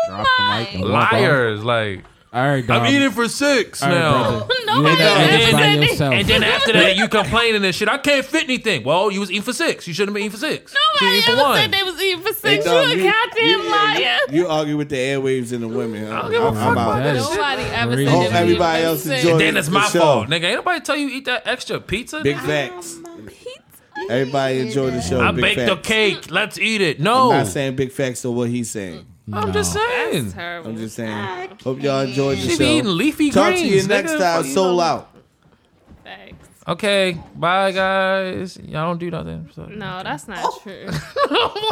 Speaker 2: Drop the mic and walk
Speaker 3: Liars. Like
Speaker 2: off. All right, dog.
Speaker 3: I'm eating for six
Speaker 2: All right,
Speaker 5: Oh
Speaker 3: now.
Speaker 2: brother.
Speaker 5: No,
Speaker 2: You ain't
Speaker 5: I
Speaker 2: that bitch
Speaker 5: ain't never
Speaker 2: by
Speaker 5: said that.
Speaker 2: yourself.
Speaker 3: And then after that, you complaining and shit. I can't fit anything. Well, you was eating for six. You shouldn't have been eating for six. You
Speaker 5: Nobody
Speaker 3: eating for
Speaker 5: ever
Speaker 3: one.
Speaker 5: said they was eating for
Speaker 1: Hey,
Speaker 5: six.
Speaker 1: dog,
Speaker 5: you a goddamn
Speaker 1: you-
Speaker 5: liar.
Speaker 1: You argue with the airwaves and the women. Huh? I
Speaker 3: don't give a fuck about that shit.
Speaker 5: Nobody ever
Speaker 2: crazy.
Speaker 5: said
Speaker 2: Hope
Speaker 5: that. we
Speaker 1: everybody
Speaker 5: were
Speaker 1: else
Speaker 5: sick.
Speaker 1: enjoy it.
Speaker 3: Then it's my
Speaker 1: Michelle.
Speaker 3: fault, nigga. Ain't nobody tell you eat that extra pizza?
Speaker 1: Big
Speaker 3: Nigga,
Speaker 1: facts.
Speaker 5: Pizza.
Speaker 1: Everybody enjoy the show.
Speaker 3: I
Speaker 1: big
Speaker 3: baked a
Speaker 1: facts.
Speaker 3: cake. Let's eat it.
Speaker 1: I'm
Speaker 3: No,
Speaker 1: not saying big facts or what he's saying.
Speaker 3: I'm just saying.
Speaker 5: That's terrible.
Speaker 1: I'm just saying.
Speaker 4: I
Speaker 1: Hope y'all enjoyed the
Speaker 3: She
Speaker 1: show.
Speaker 3: be eating leafy
Speaker 1: Talk
Speaker 3: greens.
Speaker 1: to you next
Speaker 3: nigga.
Speaker 1: time. uh,
Speaker 3: Fuck you
Speaker 1: Soul
Speaker 3: know.
Speaker 1: out.
Speaker 5: Thanks.
Speaker 3: Okay, bye guys. Y'all don't do nothing. So.
Speaker 5: No, that's
Speaker 1: Oh.
Speaker 5: not true.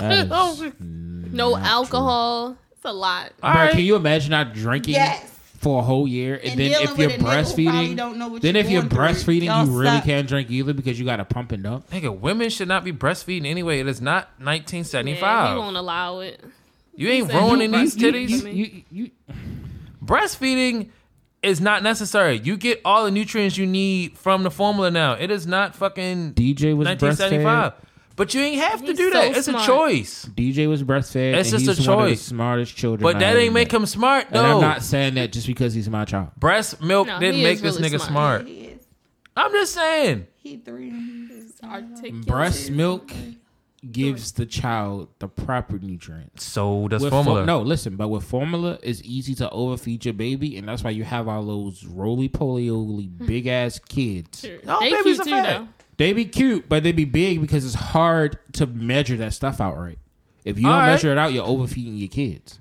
Speaker 2: That is-
Speaker 5: No alcohol. It's a lot.
Speaker 3: All
Speaker 2: Bro,
Speaker 3: right.
Speaker 2: can you imagine not drinking
Speaker 4: Yes.
Speaker 2: for a whole year, and,
Speaker 4: And
Speaker 2: then
Speaker 4: dealing
Speaker 2: if you're
Speaker 4: with a nigga who probably
Speaker 2: breastfeeding,
Speaker 4: don't know what
Speaker 2: then
Speaker 4: you're
Speaker 2: if you're
Speaker 4: going through.
Speaker 2: breastfeeding,
Speaker 4: Y'all
Speaker 2: you really
Speaker 4: suck.
Speaker 2: can't drink either because you got to pump it up.
Speaker 3: Nigga, women should not be breastfeeding anyway. It is not
Speaker 5: Yeah,
Speaker 3: 1975.
Speaker 5: you won't allow it.
Speaker 3: you, ain't
Speaker 5: said you
Speaker 3: ruining these
Speaker 5: breastfeed.
Speaker 3: titties.
Speaker 5: You-
Speaker 2: You, you,
Speaker 3: breastfeeding is not necessary. You get all the nutrients you need from the formula now. It is not fucking
Speaker 2: DJ was breastfed.
Speaker 3: 1975. But you ain't have to
Speaker 5: He's
Speaker 3: do that.
Speaker 5: so
Speaker 3: it's
Speaker 5: smart.
Speaker 3: a choice.
Speaker 2: DJ was breastfed.
Speaker 3: It's
Speaker 2: and
Speaker 3: just
Speaker 2: he's
Speaker 3: a
Speaker 2: one of the
Speaker 3: choice.
Speaker 2: smartest children.
Speaker 3: But
Speaker 2: I
Speaker 3: that
Speaker 2: ever
Speaker 3: ain't make
Speaker 2: met.
Speaker 3: him smart
Speaker 2: And I'm
Speaker 3: though.
Speaker 2: not saying that just because he's my child.
Speaker 3: Breast milk
Speaker 5: No,
Speaker 3: didn't
Speaker 5: he
Speaker 3: make
Speaker 5: is
Speaker 3: this
Speaker 5: really
Speaker 3: nigga
Speaker 5: smart.
Speaker 3: smart.
Speaker 4: He is.
Speaker 3: I'm just saying.
Speaker 4: He three.
Speaker 5: Articulate.
Speaker 2: Breast milk gives the child the proper nutrients.
Speaker 3: So does
Speaker 2: With for-
Speaker 3: formula.
Speaker 2: no, listen, but with formula, it's easy to overfeed your baby, and that's why you have all those roly poly big ass kids.
Speaker 3: All
Speaker 5: they
Speaker 3: babies
Speaker 5: cute
Speaker 3: are
Speaker 5: too,
Speaker 3: fat.
Speaker 5: though.
Speaker 2: They be cute, but they be big because it's hard to measure that stuff out right. If you
Speaker 3: All
Speaker 2: don't
Speaker 3: right.
Speaker 2: measure it out, you're overfeeding your kids.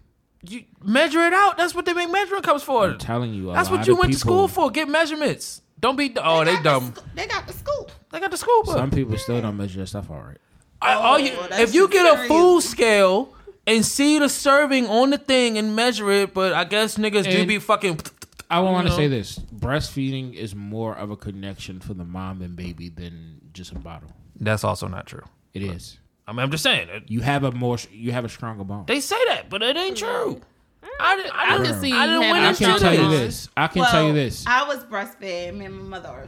Speaker 3: You measure it out. That's what they make measuring cups for.
Speaker 2: I'm telling you, a
Speaker 3: That's
Speaker 2: lot
Speaker 3: what you
Speaker 2: of
Speaker 3: went to
Speaker 2: people-
Speaker 3: school for. Get measurements. Don't be. Oh, they dumb.
Speaker 4: They got the scoop.
Speaker 3: They got the school book.
Speaker 2: Some people still don't measure their stuff out right.
Speaker 3: I- all you-
Speaker 4: Oh, that's
Speaker 3: if you get a
Speaker 4: serious.
Speaker 3: food scale and see the serving on the thing and measure it, but I guess niggas do
Speaker 2: And-
Speaker 3: be fucking.
Speaker 2: I want to
Speaker 3: know?
Speaker 2: say this: breastfeeding is more of a connection for the mom and baby than just a bottle.
Speaker 3: That's also not true.
Speaker 2: It is.
Speaker 3: I mean, I'm just saying. it-
Speaker 2: You have a more, you have a stronger bond.
Speaker 3: They say that, but it ain't true. I, didn't- I,
Speaker 5: I
Speaker 3: didn't-
Speaker 5: can see
Speaker 3: I didn't
Speaker 5: you having
Speaker 3: win
Speaker 5: a
Speaker 2: I
Speaker 3: them
Speaker 2: can tell you
Speaker 5: Well,
Speaker 3: titties.
Speaker 2: this. I can tell you this.
Speaker 4: I was breastfed. Me and my mother are.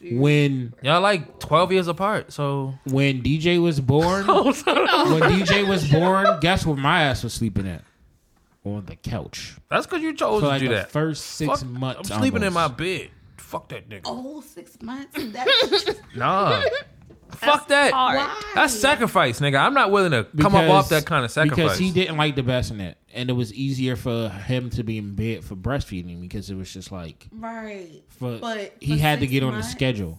Speaker 4: super-
Speaker 2: When
Speaker 3: Y'all like 12 years apart, so.
Speaker 2: when DJ was born, when DJ was born, guess where my ass was sleeping at? On the couch
Speaker 3: That's because you chose
Speaker 2: for like
Speaker 3: to do
Speaker 2: the
Speaker 3: that.
Speaker 2: first six
Speaker 3: Fuck,
Speaker 2: months.
Speaker 3: I'm sleeping in my
Speaker 2: almost.
Speaker 3: bed. Fuck that nigga.
Speaker 4: Oh, six months. That's
Speaker 3: Nah. Fuck that.
Speaker 5: Hard.
Speaker 4: why.
Speaker 3: That's sacrifice, nigga. I'm not willing to come up off that kind of sacrifice.
Speaker 2: because he didn't like the bassinet, and it was easier for him to be in bed for breastfeeding because it was just like
Speaker 4: Right.
Speaker 2: for
Speaker 4: But
Speaker 2: he
Speaker 4: for
Speaker 2: had to
Speaker 4: six
Speaker 2: get on the
Speaker 4: months?
Speaker 2: schedule.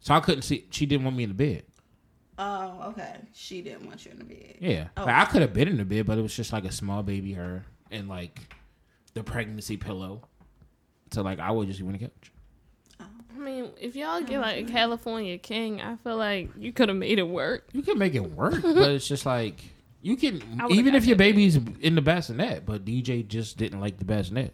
Speaker 2: So I couldn't see. She didn't want me in the bed.
Speaker 4: Oh, okay. She didn't want you in the bed.
Speaker 2: Yeah,
Speaker 4: Oh.
Speaker 2: like, I could have been in the bed, but it was just like a small baby her and like the pregnancy pillow. So like I would just be on the couch.
Speaker 5: I mean, if y'all get like a California king, I feel like you could have made it work.
Speaker 2: You can make it work, but it's just like you can
Speaker 5: I would've
Speaker 2: even if
Speaker 5: got
Speaker 2: your
Speaker 5: it.
Speaker 2: baby's in the bassinet, but DJ just didn't like the bassinet.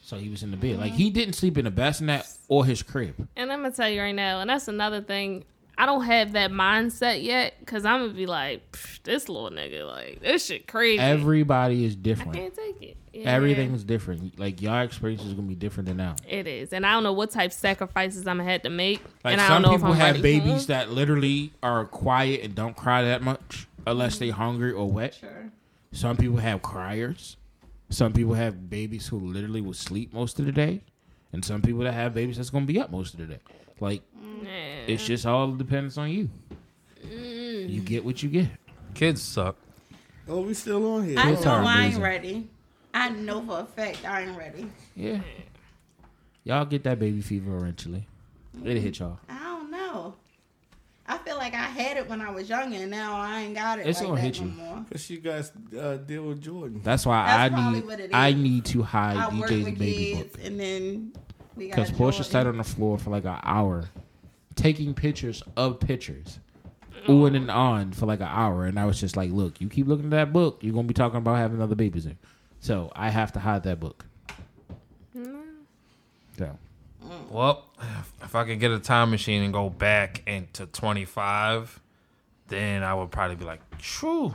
Speaker 2: So he was in the bed. Like he didn't sleep in the bassinet or his crib.
Speaker 5: And I'm gonna tell you right now, and that's another thing. I don't have that mindset yet, cause I'm gonna be like, "Psh, this little nigga, like this shit crazy.
Speaker 2: Everybody is different.
Speaker 5: Can't take it. Yeah.
Speaker 2: Everything's different. Like your experience is gonna be different than ours.
Speaker 5: It is, and I don't know what type of sacrifices I'm gonna have to make.
Speaker 2: Like
Speaker 5: and I
Speaker 2: some
Speaker 5: don't know
Speaker 2: people
Speaker 5: if I'm
Speaker 2: have
Speaker 5: ready Mm-hmm. for 'em.
Speaker 2: babies that literally are quiet and don't cry that much unless they hungry or wet.
Speaker 4: Sure.
Speaker 2: Some people have criers. Some people have babies who literally will sleep most of the day, and some people that have babies that's gonna be up most of the day. Like
Speaker 5: Yeah.
Speaker 2: it's just all depends on you. You get what you get.
Speaker 3: Kids suck.
Speaker 1: Oh, we still on here.
Speaker 4: I
Speaker 2: Kids
Speaker 4: know
Speaker 2: are
Speaker 4: I ain't
Speaker 2: amazing.
Speaker 4: ready. I know for a fact I ain't ready.
Speaker 2: Yeah. Y'all get that baby fever eventually. It'll hit y'all.
Speaker 4: I don't know. I feel like I had it when I was younger, and now I ain't got it.
Speaker 2: It's
Speaker 4: like
Speaker 2: gonna
Speaker 4: that
Speaker 2: hit
Speaker 4: no
Speaker 2: you.
Speaker 4: More.
Speaker 1: Because you guys uh, deal with Jordan.
Speaker 2: That's why
Speaker 4: That's
Speaker 2: I
Speaker 4: probably
Speaker 2: need
Speaker 4: what it
Speaker 2: I
Speaker 4: is.
Speaker 2: need to hide
Speaker 4: I work
Speaker 2: DJ's
Speaker 4: with
Speaker 2: baby
Speaker 4: kids,
Speaker 2: book.
Speaker 4: and then We got
Speaker 2: Because Portia
Speaker 4: Jordan.
Speaker 2: sat on the floor for like an hour, taking pictures of pictures,
Speaker 3: Mm.
Speaker 2: oohing and on for like an hour. And I was just like, look, you keep looking at that book, you're going to be talking about having other babies in. So I have to hide that book.
Speaker 3: Mm.
Speaker 2: So
Speaker 3: Well, if I could get a time machine and go back into 25, then I would probably be like, true,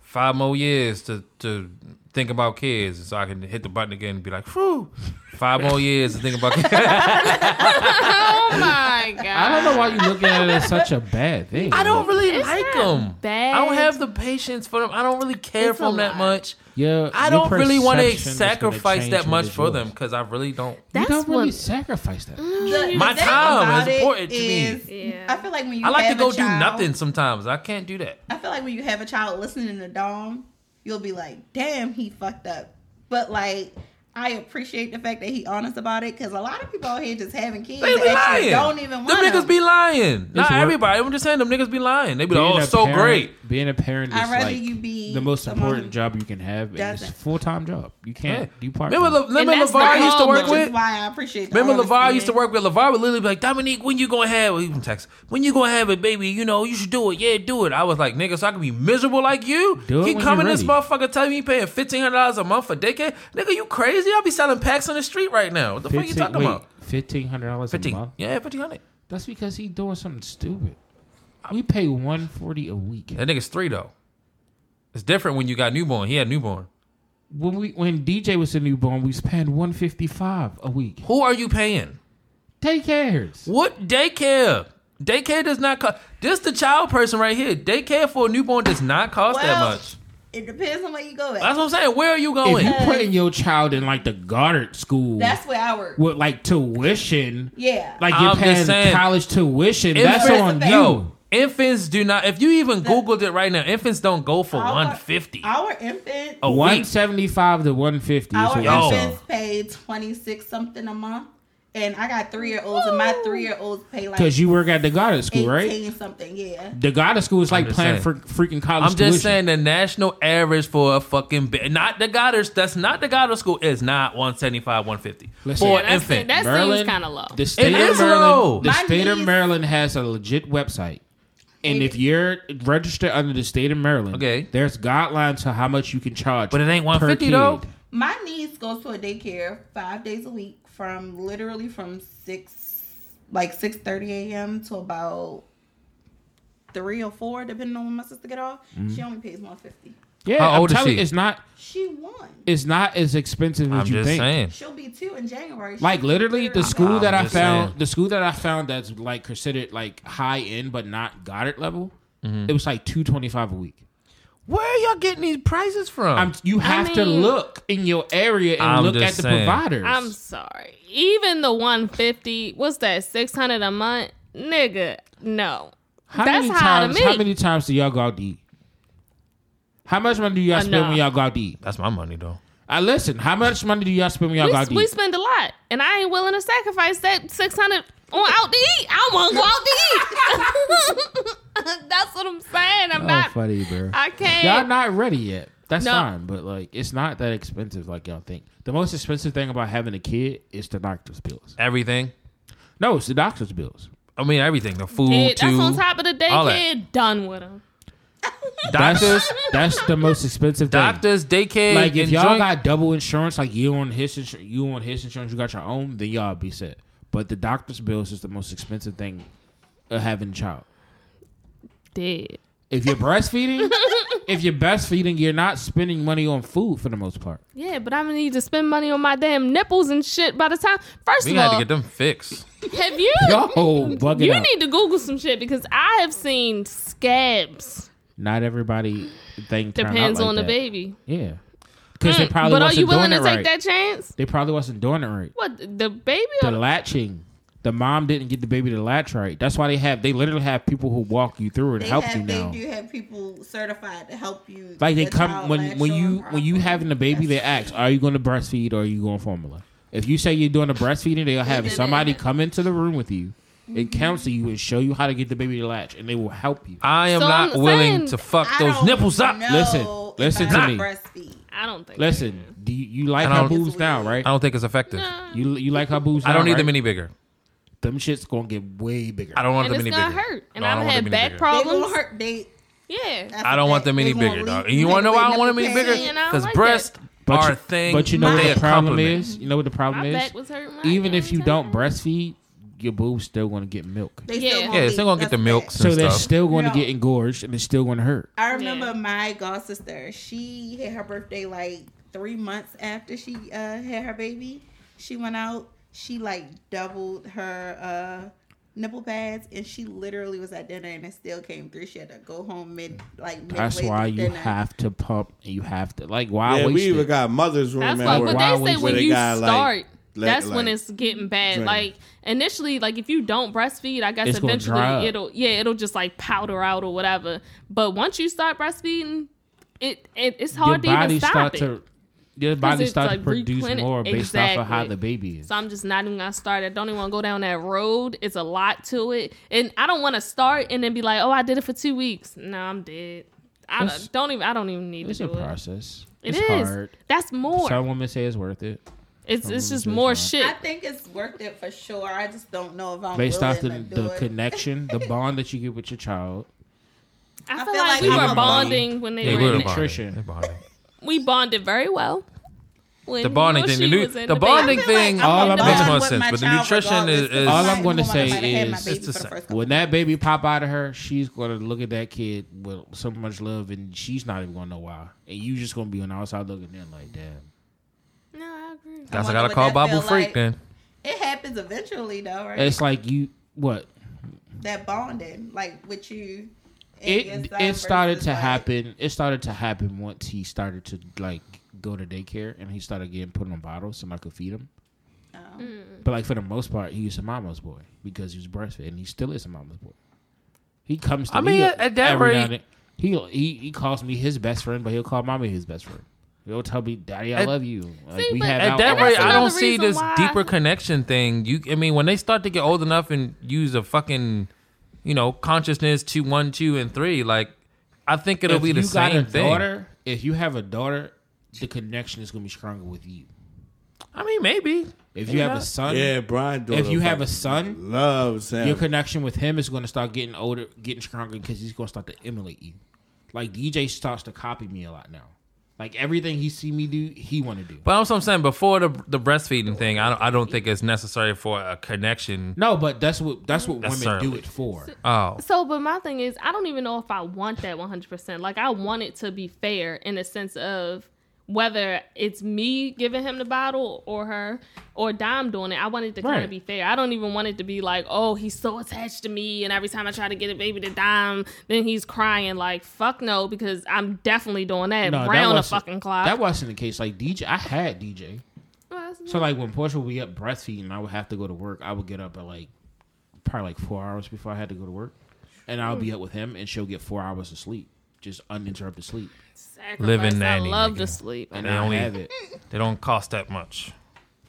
Speaker 3: five more years to, to think about kids. So I can hit the button again and be like, true, five more years to think about kids.
Speaker 5: Oh my god.
Speaker 2: I don't know why you look at it as such a bad thing.
Speaker 3: I don't really
Speaker 5: It's
Speaker 3: like
Speaker 5: not
Speaker 3: them.
Speaker 5: bad.
Speaker 3: I don't have the patience for them. I don't really care
Speaker 5: It's
Speaker 3: for
Speaker 5: a
Speaker 3: them that
Speaker 5: lot.
Speaker 3: much.
Speaker 2: Your,
Speaker 3: I
Speaker 2: your
Speaker 3: don't really want to
Speaker 2: perception is gonna
Speaker 3: sacrifice
Speaker 2: change
Speaker 3: that
Speaker 2: when
Speaker 3: much
Speaker 2: it's
Speaker 3: for
Speaker 2: yours.
Speaker 3: them Mm. because I really don't.
Speaker 2: You
Speaker 5: That's
Speaker 2: don't really
Speaker 5: what.
Speaker 2: sacrifice that.
Speaker 4: The
Speaker 3: My
Speaker 4: thing
Speaker 3: time
Speaker 4: about
Speaker 3: is
Speaker 4: it
Speaker 3: important to me.
Speaker 5: Yeah.
Speaker 4: I feel like when you
Speaker 3: I like to
Speaker 4: have
Speaker 3: go
Speaker 4: a
Speaker 3: do
Speaker 4: child-
Speaker 3: nothing sometimes. I can't do that.
Speaker 4: I feel like when you have a child listening to Dom, you'll be like, "Damn, he fucked up." But like, I appreciate the fact that he honest about it because a lot of people out here just having kids
Speaker 3: They
Speaker 4: that
Speaker 3: be lying.
Speaker 4: actually don't even want
Speaker 3: them niggas
Speaker 4: them.
Speaker 3: be lying. Not
Speaker 2: what-
Speaker 3: everybody. I'm just saying them niggas be lying. They be
Speaker 2: Being
Speaker 3: like, oh,
Speaker 2: a
Speaker 3: so
Speaker 2: parent-
Speaker 3: great.
Speaker 2: Being a parent is
Speaker 4: I'd rather
Speaker 2: like
Speaker 4: you be
Speaker 2: the most
Speaker 4: someone
Speaker 2: important
Speaker 4: who
Speaker 2: job you can have. and It's a
Speaker 4: doesn't.
Speaker 2: full time job. You
Speaker 3: Yeah.
Speaker 2: can't do part.
Speaker 3: Remember, Le- remember
Speaker 5: that's the
Speaker 3: LeVar used to work
Speaker 5: problem.
Speaker 4: Which is
Speaker 3: with?
Speaker 4: why I appreciate. The
Speaker 3: Remember
Speaker 4: honesty.
Speaker 3: LeVar used to work with? LeVar would literally be like, Dominique, when you gonna have, well, he from Texas, when you gonna have it, baby? You know, you should do it. Yeah, do it. I was like, nigga, so I can be miserable like you?
Speaker 2: Do it
Speaker 3: Keep
Speaker 2: when
Speaker 3: coming
Speaker 2: you're
Speaker 3: this
Speaker 2: ready.
Speaker 3: motherfucker telling me you paying $1,500 a month for daycare? Nigga, you crazy? I'll be selling packs on the street right now. What the fuck you talking about?
Speaker 2: Fifteen hundred dollars a
Speaker 3: 15
Speaker 2: month.
Speaker 3: Yeah, 1500
Speaker 2: That's because he doing something stupid. We pay one forty a week.
Speaker 3: That nigga's three, though. It's different when you got newborn. He had newborn.
Speaker 2: When we when DJ was a newborn, we spent one fifty five a week.
Speaker 3: Who are you paying?
Speaker 2: Take cares.
Speaker 3: What daycare? Daycare does not cost. This the child person right here. Daycare for a newborn does not cost that
Speaker 4: Well,
Speaker 3: much.
Speaker 4: It depends on where you go.
Speaker 3: That's
Speaker 4: At.
Speaker 3: what I'm saying. Where are you
Speaker 2: If
Speaker 3: going?
Speaker 2: you putting your child in like the Goddard school
Speaker 4: That's where I work.
Speaker 2: with like tuition,
Speaker 4: Yeah.
Speaker 2: like
Speaker 3: I'm
Speaker 2: you're
Speaker 3: just
Speaker 2: paying
Speaker 3: saying,
Speaker 2: college tuition, that's on
Speaker 4: infant-
Speaker 2: you.
Speaker 3: No, infants do not. If you even Googled it right now, infants don't go for
Speaker 4: Our-
Speaker 3: 150.
Speaker 4: Our infant.
Speaker 3: Oh,
Speaker 2: One seventy five to one fifty is
Speaker 4: Our
Speaker 2: what I
Speaker 3: Yo.
Speaker 2: saw.
Speaker 4: infants pay twenty six something a month, and I got three year olds, and my three year olds pay like
Speaker 2: Because you work at the Goddard school,
Speaker 4: eighteen
Speaker 2: right?
Speaker 4: something. Yeah.
Speaker 2: The Goddard school is like
Speaker 3: just
Speaker 2: playing
Speaker 3: saying.
Speaker 2: for freaking college
Speaker 3: I'm just
Speaker 2: tuition.
Speaker 3: saying the national average for a fucking ba- not the Goddard. That's not the Goddard school. Is not 175, 150
Speaker 2: Listen. Yeah,
Speaker 3: for an
Speaker 5: That's-
Speaker 3: infant.
Speaker 5: That seems
Speaker 2: Maryland,
Speaker 5: kind of low.
Speaker 2: The state
Speaker 3: It
Speaker 2: of
Speaker 3: is
Speaker 2: Maryland,
Speaker 3: low.
Speaker 2: The
Speaker 4: My
Speaker 2: state of
Speaker 4: niece-
Speaker 2: Maryland has a legit website. And if you're registered under the state of Maryland,
Speaker 3: Okay.
Speaker 2: there's guidelines to how much you can charge.
Speaker 3: But it ain't
Speaker 2: per
Speaker 3: 150
Speaker 2: kid.
Speaker 3: though.
Speaker 4: My niece goes to a daycare five days a week from literally from six like six thirty AM to about three or four, depending on when my sister get off.
Speaker 2: Mm-hmm.
Speaker 4: She only pays one fifty.
Speaker 2: Yeah,
Speaker 3: How
Speaker 2: I'm
Speaker 3: old is
Speaker 2: telling
Speaker 3: she?
Speaker 2: you, It's not.
Speaker 4: She won.
Speaker 2: It's not as expensive as
Speaker 3: I'm
Speaker 2: you
Speaker 3: just
Speaker 2: think.
Speaker 3: saying.
Speaker 4: She'll be two in January. She-
Speaker 2: Like literally, the
Speaker 4: I'm
Speaker 2: school
Speaker 4: out.
Speaker 2: that I
Speaker 3: just
Speaker 2: found,
Speaker 3: saying.
Speaker 2: the school that I found that's like considered like high end but not Goddard level,
Speaker 3: Mm-hmm.
Speaker 2: it was like two twenty five a week.
Speaker 3: Where are y'all getting these prices from?
Speaker 2: I'm, you have to
Speaker 5: mean-
Speaker 2: look in your area and
Speaker 3: Oh. I'm
Speaker 2: look at
Speaker 3: just
Speaker 2: the
Speaker 3: saying.
Speaker 2: providers.
Speaker 5: I'm sorry. Even the 150, what's that? 600 a month? Nigga, no.
Speaker 2: how
Speaker 5: that's
Speaker 2: many
Speaker 5: high to
Speaker 2: times?
Speaker 5: me.
Speaker 2: How many times do y'all go out to eat? How much money do y'all spend when
Speaker 5: Enough.
Speaker 2: y'all go out to eat?
Speaker 3: that's my money though.
Speaker 2: I listen. How much money do y'all spend when y'all
Speaker 5: We,
Speaker 2: go out to
Speaker 5: we
Speaker 2: eat?
Speaker 5: spend a lot, and I ain't willing to sacrifice that 600 on out to eat. I want to go out to eat. that's what I'm saying. I'm not.
Speaker 2: Oh, funny, bro.
Speaker 5: I can't.
Speaker 2: Y'all not ready yet. That's
Speaker 5: No.
Speaker 2: fine, but like it's not that expensive like y'all think. The most expensive thing about having a kid is the doctor's bills.
Speaker 3: Everything.
Speaker 2: No, it's the doctor's bills.
Speaker 3: I mean everything. The food
Speaker 5: Yeah,
Speaker 3: too.
Speaker 5: that's on top of the
Speaker 3: all that.
Speaker 5: daycare. Done with them.
Speaker 3: Doctors.
Speaker 2: That's that's the most expensive thing.
Speaker 3: doctors, daycare,
Speaker 2: like if
Speaker 3: and
Speaker 2: y'all
Speaker 3: joint-
Speaker 2: got double insurance, like you on his insurance, you on his insurance, you got your own, then y'all be set. But the doctor's bills is the most expensive thing of having a child.
Speaker 5: Dead.
Speaker 2: If you're breastfeeding, if you're breastfeeding, you're not spending money on food for the most part.
Speaker 5: Yeah, but I'm gonna need to spend money on my damn nipples and shit by the time. First
Speaker 3: we
Speaker 5: of all,
Speaker 3: had to get them fixed.
Speaker 5: Have you?
Speaker 2: Y'all bugging
Speaker 5: you
Speaker 2: out.
Speaker 5: need to Google some shit because I have seen scabs.
Speaker 2: Not everybody thing turn out
Speaker 5: Depends
Speaker 2: like
Speaker 5: on the
Speaker 2: that.
Speaker 5: baby.
Speaker 2: Yeah, because they
Speaker 5: Mm,
Speaker 2: probably
Speaker 5: but are
Speaker 2: wasn't
Speaker 5: you willing
Speaker 2: doing
Speaker 5: to
Speaker 2: it
Speaker 5: take
Speaker 2: right.
Speaker 5: that chance?
Speaker 2: They probably wasn't doing it right.
Speaker 5: What the baby?
Speaker 2: The latching, the mom didn't get the baby to latch right. That's why they have they literally have people who walk you through and
Speaker 4: they
Speaker 2: help
Speaker 4: have,
Speaker 2: you
Speaker 4: they
Speaker 2: now.
Speaker 4: do have people certified to help you.
Speaker 2: Like they
Speaker 4: your
Speaker 2: come
Speaker 4: child
Speaker 2: when
Speaker 4: latch
Speaker 2: when
Speaker 4: on
Speaker 2: you when you
Speaker 4: properly.
Speaker 2: having the baby, they ask, "Are you going to breastfeed or are you going formula?" If you say you're doing the breastfeeding, they'll have
Speaker 4: then
Speaker 2: somebody
Speaker 4: they- Mm-hmm.
Speaker 2: come into the room with you and counsel you and show you how to get the baby to latch, and they will help you.
Speaker 3: I am
Speaker 5: So
Speaker 3: not
Speaker 5: I'm
Speaker 3: willing
Speaker 5: saying,
Speaker 3: to fuck
Speaker 4: I
Speaker 3: those
Speaker 4: don't
Speaker 3: nipples up.
Speaker 4: know
Speaker 2: Listen,
Speaker 4: if
Speaker 2: listen
Speaker 4: I
Speaker 2: to
Speaker 4: would
Speaker 2: me.
Speaker 4: breastfeed.
Speaker 5: I don't think.
Speaker 2: Listen, do you, you like
Speaker 3: I
Speaker 2: her
Speaker 3: don't-
Speaker 2: boobs now, right?
Speaker 3: I don't think it's effective.
Speaker 2: You you like her boobs?
Speaker 3: I
Speaker 2: now,
Speaker 3: don't need them
Speaker 2: right?
Speaker 3: any bigger.
Speaker 2: Them shits gonna get way bigger.
Speaker 3: I don't want
Speaker 5: and
Speaker 3: them
Speaker 5: it's
Speaker 3: any
Speaker 5: gonna
Speaker 3: bigger.
Speaker 5: hurt. And
Speaker 3: No, I don't
Speaker 5: I've
Speaker 3: want
Speaker 5: had
Speaker 3: them any
Speaker 5: back
Speaker 3: bigger.
Speaker 4: They
Speaker 5: problems.
Speaker 4: gonna hurt. They.
Speaker 5: Yeah.
Speaker 3: I don't want them any bigger, dog. And you want to know why I don't want them any bigger?
Speaker 5: And I don't
Speaker 3: Because
Speaker 5: like
Speaker 3: breasts
Speaker 2: But
Speaker 3: are
Speaker 2: you,
Speaker 3: a thing.
Speaker 2: But you know
Speaker 4: My-
Speaker 2: what
Speaker 3: they
Speaker 2: the
Speaker 3: a
Speaker 2: problem
Speaker 3: compliment.
Speaker 2: is? You know what the problem
Speaker 5: My
Speaker 2: is?
Speaker 5: back was hurting. my
Speaker 2: Even if you don't
Speaker 5: goddamn
Speaker 2: breastfeed, your boobs still gonna get milk.
Speaker 4: They
Speaker 5: Yeah.
Speaker 4: still gonna
Speaker 3: Yeah, it's
Speaker 4: leak.
Speaker 3: still gonna get
Speaker 4: That's
Speaker 3: the
Speaker 4: a
Speaker 3: milks
Speaker 4: fact.
Speaker 2: So
Speaker 3: and
Speaker 2: they're
Speaker 3: stuff.
Speaker 2: still going to
Speaker 4: Yeah.
Speaker 2: get engorged and it's still going to hurt.
Speaker 4: I remember
Speaker 5: Yeah.
Speaker 4: my god sister. She had her birthday like three months after she uh, had her baby. She went out. She like doubled her uh, nipple pads, and she literally was at dinner, and it still came through. She had to go home mid like midway
Speaker 2: That's why
Speaker 4: through
Speaker 2: you
Speaker 4: dinner.
Speaker 2: have to pump and you have to like why
Speaker 1: Yeah,
Speaker 2: waste
Speaker 1: we even
Speaker 2: it?
Speaker 1: got mother's room
Speaker 5: That's
Speaker 1: at
Speaker 5: why,
Speaker 1: work.
Speaker 2: Why
Speaker 5: but they say
Speaker 2: would
Speaker 5: when
Speaker 1: they
Speaker 5: you
Speaker 1: gotta, like,
Speaker 5: start,
Speaker 1: let-
Speaker 5: that's when
Speaker 1: like,
Speaker 5: it's getting bad.
Speaker 1: drain.
Speaker 5: Like initially, like if you don't breastfeed, I guess
Speaker 2: It's gonna dry up.
Speaker 5: eventually it'll yeah, it'll just like powder out or whatever. But once you start breastfeeding, it, it it's hard to even stop
Speaker 2: start
Speaker 5: it.
Speaker 2: to your body
Speaker 5: it's,
Speaker 2: starts
Speaker 5: like,
Speaker 2: to produce
Speaker 5: replenish-
Speaker 2: more based off of how
Speaker 5: Exactly.
Speaker 2: the baby is.
Speaker 5: so I'm just not even gonna start. I don't even wanna go down that road. It's a lot to it, and I don't want to start and then be like, oh, I did it for two weeks. No, I'm dead. I
Speaker 2: It's-
Speaker 5: don't even. I don't even need
Speaker 2: It's
Speaker 5: to
Speaker 2: a
Speaker 5: do it.
Speaker 2: process.
Speaker 5: It
Speaker 2: it's
Speaker 5: is.
Speaker 2: hard.
Speaker 5: That's more.
Speaker 2: Some women say it's worth it.
Speaker 5: it's it's just
Speaker 2: women say
Speaker 5: more
Speaker 2: it's
Speaker 5: shit.
Speaker 4: I think it's worth it for sure. I just don't know if I'm
Speaker 2: Based
Speaker 4: willing
Speaker 2: off the,
Speaker 4: to do
Speaker 2: the
Speaker 4: it.
Speaker 2: connection, the bond that you get with your child.
Speaker 5: I,
Speaker 4: I
Speaker 5: feel
Speaker 4: feel
Speaker 5: like,
Speaker 4: like
Speaker 5: we
Speaker 4: I'm
Speaker 5: were
Speaker 4: a
Speaker 5: bonding when they
Speaker 3: They
Speaker 5: were
Speaker 3: were
Speaker 5: in it.
Speaker 2: Nutrition.
Speaker 3: bonding. They bonding.
Speaker 5: we bonded very well. When
Speaker 3: The bonding
Speaker 5: he or
Speaker 3: thing, the
Speaker 5: she
Speaker 3: new-
Speaker 5: was in
Speaker 3: the
Speaker 5: baby.
Speaker 4: I
Speaker 3: bonding-
Speaker 4: feel like
Speaker 3: thing-
Speaker 4: I'm
Speaker 2: All
Speaker 4: a
Speaker 2: I'm
Speaker 4: bond
Speaker 2: gonna-
Speaker 4: with
Speaker 3: Makes more
Speaker 4: my
Speaker 3: sense, but the
Speaker 4: child
Speaker 3: nutrition
Speaker 4: regardless.
Speaker 3: is-
Speaker 4: It's
Speaker 3: is-
Speaker 4: like
Speaker 2: All I'm gonna
Speaker 4: the moment
Speaker 2: say
Speaker 4: I had my
Speaker 2: is-
Speaker 4: baby
Speaker 3: It's the
Speaker 4: for
Speaker 3: same.
Speaker 4: first couple
Speaker 2: When that baby pop out of her, she's gonna look at that kid with so much love, and she's not even gonna know why. And you just gonna be on the outside looking in like, damn.
Speaker 5: No, I agree.
Speaker 3: Guess I
Speaker 4: wonder
Speaker 3: gotta
Speaker 4: what
Speaker 3: call
Speaker 4: that
Speaker 3: Babu
Speaker 4: feel
Speaker 3: Freak
Speaker 4: like.
Speaker 3: then.
Speaker 4: It happens eventually, though, right?
Speaker 2: It's like you what
Speaker 4: that bonding, like with you. and your
Speaker 2: it
Speaker 4: son
Speaker 2: it started
Speaker 4: versus,
Speaker 2: to
Speaker 4: like-
Speaker 2: happen. It started to happen once he started to like go to daycare and he started getting put on bottles so I could feed him.
Speaker 4: Oh.
Speaker 5: Mm.
Speaker 2: But like for the most part, he was a mama's boy because he was breastfed, and he still is a mama's boy. He comes to
Speaker 3: I
Speaker 2: me.
Speaker 3: mean, at- at that
Speaker 2: every now
Speaker 3: rate-
Speaker 2: and then. he he he calls me his best friend, but he'll call mommy his best friend. He'll tell me, "Daddy, I
Speaker 3: At-
Speaker 2: love you." Like,
Speaker 5: See,
Speaker 2: we
Speaker 5: but-
Speaker 2: have
Speaker 5: At
Speaker 2: our-
Speaker 3: At that
Speaker 5: And
Speaker 3: rate,
Speaker 5: that's
Speaker 3: I
Speaker 5: another
Speaker 3: don't see
Speaker 5: reason
Speaker 3: this
Speaker 5: why-
Speaker 3: deeper connection thing. You, I mean, when they start to get old enough and use a fucking, you know, consciousness two, one, two, and three, like, I think it'll
Speaker 2: if
Speaker 3: be the
Speaker 2: you got
Speaker 3: same
Speaker 2: a
Speaker 3: thing.
Speaker 2: daughter, if you have a daughter, the connection is gonna be stronger with you.
Speaker 3: I mean, maybe.
Speaker 2: If you
Speaker 3: Yeah.
Speaker 2: have a son,
Speaker 1: Yeah, Brian.
Speaker 2: if you have a
Speaker 1: son,
Speaker 2: son,
Speaker 1: love Sam.
Speaker 2: your connection with him is going to start getting older, getting stronger because he's going to start to emulate you. Like DJ starts to copy me a lot now. Like everything he see me do, he want to do.
Speaker 3: But that's what I'm saying. Before the the breastfeeding thing, I don't, I don't think it's necessary for a connection.
Speaker 2: No, but that's what that's what women do
Speaker 3: Necessarily.
Speaker 2: it for.
Speaker 3: Oh,
Speaker 5: So, but my thing is, I don't even know if I want that 100%. Like, I want it to be fair in the sense of whether it's me giving him the bottle or her or Dom doing it. I want it to kind
Speaker 2: Right.
Speaker 5: of be fair. I don't even want it to be like, oh, he's so attached to me. And every time I try to get a baby to Dom, then he's crying. Like, fuck no, because I'm definitely doing that
Speaker 2: No, that
Speaker 5: round the
Speaker 2: wasn't-
Speaker 5: fucking clock. Oh,
Speaker 2: That wasn't the case. Like DJ, I had DJ. So like when Portia would be up breastfeeding, I would have to go to work. I would get up at like probably like four hours before I had to go to work, and I would
Speaker 5: Hmm.
Speaker 2: be up with him, and she'll get four hours of sleep, just uninterrupted sleep,
Speaker 5: Sacrifice.
Speaker 3: Living
Speaker 5: I
Speaker 3: nanny,
Speaker 5: love
Speaker 3: nigga.
Speaker 5: to sleep.
Speaker 2: and
Speaker 3: They
Speaker 2: I
Speaker 3: only-
Speaker 2: have it.
Speaker 3: they don't cost that much.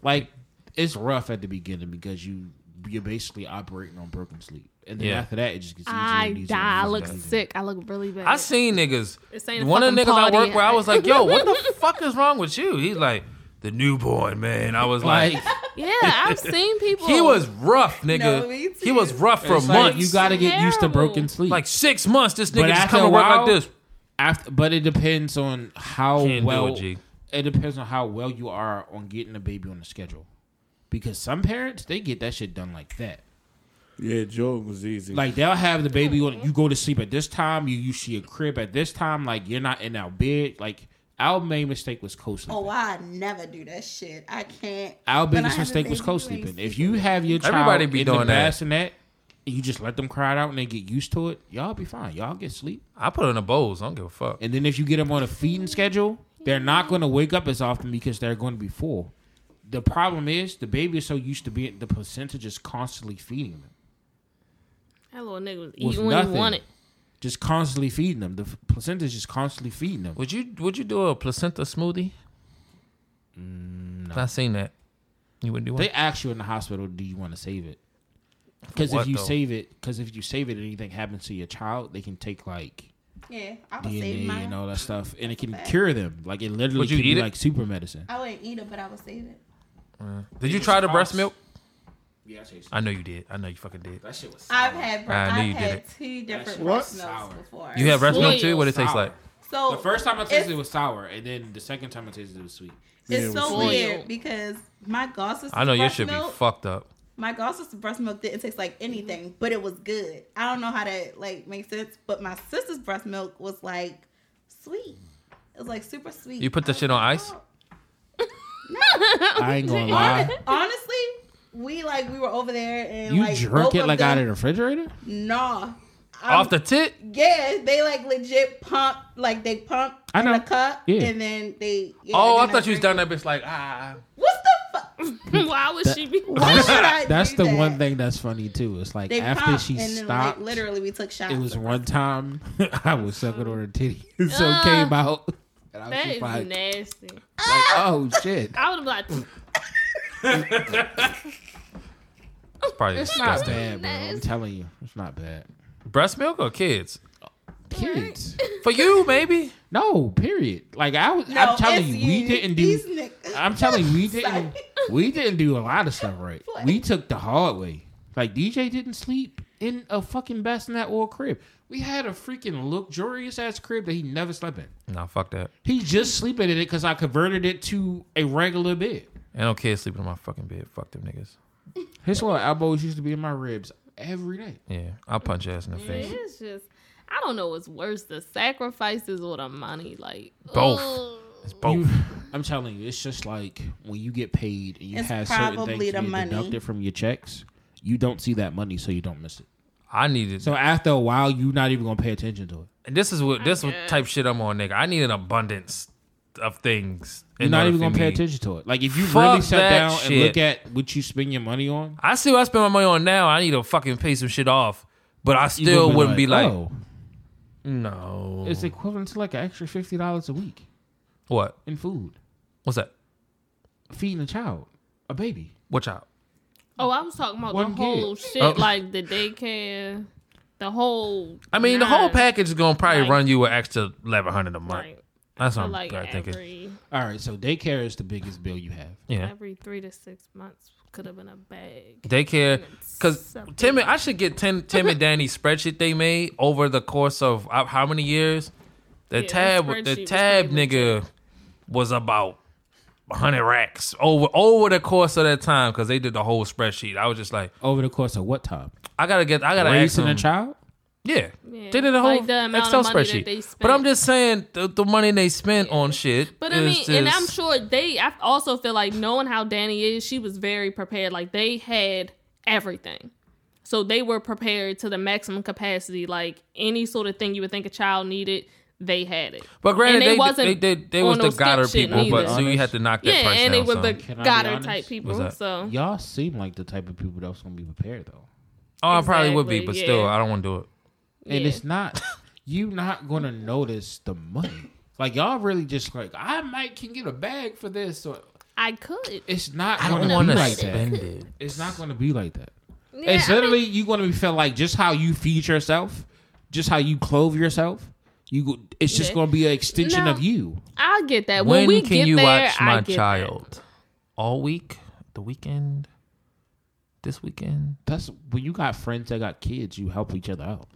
Speaker 2: like it's rough at the beginning because you you're basically operating on broken sleep, and then
Speaker 3: Yeah.
Speaker 2: after that it just gets easier.
Speaker 5: I
Speaker 2: and easier
Speaker 5: die. I
Speaker 2: and
Speaker 5: look
Speaker 2: easier.
Speaker 5: sick. I look really bad.
Speaker 3: I seen niggas.
Speaker 5: This ain't a
Speaker 3: One of the niggas
Speaker 5: fucking
Speaker 3: I work
Speaker 5: party.
Speaker 3: with, I was like, "Yo, what the fuck is wrong with you?" He's like, "The newborn man." I was like,
Speaker 2: Like
Speaker 5: yeah, I've seen people.
Speaker 3: "He was rough, nigga.
Speaker 4: No, me
Speaker 3: he was
Speaker 4: too.
Speaker 3: rough for
Speaker 2: it's like,
Speaker 3: months.
Speaker 2: you got to get used to
Speaker 5: Terrible.
Speaker 2: broken sleep.
Speaker 3: like six months. This
Speaker 2: But
Speaker 3: nigga just
Speaker 2: after
Speaker 3: come
Speaker 2: a
Speaker 3: to work
Speaker 2: while-
Speaker 3: like this.
Speaker 2: after, but it depends on how
Speaker 3: Can't do
Speaker 2: well.
Speaker 3: it, G.
Speaker 2: it depends on how well you are on getting the baby on the schedule, because some parents they get that shit done like that.
Speaker 1: Yeah, Jordan was easy.
Speaker 2: Like they'll have the baby on. You go to sleep at this time. You you see a crib at this time. Like you're not in our bed. Like our main mistake was co-sleeping.
Speaker 4: Oh, I never do that shit. I can't.
Speaker 2: Our
Speaker 4: When I
Speaker 2: biggest
Speaker 4: have a
Speaker 2: mistake was
Speaker 4: baby,
Speaker 2: co
Speaker 4: you ain't
Speaker 2: sleeping. If you have your child
Speaker 3: Everybody be
Speaker 2: in the
Speaker 3: doing that.
Speaker 2: bassinet, and you just let them cry it out and they get used to it, y'all be fine. Y'all get sleep.
Speaker 3: I put in a bowls. I don't give a fuck.
Speaker 2: And then if you get them on a feeding schedule, they're not going to wake up as often because they're going to be full. The problem is the baby is so used to being the percentage is constantly feeding them,
Speaker 5: That little nigga was
Speaker 2: Was
Speaker 5: eating when
Speaker 2: nothing.
Speaker 5: he wanted.
Speaker 2: just constantly feeding them. The f- percentage is constantly feeding them.
Speaker 3: Would you Would you do a placenta smoothie? I seen that. You wouldn't do one.
Speaker 2: Mm, They ask you in the hospital, do you want to save it? Because
Speaker 3: what,
Speaker 2: if you
Speaker 3: though?
Speaker 2: save it, because if you save it, and anything happens to your child, they can take like
Speaker 4: Yeah, I would save
Speaker 2: DNA
Speaker 4: mine.
Speaker 2: and all that stuff, and it can
Speaker 4: That's a fact.
Speaker 2: cure them. Like it literally
Speaker 3: Would you
Speaker 2: could
Speaker 3: eat
Speaker 2: be
Speaker 3: it?
Speaker 2: like super medicine.
Speaker 4: I wouldn't eat it, but I would save it.
Speaker 3: Did you try the breast
Speaker 2: Ox.
Speaker 3: milk?
Speaker 2: Yeah, I tasted
Speaker 3: I know you did. I know you fucking did.
Speaker 2: that shit was.
Speaker 4: I've had bre-
Speaker 3: I knew you
Speaker 4: I've
Speaker 3: did
Speaker 4: had
Speaker 3: it.
Speaker 4: two different
Speaker 2: shit
Speaker 1: was
Speaker 4: breast milks
Speaker 2: sour.
Speaker 4: before.
Speaker 3: You had breast milk
Speaker 5: Soy
Speaker 3: too. What it tastes
Speaker 2: sour.
Speaker 3: like?
Speaker 4: so
Speaker 2: The first time I tasted
Speaker 4: it's-
Speaker 2: it was sour, and then the second time I tasted it was sweet.
Speaker 1: Yeah,
Speaker 4: It's
Speaker 1: it was
Speaker 4: so
Speaker 1: sweet.
Speaker 4: weird
Speaker 5: Oil.
Speaker 4: because my Gloucester's
Speaker 3: I know you
Speaker 4: breast
Speaker 3: should be
Speaker 4: milk,
Speaker 3: fucked up.
Speaker 4: my Gloucester's breast milk didn't taste
Speaker 2: Mm-hmm.
Speaker 4: like anything, but it was good. I don't know how that like makes sense, but my sister's breast milk was like sweet. It was like super sweet.
Speaker 3: You put that
Speaker 4: I
Speaker 3: shit
Speaker 4: was
Speaker 3: on
Speaker 4: like,
Speaker 3: ice?
Speaker 4: oh.
Speaker 2: I ain't gonna
Speaker 4: Hon-
Speaker 2: lie.
Speaker 4: Honestly, we like we were over there and
Speaker 2: You
Speaker 4: like
Speaker 2: jerk it like out of
Speaker 4: the
Speaker 2: the refrigerator?
Speaker 4: nah. I'm-
Speaker 3: Off the tit?
Speaker 4: yeah, they like legit pump like they pump
Speaker 2: I know.
Speaker 4: in a cup
Speaker 2: Yeah.
Speaker 4: and then they yeah,
Speaker 3: Oh, I
Speaker 4: and then
Speaker 3: thought you was
Speaker 4: drink
Speaker 3: down that bitch like ah.
Speaker 4: it. What the fuck?
Speaker 5: Why would she be?
Speaker 4: Why should I
Speaker 2: That's
Speaker 4: do
Speaker 2: the
Speaker 4: that?
Speaker 2: one thing that's funny too. It's like
Speaker 4: They
Speaker 2: after
Speaker 4: popped,
Speaker 2: she
Speaker 4: and then,
Speaker 2: stopped,
Speaker 4: like, literally we took shots.
Speaker 2: it was one time I was sucking on her titty, so it
Speaker 4: Ah.
Speaker 5: Ugh.
Speaker 2: came out, and I was
Speaker 5: That
Speaker 2: just
Speaker 5: is
Speaker 2: like,
Speaker 5: nasty.
Speaker 2: like, "Oh shit!"
Speaker 5: I would have been like,
Speaker 3: It's probably
Speaker 5: It's not
Speaker 3: disgusting.
Speaker 2: Bad, bro. I'm
Speaker 5: Nasty.
Speaker 2: telling you, it's not bad.
Speaker 3: Breast milk or kids?
Speaker 2: Kids,
Speaker 3: For you, maybe.
Speaker 2: no, period. Like I was, I'm telling you, we didn't do.
Speaker 4: These niggas.
Speaker 2: I'm telling you, we
Speaker 4: Sorry.
Speaker 2: didn't. We didn't do a lot of stuff right.
Speaker 4: What?
Speaker 2: We took the hard way. Like DJ didn't sleep in a fucking bassinet or a crib. We had a freaking luxurious ass crib that he never slept in.
Speaker 3: Nah, fuck that.
Speaker 2: He just sleeping in it because I converted it to a regular bed.
Speaker 3: Ain't no kids sleeping in my fucking bed. Fuck them niggas.
Speaker 2: His little elbows used to be in my ribs every night.
Speaker 3: Yeah, I'll punch your ass in the face.
Speaker 5: it's just, I don't know what's worse, the sacrifices or the money. Like
Speaker 3: Both.
Speaker 5: ugh.
Speaker 3: It's both.
Speaker 4: Oh.
Speaker 2: You- I'm telling you, it's just like when you get paid and you
Speaker 4: It's
Speaker 2: have certain
Speaker 4: probably
Speaker 2: things you
Speaker 4: the
Speaker 2: get
Speaker 4: money.
Speaker 2: deducted from your checks, you don't see that money, so you don't miss it.
Speaker 3: I needed.
Speaker 2: So after a while, you're not even gonna pay attention to it.
Speaker 3: this is what this what
Speaker 5: guess.
Speaker 3: type shit I'm on, nigga. I need an abundance of things. in
Speaker 2: You're not
Speaker 3: order
Speaker 2: even
Speaker 3: for
Speaker 2: gonna pay
Speaker 3: me-
Speaker 2: attention to it. Like if you
Speaker 3: Fuck
Speaker 2: really sat
Speaker 3: that
Speaker 2: down and
Speaker 3: shit.
Speaker 2: look at what you spend your money on,
Speaker 3: I see what I spend my money on now. I need to fucking pay some shit off, but I
Speaker 2: you gonna
Speaker 3: still wouldn't be like,
Speaker 2: "Oh,
Speaker 3: no.
Speaker 2: it's equivalent to like an extra fifty dollars a week
Speaker 3: what?
Speaker 2: in food,
Speaker 3: What's that?
Speaker 2: feeding a child, a baby.
Speaker 3: Watch out.
Speaker 5: Oh, I was talking about
Speaker 2: One
Speaker 5: the whole shit,
Speaker 3: Oh.
Speaker 5: like the daycare, the whole.
Speaker 3: I mean, the whole
Speaker 5: nine,
Speaker 3: package is gonna probably
Speaker 5: Like-
Speaker 3: run you an extra eleven hundred a month.
Speaker 5: Like,
Speaker 3: That's what
Speaker 5: for
Speaker 3: I'm
Speaker 5: like
Speaker 3: probably
Speaker 5: every
Speaker 3: thinking.
Speaker 2: All right, so daycare is the biggest bill you have.
Speaker 3: Yeah,
Speaker 5: every three to six months could have been a bag.
Speaker 3: daycare. Because
Speaker 5: Something.
Speaker 3: Tim, and- I should get Tim, Tim and Danny's spreadsheet they made over the course of uh, how many years. The
Speaker 5: Yeah, that
Speaker 3: tab,
Speaker 5: spreadsheet
Speaker 3: the
Speaker 5: was
Speaker 3: tab
Speaker 5: pretty
Speaker 3: nigga was about hundred racks over over the course of that time because they did the whole spreadsheet. I was just like,
Speaker 2: Over the course of what time?
Speaker 3: I gotta get, I gotta ask
Speaker 2: Raising a
Speaker 3: them.
Speaker 2: child?
Speaker 3: Yeah.
Speaker 5: Yeah.
Speaker 3: They did a whole
Speaker 5: Like the amount of
Speaker 3: Excel
Speaker 5: money that
Speaker 3: spreadsheet.
Speaker 5: they
Speaker 3: But
Speaker 5: spent.
Speaker 3: I'm just saying the, the money they spent on shit.
Speaker 5: But I
Speaker 3: is
Speaker 5: mean, and
Speaker 3: just-
Speaker 5: I'm sure they. I also feel like knowing how Danny is, she was very prepared. Like they had everything, so they were prepared to the maximum capacity. Like any sort of thing you would think a child needed, they had it.
Speaker 3: But granted,
Speaker 5: and they
Speaker 3: they
Speaker 5: wasn't
Speaker 3: they they, they,
Speaker 5: on
Speaker 3: was the
Speaker 5: no skip
Speaker 3: Goddard
Speaker 5: shit
Speaker 3: people, but
Speaker 5: neither.
Speaker 3: so you had to knock that
Speaker 5: yeah,
Speaker 3: price
Speaker 5: and
Speaker 3: down.
Speaker 5: they were
Speaker 3: so.
Speaker 5: the
Speaker 2: Can I be
Speaker 5: Goddard
Speaker 2: honest?
Speaker 5: type
Speaker 3: What's
Speaker 5: people.
Speaker 3: that?
Speaker 5: So
Speaker 2: Y'all seem like the type of people that's gonna be prepared though.
Speaker 3: oh, I probably would be, but
Speaker 5: Exactly,
Speaker 3: still,
Speaker 5: yeah.
Speaker 3: I don't want to do it.
Speaker 2: And
Speaker 5: Yeah.
Speaker 2: it's not you not gonna notice the money. Like y'all really just like I might can get a bag for this or
Speaker 5: I could.
Speaker 2: it's not
Speaker 3: I don't
Speaker 2: gonna
Speaker 3: want
Speaker 2: be
Speaker 3: to
Speaker 2: like
Speaker 3: spend
Speaker 2: that.
Speaker 3: it.
Speaker 2: It's not gonna be like that.
Speaker 5: Yeah,
Speaker 2: it's
Speaker 5: I mean-
Speaker 2: literally you gonna be feel like just how you feed yourself, just how you clothe yourself, you go- it's just
Speaker 5: Yeah.
Speaker 2: gonna be an extension
Speaker 5: No.
Speaker 2: of you.
Speaker 5: I get that.
Speaker 3: When
Speaker 5: When, we
Speaker 3: can
Speaker 5: get
Speaker 3: you
Speaker 5: there,
Speaker 3: watch
Speaker 5: I
Speaker 3: my
Speaker 5: get that.
Speaker 3: child? All week, the weekend, this weekend.
Speaker 2: That's when you got friends that got kids, you help each other out.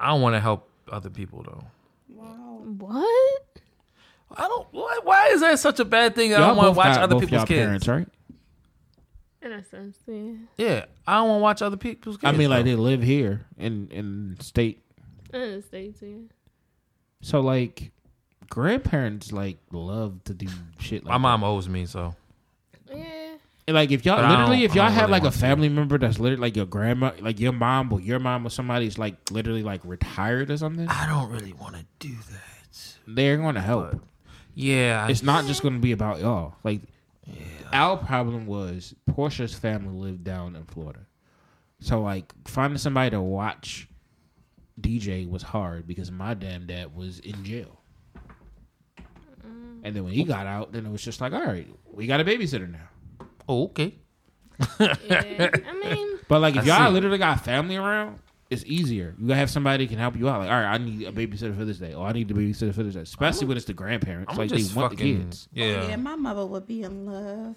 Speaker 3: I don't want to help other people though.
Speaker 5: What?
Speaker 3: I don't. Why, why is that such a bad thing? I
Speaker 2: Y'all
Speaker 3: don't want to
Speaker 2: both
Speaker 3: watch
Speaker 2: got-
Speaker 3: other
Speaker 2: both
Speaker 3: people's
Speaker 2: y'all
Speaker 3: kids.
Speaker 2: parents, right?
Speaker 5: In a sense, yeah.
Speaker 3: Yeah, I don't want to watch other people's kids.
Speaker 2: I mean, like
Speaker 3: though.
Speaker 2: they live here in in state,
Speaker 5: In the states, yeah.
Speaker 2: so like grandparents like love to do shit. Like
Speaker 3: my mom owes me, so
Speaker 5: Yeah.
Speaker 2: that. like if y'all
Speaker 3: But I
Speaker 2: literally
Speaker 3: don't-
Speaker 2: if y'all
Speaker 3: I don't
Speaker 2: have
Speaker 3: really
Speaker 2: like a
Speaker 3: want to.
Speaker 2: family member that's literally like your grandma, like your mom or your mom or somebody's like literally like retired or something,
Speaker 3: I don't really want to do that.
Speaker 2: they're gonna help.
Speaker 3: Yeah, I,
Speaker 2: It's not just gonna be about y'all. Like our problem was Portia's family lived down in Florida, so like finding somebody to watch DJ was hard because my damn dad was in jail. And then when he got out, then it was just like, all right, we got a babysitter now.
Speaker 3: oh, okay.
Speaker 5: yeah. I mean,
Speaker 2: But like, if
Speaker 3: I
Speaker 2: y'all
Speaker 3: see.
Speaker 2: literally got family around, it's easier. You gotta have somebody who can help you out. Like, all right, I need a babysitter for this day, or I need a babysitter for this day. Especially when it's the grandparents,
Speaker 3: I'm
Speaker 2: like they
Speaker 3: just
Speaker 2: want
Speaker 3: fucking.
Speaker 2: the kids.
Speaker 5: Oh,
Speaker 3: Yeah.
Speaker 4: Oh, Yeah, my mother would be in love.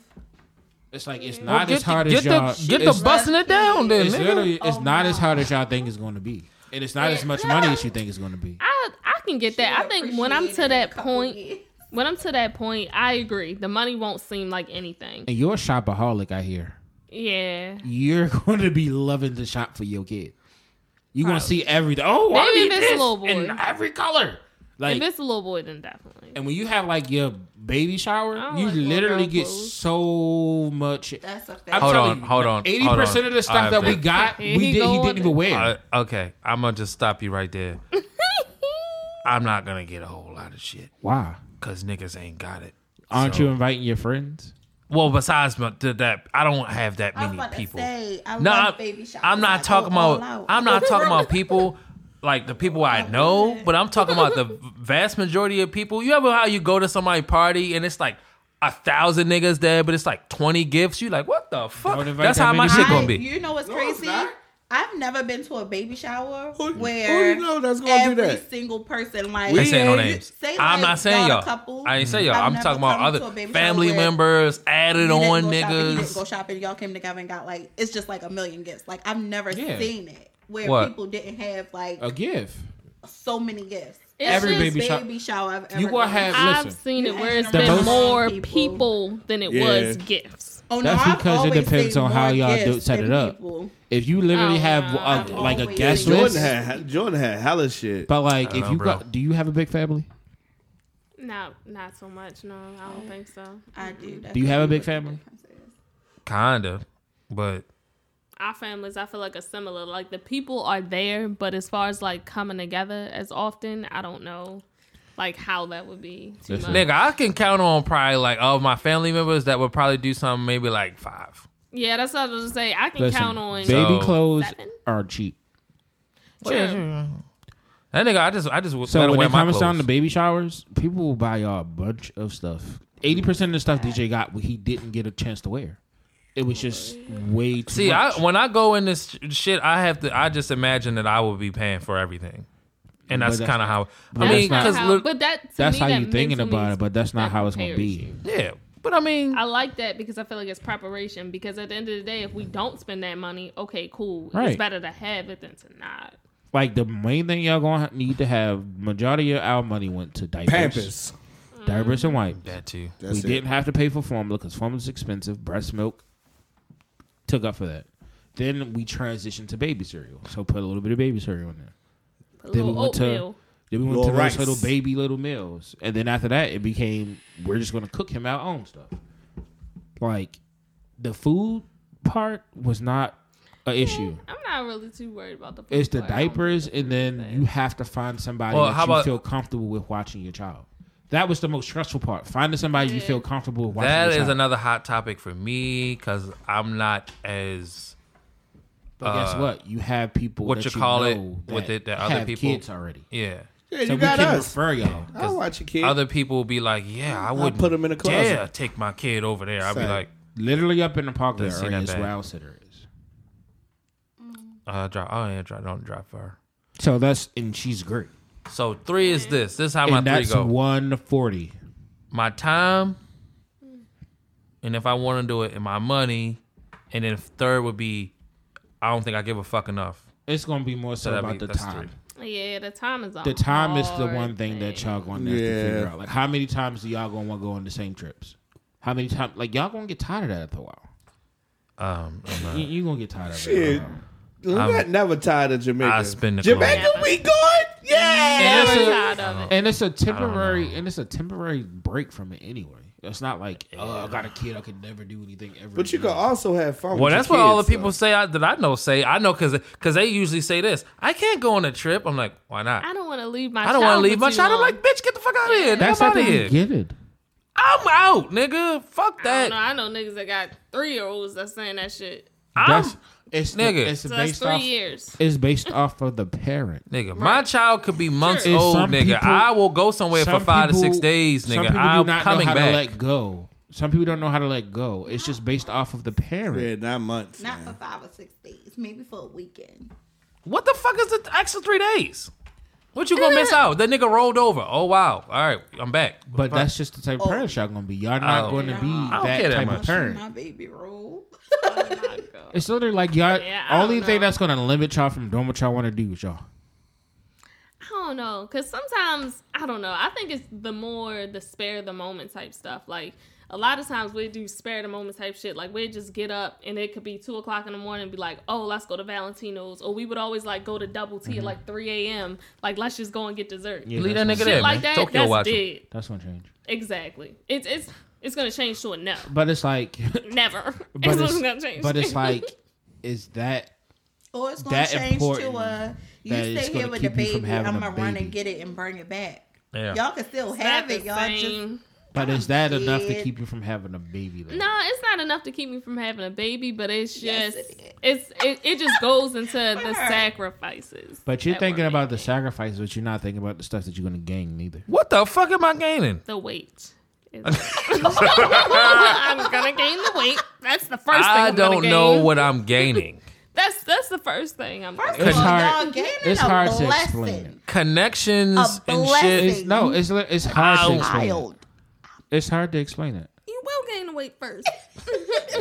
Speaker 2: It's like it's
Speaker 3: Well,
Speaker 2: not
Speaker 3: get
Speaker 2: as hard
Speaker 3: the,
Speaker 2: as y'all.
Speaker 3: get the, get
Speaker 2: it's,
Speaker 3: the busting it down then,
Speaker 2: it's
Speaker 3: nigga.
Speaker 2: literally it's
Speaker 4: Oh,
Speaker 2: not
Speaker 4: wow.
Speaker 2: as hard as y'all think it's going to be, and it's not as much money as you think it's going to be.
Speaker 5: I I can get that. I
Speaker 4: Would
Speaker 5: think when I'm
Speaker 4: appreciate it
Speaker 5: to
Speaker 4: in a
Speaker 5: that
Speaker 4: couple
Speaker 5: point,
Speaker 4: years.
Speaker 5: when I'm to that point, I agree. The money won't seem like anything.
Speaker 2: And you're a shopaholic, I hear.
Speaker 5: Yeah.
Speaker 2: You're going to be loving to shop for your kid. You're going to see everything. Oh, I
Speaker 5: Maybe
Speaker 2: need
Speaker 5: if it's
Speaker 2: this
Speaker 5: a little boy.
Speaker 2: in every color. Like,
Speaker 5: if it's a little boy, then definitely.
Speaker 2: and when you have like your baby shower,
Speaker 5: don't
Speaker 2: you
Speaker 5: like little
Speaker 2: literally
Speaker 5: girl
Speaker 2: get
Speaker 5: clothes.
Speaker 2: so much.
Speaker 4: That's a fact.
Speaker 2: I'm
Speaker 3: Hold
Speaker 2: telling
Speaker 3: on,
Speaker 2: you,
Speaker 3: hold on,
Speaker 2: Eighty
Speaker 3: hold
Speaker 2: percent
Speaker 3: on.
Speaker 2: of the
Speaker 3: I
Speaker 2: stuff
Speaker 3: have
Speaker 2: that we
Speaker 3: to-
Speaker 2: got, we
Speaker 5: Here he
Speaker 2: did.
Speaker 5: go
Speaker 2: He
Speaker 5: on
Speaker 2: didn't
Speaker 5: it.
Speaker 2: even wear.
Speaker 3: Uh, okay, I'm gonna just stop you right there. I'm not gonna get a whole lot of shit
Speaker 2: Why?
Speaker 3: because niggas ain't got it.
Speaker 2: Aren't
Speaker 3: So-
Speaker 2: you inviting your friends?
Speaker 3: Well, besides my, th- that, I don't have that
Speaker 4: I was
Speaker 3: many
Speaker 4: about
Speaker 3: people.
Speaker 4: to say, I
Speaker 3: No,
Speaker 4: love
Speaker 3: I'm,
Speaker 4: baby showers.
Speaker 3: I'm
Speaker 4: I
Speaker 3: not
Speaker 4: go
Speaker 3: talking
Speaker 4: all
Speaker 3: about.
Speaker 4: out. Oh,
Speaker 3: I'm not talking about people like the people I know, but I'm talking about the vast majority of people. You ever how you go to somebody's party and it's like a thousand niggas there, but it's like twenty gifts. You like what the fuck?
Speaker 2: Don't invite
Speaker 3: That's
Speaker 2: that
Speaker 3: how my
Speaker 2: many
Speaker 3: shit
Speaker 2: people.
Speaker 3: gonna
Speaker 4: I-
Speaker 3: be.
Speaker 4: You know what's
Speaker 1: it's
Speaker 4: crazy?
Speaker 1: not.
Speaker 4: I've never been to a baby shower
Speaker 1: Who- who
Speaker 4: where
Speaker 1: you know that's gonna do
Speaker 4: every
Speaker 1: that?
Speaker 4: single person like
Speaker 3: I ain't saying no
Speaker 4: you-
Speaker 3: names.
Speaker 4: say,
Speaker 3: I'm
Speaker 4: like,
Speaker 3: not saying
Speaker 4: y'all a
Speaker 3: y'all.
Speaker 4: couple.
Speaker 3: I ain't say y'all.
Speaker 4: I've
Speaker 3: I'm
Speaker 4: never
Speaker 3: talking about
Speaker 4: come to a
Speaker 3: other
Speaker 4: baby
Speaker 3: family
Speaker 4: shower where
Speaker 3: members added
Speaker 4: you
Speaker 3: on
Speaker 4: didn't go shopping, you didn't go
Speaker 3: niggas.
Speaker 4: shopping. Y'all came together and got like it's just like a million gifts. Like I've never
Speaker 2: Yeah.
Speaker 4: seen it where
Speaker 3: What?
Speaker 4: people didn't have like
Speaker 2: A gift.
Speaker 4: so many gifts.
Speaker 5: It's
Speaker 2: Every
Speaker 5: just-
Speaker 2: baby
Speaker 4: Baby,
Speaker 2: sho-
Speaker 4: shower I've ever.
Speaker 2: You gonna
Speaker 4: gone
Speaker 2: have-
Speaker 4: to.
Speaker 5: I've
Speaker 2: Listen.
Speaker 5: seen it where it's
Speaker 4: The
Speaker 5: been
Speaker 2: most-
Speaker 5: more
Speaker 4: People.
Speaker 5: people than it
Speaker 1: Yeah.
Speaker 5: was gifts.
Speaker 4: Oh,
Speaker 2: That's
Speaker 4: I've
Speaker 2: because it
Speaker 4: always
Speaker 2: depends
Speaker 4: seen
Speaker 2: on how
Speaker 4: more
Speaker 2: y'all do-
Speaker 4: gifts
Speaker 2: set
Speaker 4: than
Speaker 2: it up.
Speaker 4: people.
Speaker 2: If you literally
Speaker 5: Oh,
Speaker 2: have
Speaker 5: no.
Speaker 2: a,
Speaker 5: I've
Speaker 2: like a
Speaker 4: always-
Speaker 2: guest
Speaker 4: Jordan
Speaker 2: list,
Speaker 1: Jordan had Jordan had hella shit.
Speaker 2: but like
Speaker 3: I
Speaker 2: if
Speaker 3: know,
Speaker 2: you
Speaker 3: bro.
Speaker 2: got, do you have a big family?
Speaker 5: No, not so much. No, I don't think so.
Speaker 4: I do. That's
Speaker 2: Do you have a big
Speaker 4: what the
Speaker 2: family?
Speaker 4: difference is.
Speaker 3: Kinda, but
Speaker 5: Our families, I feel like, are similar. Like the people are there, but as far as like coming together as often, I don't know, like how that would be. Too
Speaker 2: Listen.
Speaker 4: Mm.
Speaker 5: much.
Speaker 3: nigga, I can count on probably like of my family members that would probably do something maybe like five.
Speaker 5: Yeah, that's what I was gonna say. I can
Speaker 2: Listen,
Speaker 5: count on.
Speaker 2: baby
Speaker 3: So-
Speaker 2: clothes
Speaker 5: Seven?
Speaker 2: are cheap.
Speaker 5: True.
Speaker 3: That nigga, I just, I just
Speaker 2: So
Speaker 3: let him
Speaker 2: when
Speaker 3: wear
Speaker 2: it
Speaker 3: my
Speaker 2: comes
Speaker 3: clothes.
Speaker 2: down to baby showers, people will buy y'all a bunch of stuff. Eighty percent of the stuff DJ got, he didn't get a chance to wear. It was just way too.
Speaker 3: See,
Speaker 2: much.
Speaker 3: I when I go in this sh- shit, I have to. I just imagine that I will be paying for everything, and that's
Speaker 2: But
Speaker 3: kind of how. I
Speaker 2: that's
Speaker 3: mean,
Speaker 2: not-
Speaker 3: because
Speaker 5: How- but that to
Speaker 2: that's
Speaker 5: me,
Speaker 2: how
Speaker 5: that
Speaker 2: you thinking
Speaker 5: mentally
Speaker 2: about it, but that's not
Speaker 5: that
Speaker 2: how it's gonna
Speaker 5: prepares
Speaker 2: be.
Speaker 5: you.
Speaker 3: yeah, but I mean,
Speaker 5: I like that because I feel like it's preparation. Because at the end of the day, if we don't spend that money, okay, cool.
Speaker 2: Right.
Speaker 5: It's better to have it than to not.
Speaker 2: Like the main thing y'all gonna ha- need to have majority of our money went to diapers,
Speaker 1: Pampers.
Speaker 5: Mm.
Speaker 2: diapers and wipes.
Speaker 3: that too.
Speaker 1: That's
Speaker 2: we
Speaker 1: it.
Speaker 2: didn't have to pay for formula because formula's expensive. Breast milk took up for that. Then we transitioned to baby cereal, so put a little bit of baby cereal in there.
Speaker 5: A
Speaker 2: Then we
Speaker 5: little
Speaker 2: went to-
Speaker 5: oatmeal.
Speaker 2: Then we went
Speaker 1: Little
Speaker 2: to those
Speaker 1: rice.
Speaker 2: little baby little meals, and then after that, it became we're just gonna cook him our own stuff. Like the food part was not an issue.
Speaker 5: I'm not really too worried about the.
Speaker 2: It's the
Speaker 5: food part. I don't
Speaker 2: diapers,
Speaker 5: think
Speaker 2: and then
Speaker 5: that's bad.
Speaker 2: you have to find somebody
Speaker 3: Well,
Speaker 2: that
Speaker 3: how
Speaker 2: you
Speaker 3: about-
Speaker 2: feel comfortable with watching your child. That was the most stressful part. Finding somebody you feel comfortable with watching.
Speaker 3: That
Speaker 2: your
Speaker 3: is
Speaker 2: child.
Speaker 3: another hot topic for me because I'm not as
Speaker 2: But guess
Speaker 3: uh,
Speaker 2: what? You have people
Speaker 3: what
Speaker 2: that
Speaker 3: you call it
Speaker 2: know
Speaker 3: with
Speaker 2: that
Speaker 3: it that other
Speaker 2: have
Speaker 3: people-
Speaker 2: kids already.
Speaker 3: yeah.
Speaker 1: Yeah,
Speaker 2: So
Speaker 1: you
Speaker 2: we
Speaker 1: got
Speaker 2: can
Speaker 1: us.
Speaker 2: refer y'all.
Speaker 1: I'll watch your kid.
Speaker 3: Other people will be like, yeah, I wouldn't
Speaker 1: put 'em in a closet.
Speaker 3: Yeah, take my kid over there. I'll be
Speaker 1: Same.
Speaker 3: like,
Speaker 2: Literally up in the park there
Speaker 3: Didn't see
Speaker 2: area
Speaker 3: that
Speaker 2: is
Speaker 3: bad.
Speaker 2: where our sitter is.
Speaker 3: uh, drive. Oh yeah, drive. Don't drive far.
Speaker 2: So that's and she's great.
Speaker 3: So three is this. This is how
Speaker 2: And
Speaker 3: my three
Speaker 2: that's
Speaker 3: go.
Speaker 2: one forty.
Speaker 3: my time, and if I want to do it, and my money, and then third would be, I don't think I give a fuck enough.
Speaker 2: It's gonna be more so
Speaker 3: that'd
Speaker 2: about
Speaker 3: be-
Speaker 2: the
Speaker 3: that's
Speaker 2: time.
Speaker 3: three.
Speaker 5: yeah, the time is
Speaker 2: The time is the one thing that y'all gonna have to
Speaker 1: Yeah.
Speaker 2: figure out. Like how many times do y'all gonna want to go on the same trips? How many times? Like y'all gonna get tired of that after a while.
Speaker 3: Um, I'm not-
Speaker 2: You, you gonna get tired of it.
Speaker 1: Shit. I'm not never tired of Jamaica.
Speaker 3: Um, I spend the
Speaker 1: Jamaica,
Speaker 5: clothes.
Speaker 1: we good? Yeah.
Speaker 2: And it's, a,
Speaker 5: Tired of it.
Speaker 2: and it's a temporary and it's a temporary break from it anyway. It's not like oh I got a kid I could never do anything ever.
Speaker 1: But you can
Speaker 2: again.
Speaker 1: also have fun.
Speaker 3: Well,
Speaker 1: with
Speaker 3: that's
Speaker 1: your
Speaker 3: what all the
Speaker 1: kids,
Speaker 3: people
Speaker 1: though.
Speaker 3: say I, that I know say. I know because they usually say this. I can't go on a trip. I'm like, why not?
Speaker 5: I don't want to leave my.
Speaker 3: I don't want to leave my
Speaker 5: much. I
Speaker 3: child.
Speaker 5: don't
Speaker 3: I'm like, bitch, get the fuck out of here. Nigga,
Speaker 2: That's
Speaker 3: I'm out of
Speaker 2: like
Speaker 3: here.
Speaker 2: you get it.
Speaker 3: I'm out, nigga. Fuck
Speaker 5: I don't know.
Speaker 3: that.
Speaker 5: I know niggas that got three year olds that's saying that shit.
Speaker 3: I'm
Speaker 2: That's it's
Speaker 3: Nigga.
Speaker 2: nigga. It's
Speaker 5: So that's
Speaker 2: based
Speaker 5: three
Speaker 2: off.
Speaker 5: years.
Speaker 2: It's based off of the parent.
Speaker 3: nigga. My child could be months
Speaker 2: Sure. It's
Speaker 3: old,
Speaker 2: some
Speaker 3: nigga.
Speaker 2: people-
Speaker 3: I will go somewhere for
Speaker 2: Some
Speaker 3: five to six
Speaker 2: people-
Speaker 3: days,
Speaker 2: Some
Speaker 3: nigga.
Speaker 2: people
Speaker 3: I'm
Speaker 2: do not
Speaker 3: coming
Speaker 2: know how
Speaker 3: back.
Speaker 2: to let go. Some people don't know how to let go. It's just based off of the parent.
Speaker 1: Yeah, nine months.
Speaker 4: Not
Speaker 1: man.
Speaker 4: for five or six days, maybe for a weekend.
Speaker 3: What the fuck is the extra three days? What you gonna miss out? That nigga rolled over. Oh wow. All right, I'm back.
Speaker 2: But that's just the type of parents y'all gonna be. Y'all not
Speaker 3: Oh.
Speaker 2: going to be
Speaker 4: I
Speaker 3: don't
Speaker 2: that
Speaker 3: care that
Speaker 2: type of
Speaker 3: much.
Speaker 2: parent.
Speaker 4: My baby roll.
Speaker 5: Oh
Speaker 2: It's literally like y'all.
Speaker 5: Yeah, I
Speaker 2: only
Speaker 5: don't
Speaker 2: thing
Speaker 5: know.
Speaker 2: that's gonna limit y'all from doing what y'all want to do is y'all.
Speaker 5: I don't know, cause sometimes I don't know. I think it's the more the spare the moment type stuff. Like a lot of times we do spare the moment type shit. Like we just get up and it could be two o'clock in the morning and be like, oh, let's go to Valentino's, or we would always like go to Double T
Speaker 3: Mm-hmm.
Speaker 5: at like three a.m. Like let's just go and get dessert.
Speaker 2: Yeah,
Speaker 3: Leave that
Speaker 2: that's
Speaker 3: nigga
Speaker 2: one-
Speaker 3: there,
Speaker 5: like
Speaker 3: man.
Speaker 5: that,
Speaker 3: Tokyo
Speaker 5: that's
Speaker 3: watch him.
Speaker 5: dead.
Speaker 2: That's one change.
Speaker 5: Exactly. It's it's it's gonna change to a no.
Speaker 2: But it's like,
Speaker 5: Never.
Speaker 2: but
Speaker 5: it's,
Speaker 2: it's,
Speaker 5: gonna change.
Speaker 2: but it's like, is that
Speaker 4: Or it's gonna
Speaker 2: That
Speaker 4: change
Speaker 2: important
Speaker 4: to a you
Speaker 2: that it's
Speaker 4: stay here
Speaker 2: gonna
Speaker 4: with the
Speaker 2: keep you from
Speaker 4: baby,
Speaker 2: having
Speaker 4: I'm
Speaker 2: a
Speaker 4: gonna run
Speaker 2: baby.
Speaker 4: and get it and bring it back.
Speaker 3: yeah.
Speaker 4: Y'all can still
Speaker 5: It's
Speaker 4: have
Speaker 5: not
Speaker 4: it.
Speaker 5: the
Speaker 4: Y'all just
Speaker 5: same.
Speaker 2: But is that enough to
Speaker 4: Kid.
Speaker 2: keep you from having a baby? though?
Speaker 5: No, it's not enough to keep me from having a baby, but it's just
Speaker 4: Yes, it is.
Speaker 5: it's it, it just goes into the
Speaker 4: Right.
Speaker 5: sacrifices.
Speaker 2: But you're
Speaker 5: that
Speaker 2: thinking
Speaker 5: we're
Speaker 2: about the
Speaker 5: making.
Speaker 2: sacrifices, but you're not thinking about the stuff that you're gonna gain neither.
Speaker 3: What the fuck am I gaining?
Speaker 5: the weight. is- I'm gonna gain the weight. That's the first thing.
Speaker 3: I
Speaker 5: I'm gonna
Speaker 3: don't
Speaker 5: gain.
Speaker 3: know what I'm gaining.
Speaker 5: That's that's the first thing I'm.
Speaker 4: first
Speaker 5: Gonna
Speaker 4: of all,
Speaker 2: It's hard-
Speaker 4: y'all gaining
Speaker 2: it's
Speaker 4: a
Speaker 2: hard to
Speaker 4: blessing.
Speaker 2: explain.
Speaker 3: Connections
Speaker 4: A
Speaker 3: and
Speaker 4: blessing.
Speaker 3: shit.
Speaker 2: It's no, it's li- it's hard
Speaker 3: Ow.
Speaker 2: to explain. It.
Speaker 4: Child.
Speaker 2: It's hard to explain it.
Speaker 5: you will gain the weight first.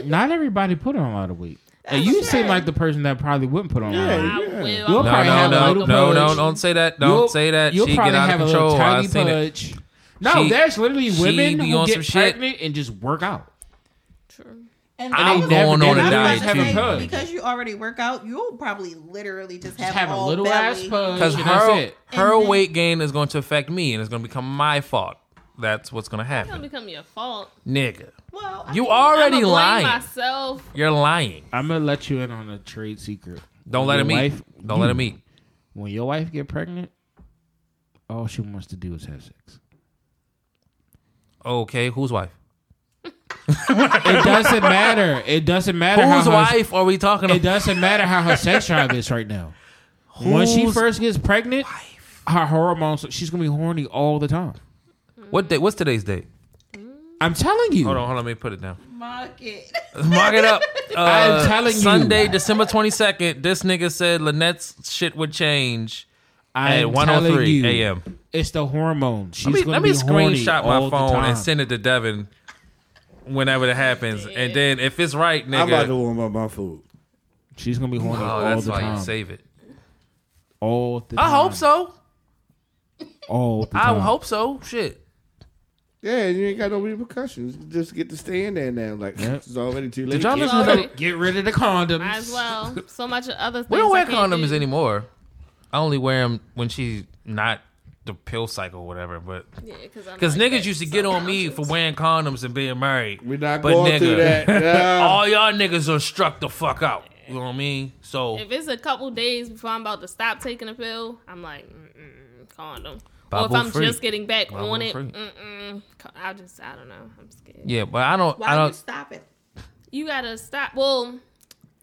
Speaker 2: Not everybody put on a lot of weight. And you seem like the person that probably wouldn't put on a lot of weight.
Speaker 5: I
Speaker 2: You'll
Speaker 3: No,
Speaker 5: will. I'm gonna
Speaker 2: probably
Speaker 3: no,
Speaker 2: have a
Speaker 3: no,
Speaker 2: little
Speaker 3: no, no,
Speaker 2: pudge.
Speaker 3: don't say that. Don't
Speaker 2: You'll-
Speaker 3: say that.
Speaker 2: You'll
Speaker 3: She
Speaker 2: probably
Speaker 3: get out of
Speaker 2: have a
Speaker 3: control.
Speaker 2: little
Speaker 3: I
Speaker 2: tiny
Speaker 3: seen it.
Speaker 2: pudge. No,
Speaker 3: She-
Speaker 2: there's literally
Speaker 3: she
Speaker 2: women
Speaker 3: be
Speaker 2: who
Speaker 3: on
Speaker 2: get
Speaker 3: some shit.
Speaker 2: pregnant and just work out.
Speaker 5: True.
Speaker 4: And
Speaker 3: I'm
Speaker 4: I was
Speaker 3: going
Speaker 4: gonna
Speaker 3: on a
Speaker 4: say,
Speaker 3: diet,
Speaker 4: I was
Speaker 3: too.
Speaker 4: gonna say, Because you already work out, you'll probably literally just have,
Speaker 2: Just have a
Speaker 4: all
Speaker 2: little
Speaker 4: belly.
Speaker 2: ass pudge.
Speaker 3: Because
Speaker 2: and that's
Speaker 3: her
Speaker 2: it.
Speaker 3: her
Speaker 4: And then-
Speaker 3: weight gain is going to affect me, and it's going to become my fault. That's what's going to
Speaker 5: It's gonna
Speaker 3: happen,
Speaker 5: become your fault.
Speaker 3: nigga.
Speaker 4: Well, I
Speaker 3: You
Speaker 4: mean,
Speaker 5: I'm
Speaker 3: already
Speaker 5: gonna blame
Speaker 3: lying.
Speaker 5: myself.
Speaker 3: You're lying.
Speaker 2: I'm gonna let you in on a trade secret.
Speaker 3: Don't let
Speaker 2: Your
Speaker 3: him eat.
Speaker 2: wife- Hmm.
Speaker 3: Don't let
Speaker 2: you-
Speaker 3: him eat.
Speaker 2: When your wife get pregnant, all she wants to do is have sex.
Speaker 3: Okay, whose wife?
Speaker 2: It doesn't matter. It doesn't matter
Speaker 3: Whose
Speaker 2: how her,
Speaker 3: wife are we talking
Speaker 2: it
Speaker 3: about?
Speaker 2: doesn't matter how her sex drive is right now. when she
Speaker 3: Whose
Speaker 2: first gets pregnant, her hormones she's gonna be horny all the time.
Speaker 3: What day? What's today's date?
Speaker 2: I'm telling you.
Speaker 3: Hold on, hold on. Let me put it down.
Speaker 4: Mark it.
Speaker 3: Mark it up.
Speaker 2: I'm
Speaker 3: Uh,
Speaker 2: telling you.
Speaker 3: Sunday, December 22nd, this nigga said Lynette's shit would change
Speaker 2: I'm
Speaker 3: at
Speaker 2: telling
Speaker 3: 103
Speaker 2: you,
Speaker 3: a.m.
Speaker 2: It's the hormones. She's
Speaker 3: Let me,
Speaker 2: gonna
Speaker 3: let me
Speaker 2: be horny
Speaker 3: screenshot my
Speaker 2: all the
Speaker 3: phone
Speaker 2: time.
Speaker 3: and send it to Devin whenever that happens. And then if it's right,
Speaker 1: I'm about to
Speaker 3: nigga.
Speaker 1: warm up my food.
Speaker 2: She's gonna be horny
Speaker 3: Oh,
Speaker 2: all
Speaker 3: that's
Speaker 2: the
Speaker 3: why
Speaker 2: time.
Speaker 3: you save it.
Speaker 2: all the time.
Speaker 3: I hope so.
Speaker 2: All the
Speaker 3: I
Speaker 2: time.
Speaker 3: hope so. Shit.
Speaker 1: Yeah, you ain't got no repercussions. You Just get to stay in there now. Like it's already too late.
Speaker 3: Did y'all listen to
Speaker 5: Sorry.
Speaker 3: the-
Speaker 2: Get rid of the condoms.
Speaker 5: Might as well. So much of other things.
Speaker 3: We don't
Speaker 5: I
Speaker 3: wear
Speaker 5: can't
Speaker 3: condoms
Speaker 5: do.
Speaker 3: anymore. I only wear them when she's not the pill cycle or whatever. But
Speaker 5: Yeah, because
Speaker 3: because niggas used to get on me for wearing condoms and being married.
Speaker 1: We're not
Speaker 3: But
Speaker 1: going
Speaker 3: nigga.
Speaker 1: through that. Yeah.
Speaker 3: all y'all niggas are struck the fuck out. You know what I mean? So
Speaker 5: If it's a couple days before I'm about to stop taking a pill, I'm like, mm-mm, condom. or if
Speaker 3: Bible
Speaker 5: I'm
Speaker 3: free.
Speaker 5: just getting back
Speaker 3: Bible
Speaker 5: on it,
Speaker 3: free.
Speaker 5: mm-mm, co- I just, I don't know. I'm scared.
Speaker 3: yeah, but I don't. I
Speaker 4: Why you
Speaker 3: don't.
Speaker 4: stop it?
Speaker 5: You gotta stop. Well,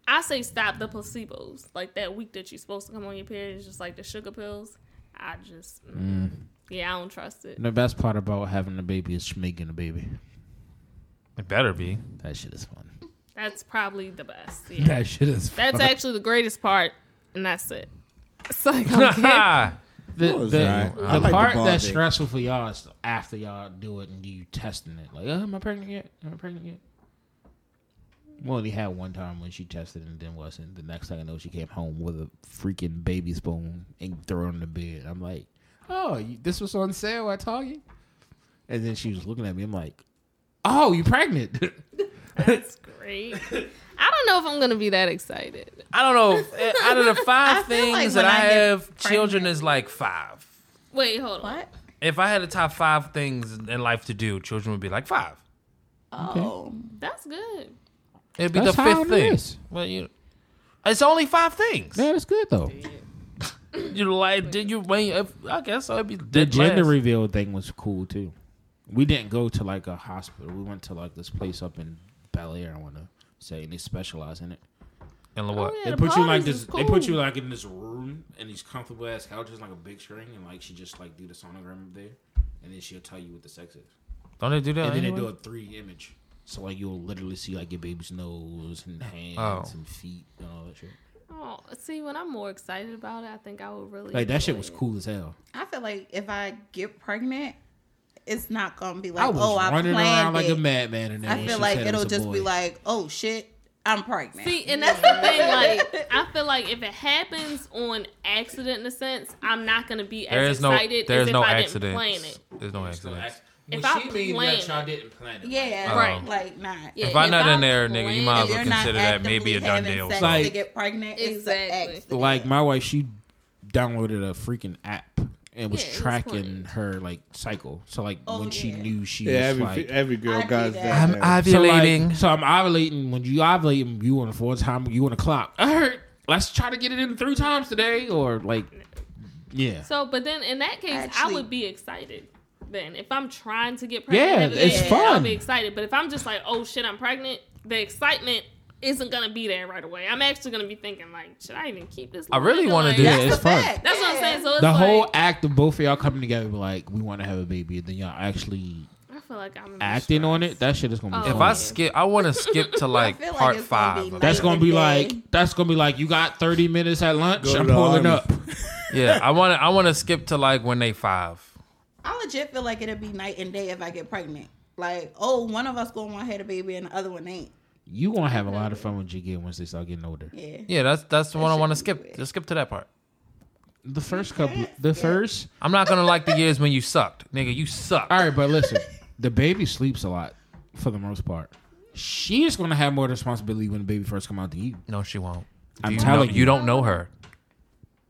Speaker 5: I say stop the placebos. Like that week that you're supposed to come on your period is just like the sugar pills. I just, mm, yeah, I don't trust it.
Speaker 2: And the best part about having a baby is making a baby.
Speaker 3: It better be.
Speaker 2: That shit is fun.
Speaker 5: That's probably the best. Yeah.
Speaker 2: That shit is fun.
Speaker 5: That's actually the greatest part, and that's it. It's like, okay.
Speaker 3: Ha!
Speaker 2: The,
Speaker 1: Well, it's
Speaker 2: the,
Speaker 1: alright.
Speaker 2: the
Speaker 1: I like the
Speaker 2: part
Speaker 1: ball
Speaker 2: that's
Speaker 1: dick.
Speaker 2: stressful for y'all is after y'all do it and you testing it. Like, oh, am I pregnant yet? Am I pregnant yet? Well, he had one time when she tested and then wasn't. The next thing I know, she came home with a freaking baby spoon and threw it on the bed. I'm like, oh, you, this was on sale at Target. And then she was looking at me. I'm like, oh, you pregnant?
Speaker 5: That's great. I don't know if I'm gonna be that excited.
Speaker 3: I don't know. Out of the five
Speaker 4: feel
Speaker 3: things that
Speaker 4: like when
Speaker 3: I,
Speaker 4: I get
Speaker 3: have,
Speaker 4: pregnant-
Speaker 3: children is like five.
Speaker 5: Wait, hold on.
Speaker 4: What?
Speaker 3: If I had a top five things in life to do, children would be like five.
Speaker 4: Oh,
Speaker 5: That's good.
Speaker 3: It'd be
Speaker 2: That's
Speaker 3: the
Speaker 2: how
Speaker 3: fifth
Speaker 2: it
Speaker 3: thing.
Speaker 2: is.
Speaker 3: Well, you. It's only five things.
Speaker 2: Man, it's good though.
Speaker 3: You like? Did you? When, if, I guess I'd be
Speaker 2: The
Speaker 3: dead
Speaker 2: gender
Speaker 3: last.
Speaker 2: reveal thing was cool too. We didn't go to like a hospital. We went to like this place up in Bel Air. I want to say, and they specialize in it.
Speaker 3: And what?
Speaker 5: Oh, yeah,
Speaker 2: Uh, They
Speaker 5: the
Speaker 2: put you in, like
Speaker 5: parties
Speaker 2: this.
Speaker 5: is
Speaker 2: They put you
Speaker 5: cool.
Speaker 2: like in this room and these comfortable ass couches, like a big screen, and like she just like do the sonogram up there, and then she'll tell you what the sex is.
Speaker 3: Don't they do
Speaker 5: Oh,
Speaker 3: that?
Speaker 2: And then they
Speaker 3: anyway?
Speaker 2: do a three image, so like you'll literally see like your baby's nose and hands
Speaker 3: Oh.
Speaker 2: and feet and all that shit.
Speaker 5: Oh, see, when I'm more excited about it, I think I would really
Speaker 2: Like that shit
Speaker 5: enjoy
Speaker 2: was
Speaker 5: it.
Speaker 2: cool as hell.
Speaker 4: I feel like if I get pregnant, it's not gonna be like,
Speaker 2: I was
Speaker 4: oh, I
Speaker 2: running
Speaker 4: planned
Speaker 2: around like
Speaker 4: it.
Speaker 2: a madman in there.
Speaker 4: I
Speaker 2: when
Speaker 4: feel
Speaker 2: she
Speaker 4: like
Speaker 2: said it
Speaker 4: it'll
Speaker 2: was a
Speaker 4: just be
Speaker 2: boy.
Speaker 4: like, oh shit, I'm pregnant.
Speaker 5: See, and that's the thing. Like, I feel like if it happens on accident, in a sense, I'm not gonna be
Speaker 3: There
Speaker 5: as
Speaker 3: is no
Speaker 5: excited
Speaker 3: there
Speaker 5: as
Speaker 3: is
Speaker 5: if
Speaker 3: no
Speaker 5: I
Speaker 3: accident.
Speaker 5: didn't plan it.
Speaker 3: There's no accident.
Speaker 5: If I plan it-
Speaker 2: didn't plan it.
Speaker 4: yeah,
Speaker 3: Right.
Speaker 4: Like not.
Speaker 5: Yeah,
Speaker 3: If I'm not
Speaker 5: I
Speaker 3: in there, nigga, you
Speaker 5: plan
Speaker 3: might
Speaker 5: it-
Speaker 3: as well
Speaker 4: You're not
Speaker 3: consider that maybe a
Speaker 4: actively
Speaker 3: done
Speaker 4: having
Speaker 3: deal.
Speaker 4: sex
Speaker 2: something.
Speaker 4: to get pregnant.
Speaker 5: Exactly.
Speaker 4: Exactly.
Speaker 2: Like my wife, she downloaded a freaking app and was
Speaker 5: Yeah, it was
Speaker 2: tracking
Speaker 5: planned.
Speaker 2: her like cycle. So like
Speaker 4: Oh,
Speaker 2: when she
Speaker 4: yeah.
Speaker 2: knew she
Speaker 1: Yeah,
Speaker 2: was
Speaker 1: every
Speaker 2: like.
Speaker 1: every
Speaker 4: I
Speaker 1: girl
Speaker 4: do
Speaker 1: got that.
Speaker 4: that.
Speaker 3: I'm
Speaker 1: man.
Speaker 2: so, like,
Speaker 3: ovulating.
Speaker 2: so I'm ovulating. When you ovulating, you on the four time, you on the clock. I heard. Let's try to get it in three times today, or like, yeah.
Speaker 5: So, but then in that case, I
Speaker 4: Actually-
Speaker 5: would be excited. Then, if I'm trying to get pregnant,
Speaker 2: Yeah,
Speaker 5: and everything,
Speaker 2: it's
Speaker 5: I'll
Speaker 2: fun.
Speaker 5: be excited. But if I'm just like, oh shit, I'm pregnant, the excitement isn't gonna be there right away. I'm actually gonna be thinking like, should I even keep this?
Speaker 3: I
Speaker 5: little
Speaker 3: really
Speaker 5: nigga?
Speaker 3: wanna
Speaker 5: Like,
Speaker 3: do
Speaker 2: Yeah,
Speaker 3: that.
Speaker 2: it's
Speaker 4: a
Speaker 2: fun.
Speaker 4: fact.
Speaker 5: That's what I'm saying. So it's
Speaker 2: the whole
Speaker 5: Like,
Speaker 2: act of both of y'all coming together, like we want to have a baby, and then y'all actually
Speaker 5: I feel like I'm
Speaker 2: acting on it. That shit is gonna be.
Speaker 5: Oh.
Speaker 3: If
Speaker 2: fun.
Speaker 3: I skip, I want to skip to like
Speaker 4: feel like
Speaker 3: part
Speaker 4: it's gonna
Speaker 3: five.
Speaker 4: be
Speaker 3: of
Speaker 4: nice.
Speaker 2: That's
Speaker 3: it.
Speaker 2: gonna be
Speaker 4: Yeah.
Speaker 2: like that's gonna be like you got thirty minutes at lunch.
Speaker 1: Go to
Speaker 2: I'm
Speaker 1: the
Speaker 2: pulling
Speaker 1: army.
Speaker 2: up.
Speaker 3: Yeah, I want to. I want to skip to like when they five.
Speaker 4: I legit feel like it'll be night and day if I get pregnant. Like, oh, one of us gonna want to have a baby and the other one ain't.
Speaker 2: You gonna have a lot of fun with GK once they start getting older.
Speaker 4: Yeah.
Speaker 3: Yeah, that's that's the one I want to
Speaker 4: should be
Speaker 3: skip.
Speaker 4: it.
Speaker 3: Just skip to that part.
Speaker 2: The first couple, the first.
Speaker 3: I'm not gonna like the years when you sucked, nigga. You sucked.
Speaker 2: All right, but listen, the baby sleeps a lot for the most part. She is gonna have more responsibility when the baby first come out than you.
Speaker 3: No, she won't.
Speaker 2: I'm
Speaker 3: you
Speaker 2: telling
Speaker 3: know,
Speaker 2: you.
Speaker 3: you don't know her.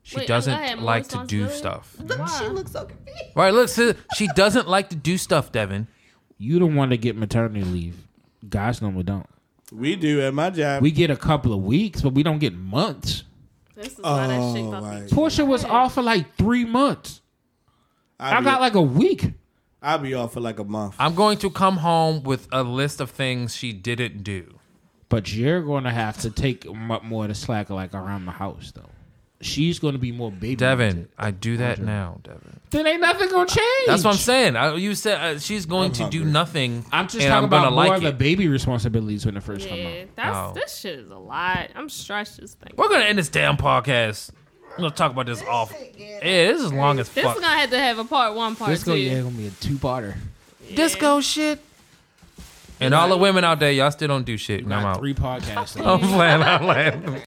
Speaker 3: She
Speaker 5: Wait, I'm glad I had
Speaker 3: doesn't
Speaker 5: more
Speaker 3: like to do
Speaker 5: responsibility.
Speaker 3: stuff.
Speaker 4: Look, she
Speaker 5: Wow.
Speaker 4: looks so confused.
Speaker 3: Right, look, so she doesn't like to do stuff, Devin.
Speaker 2: You don't want to get maternity leave. Guys normally don't.
Speaker 1: we do at my job.
Speaker 2: We get a couple of weeks, but we don't get months.
Speaker 5: This is why that shit
Speaker 1: Oh,
Speaker 5: about to be
Speaker 1: like-
Speaker 2: Portia was off for like three months.
Speaker 1: I,
Speaker 2: I
Speaker 1: be,
Speaker 2: got like a week.
Speaker 1: I be off for like a month.
Speaker 3: I'm going to come home with a list of things she didn't do.
Speaker 2: But you're going to have to take m- more of the slack, like around the house, though. She's going to be more baby.
Speaker 3: Devin, I do that now, Devin.
Speaker 2: then ain't nothing going to change.
Speaker 3: That's what I'm saying. I, you said uh, she's going to do
Speaker 1: hungry.
Speaker 3: nothing.
Speaker 2: I'm just
Speaker 3: and
Speaker 2: talking
Speaker 3: gonna
Speaker 2: about more
Speaker 3: like
Speaker 2: of the
Speaker 3: it.
Speaker 2: baby responsibilities when it first come
Speaker 5: Yeah,
Speaker 2: out.
Speaker 5: that's
Speaker 3: Oh.
Speaker 5: this shit is a lot. I'm stressed just thinking.
Speaker 3: We're gonna end this damn podcast. We're gonna talk about this off. Yeah, this is long as
Speaker 5: This
Speaker 3: fuck.
Speaker 5: is gonna have to have a part one, part
Speaker 2: This
Speaker 5: two.
Speaker 2: going yeah, going to be a two-parter.
Speaker 3: Disco shit. And all the women out there, y'all still don't do shit. No, I'm
Speaker 2: Not
Speaker 3: out.
Speaker 2: three podcasts.
Speaker 3: I'm playing. I'm playing.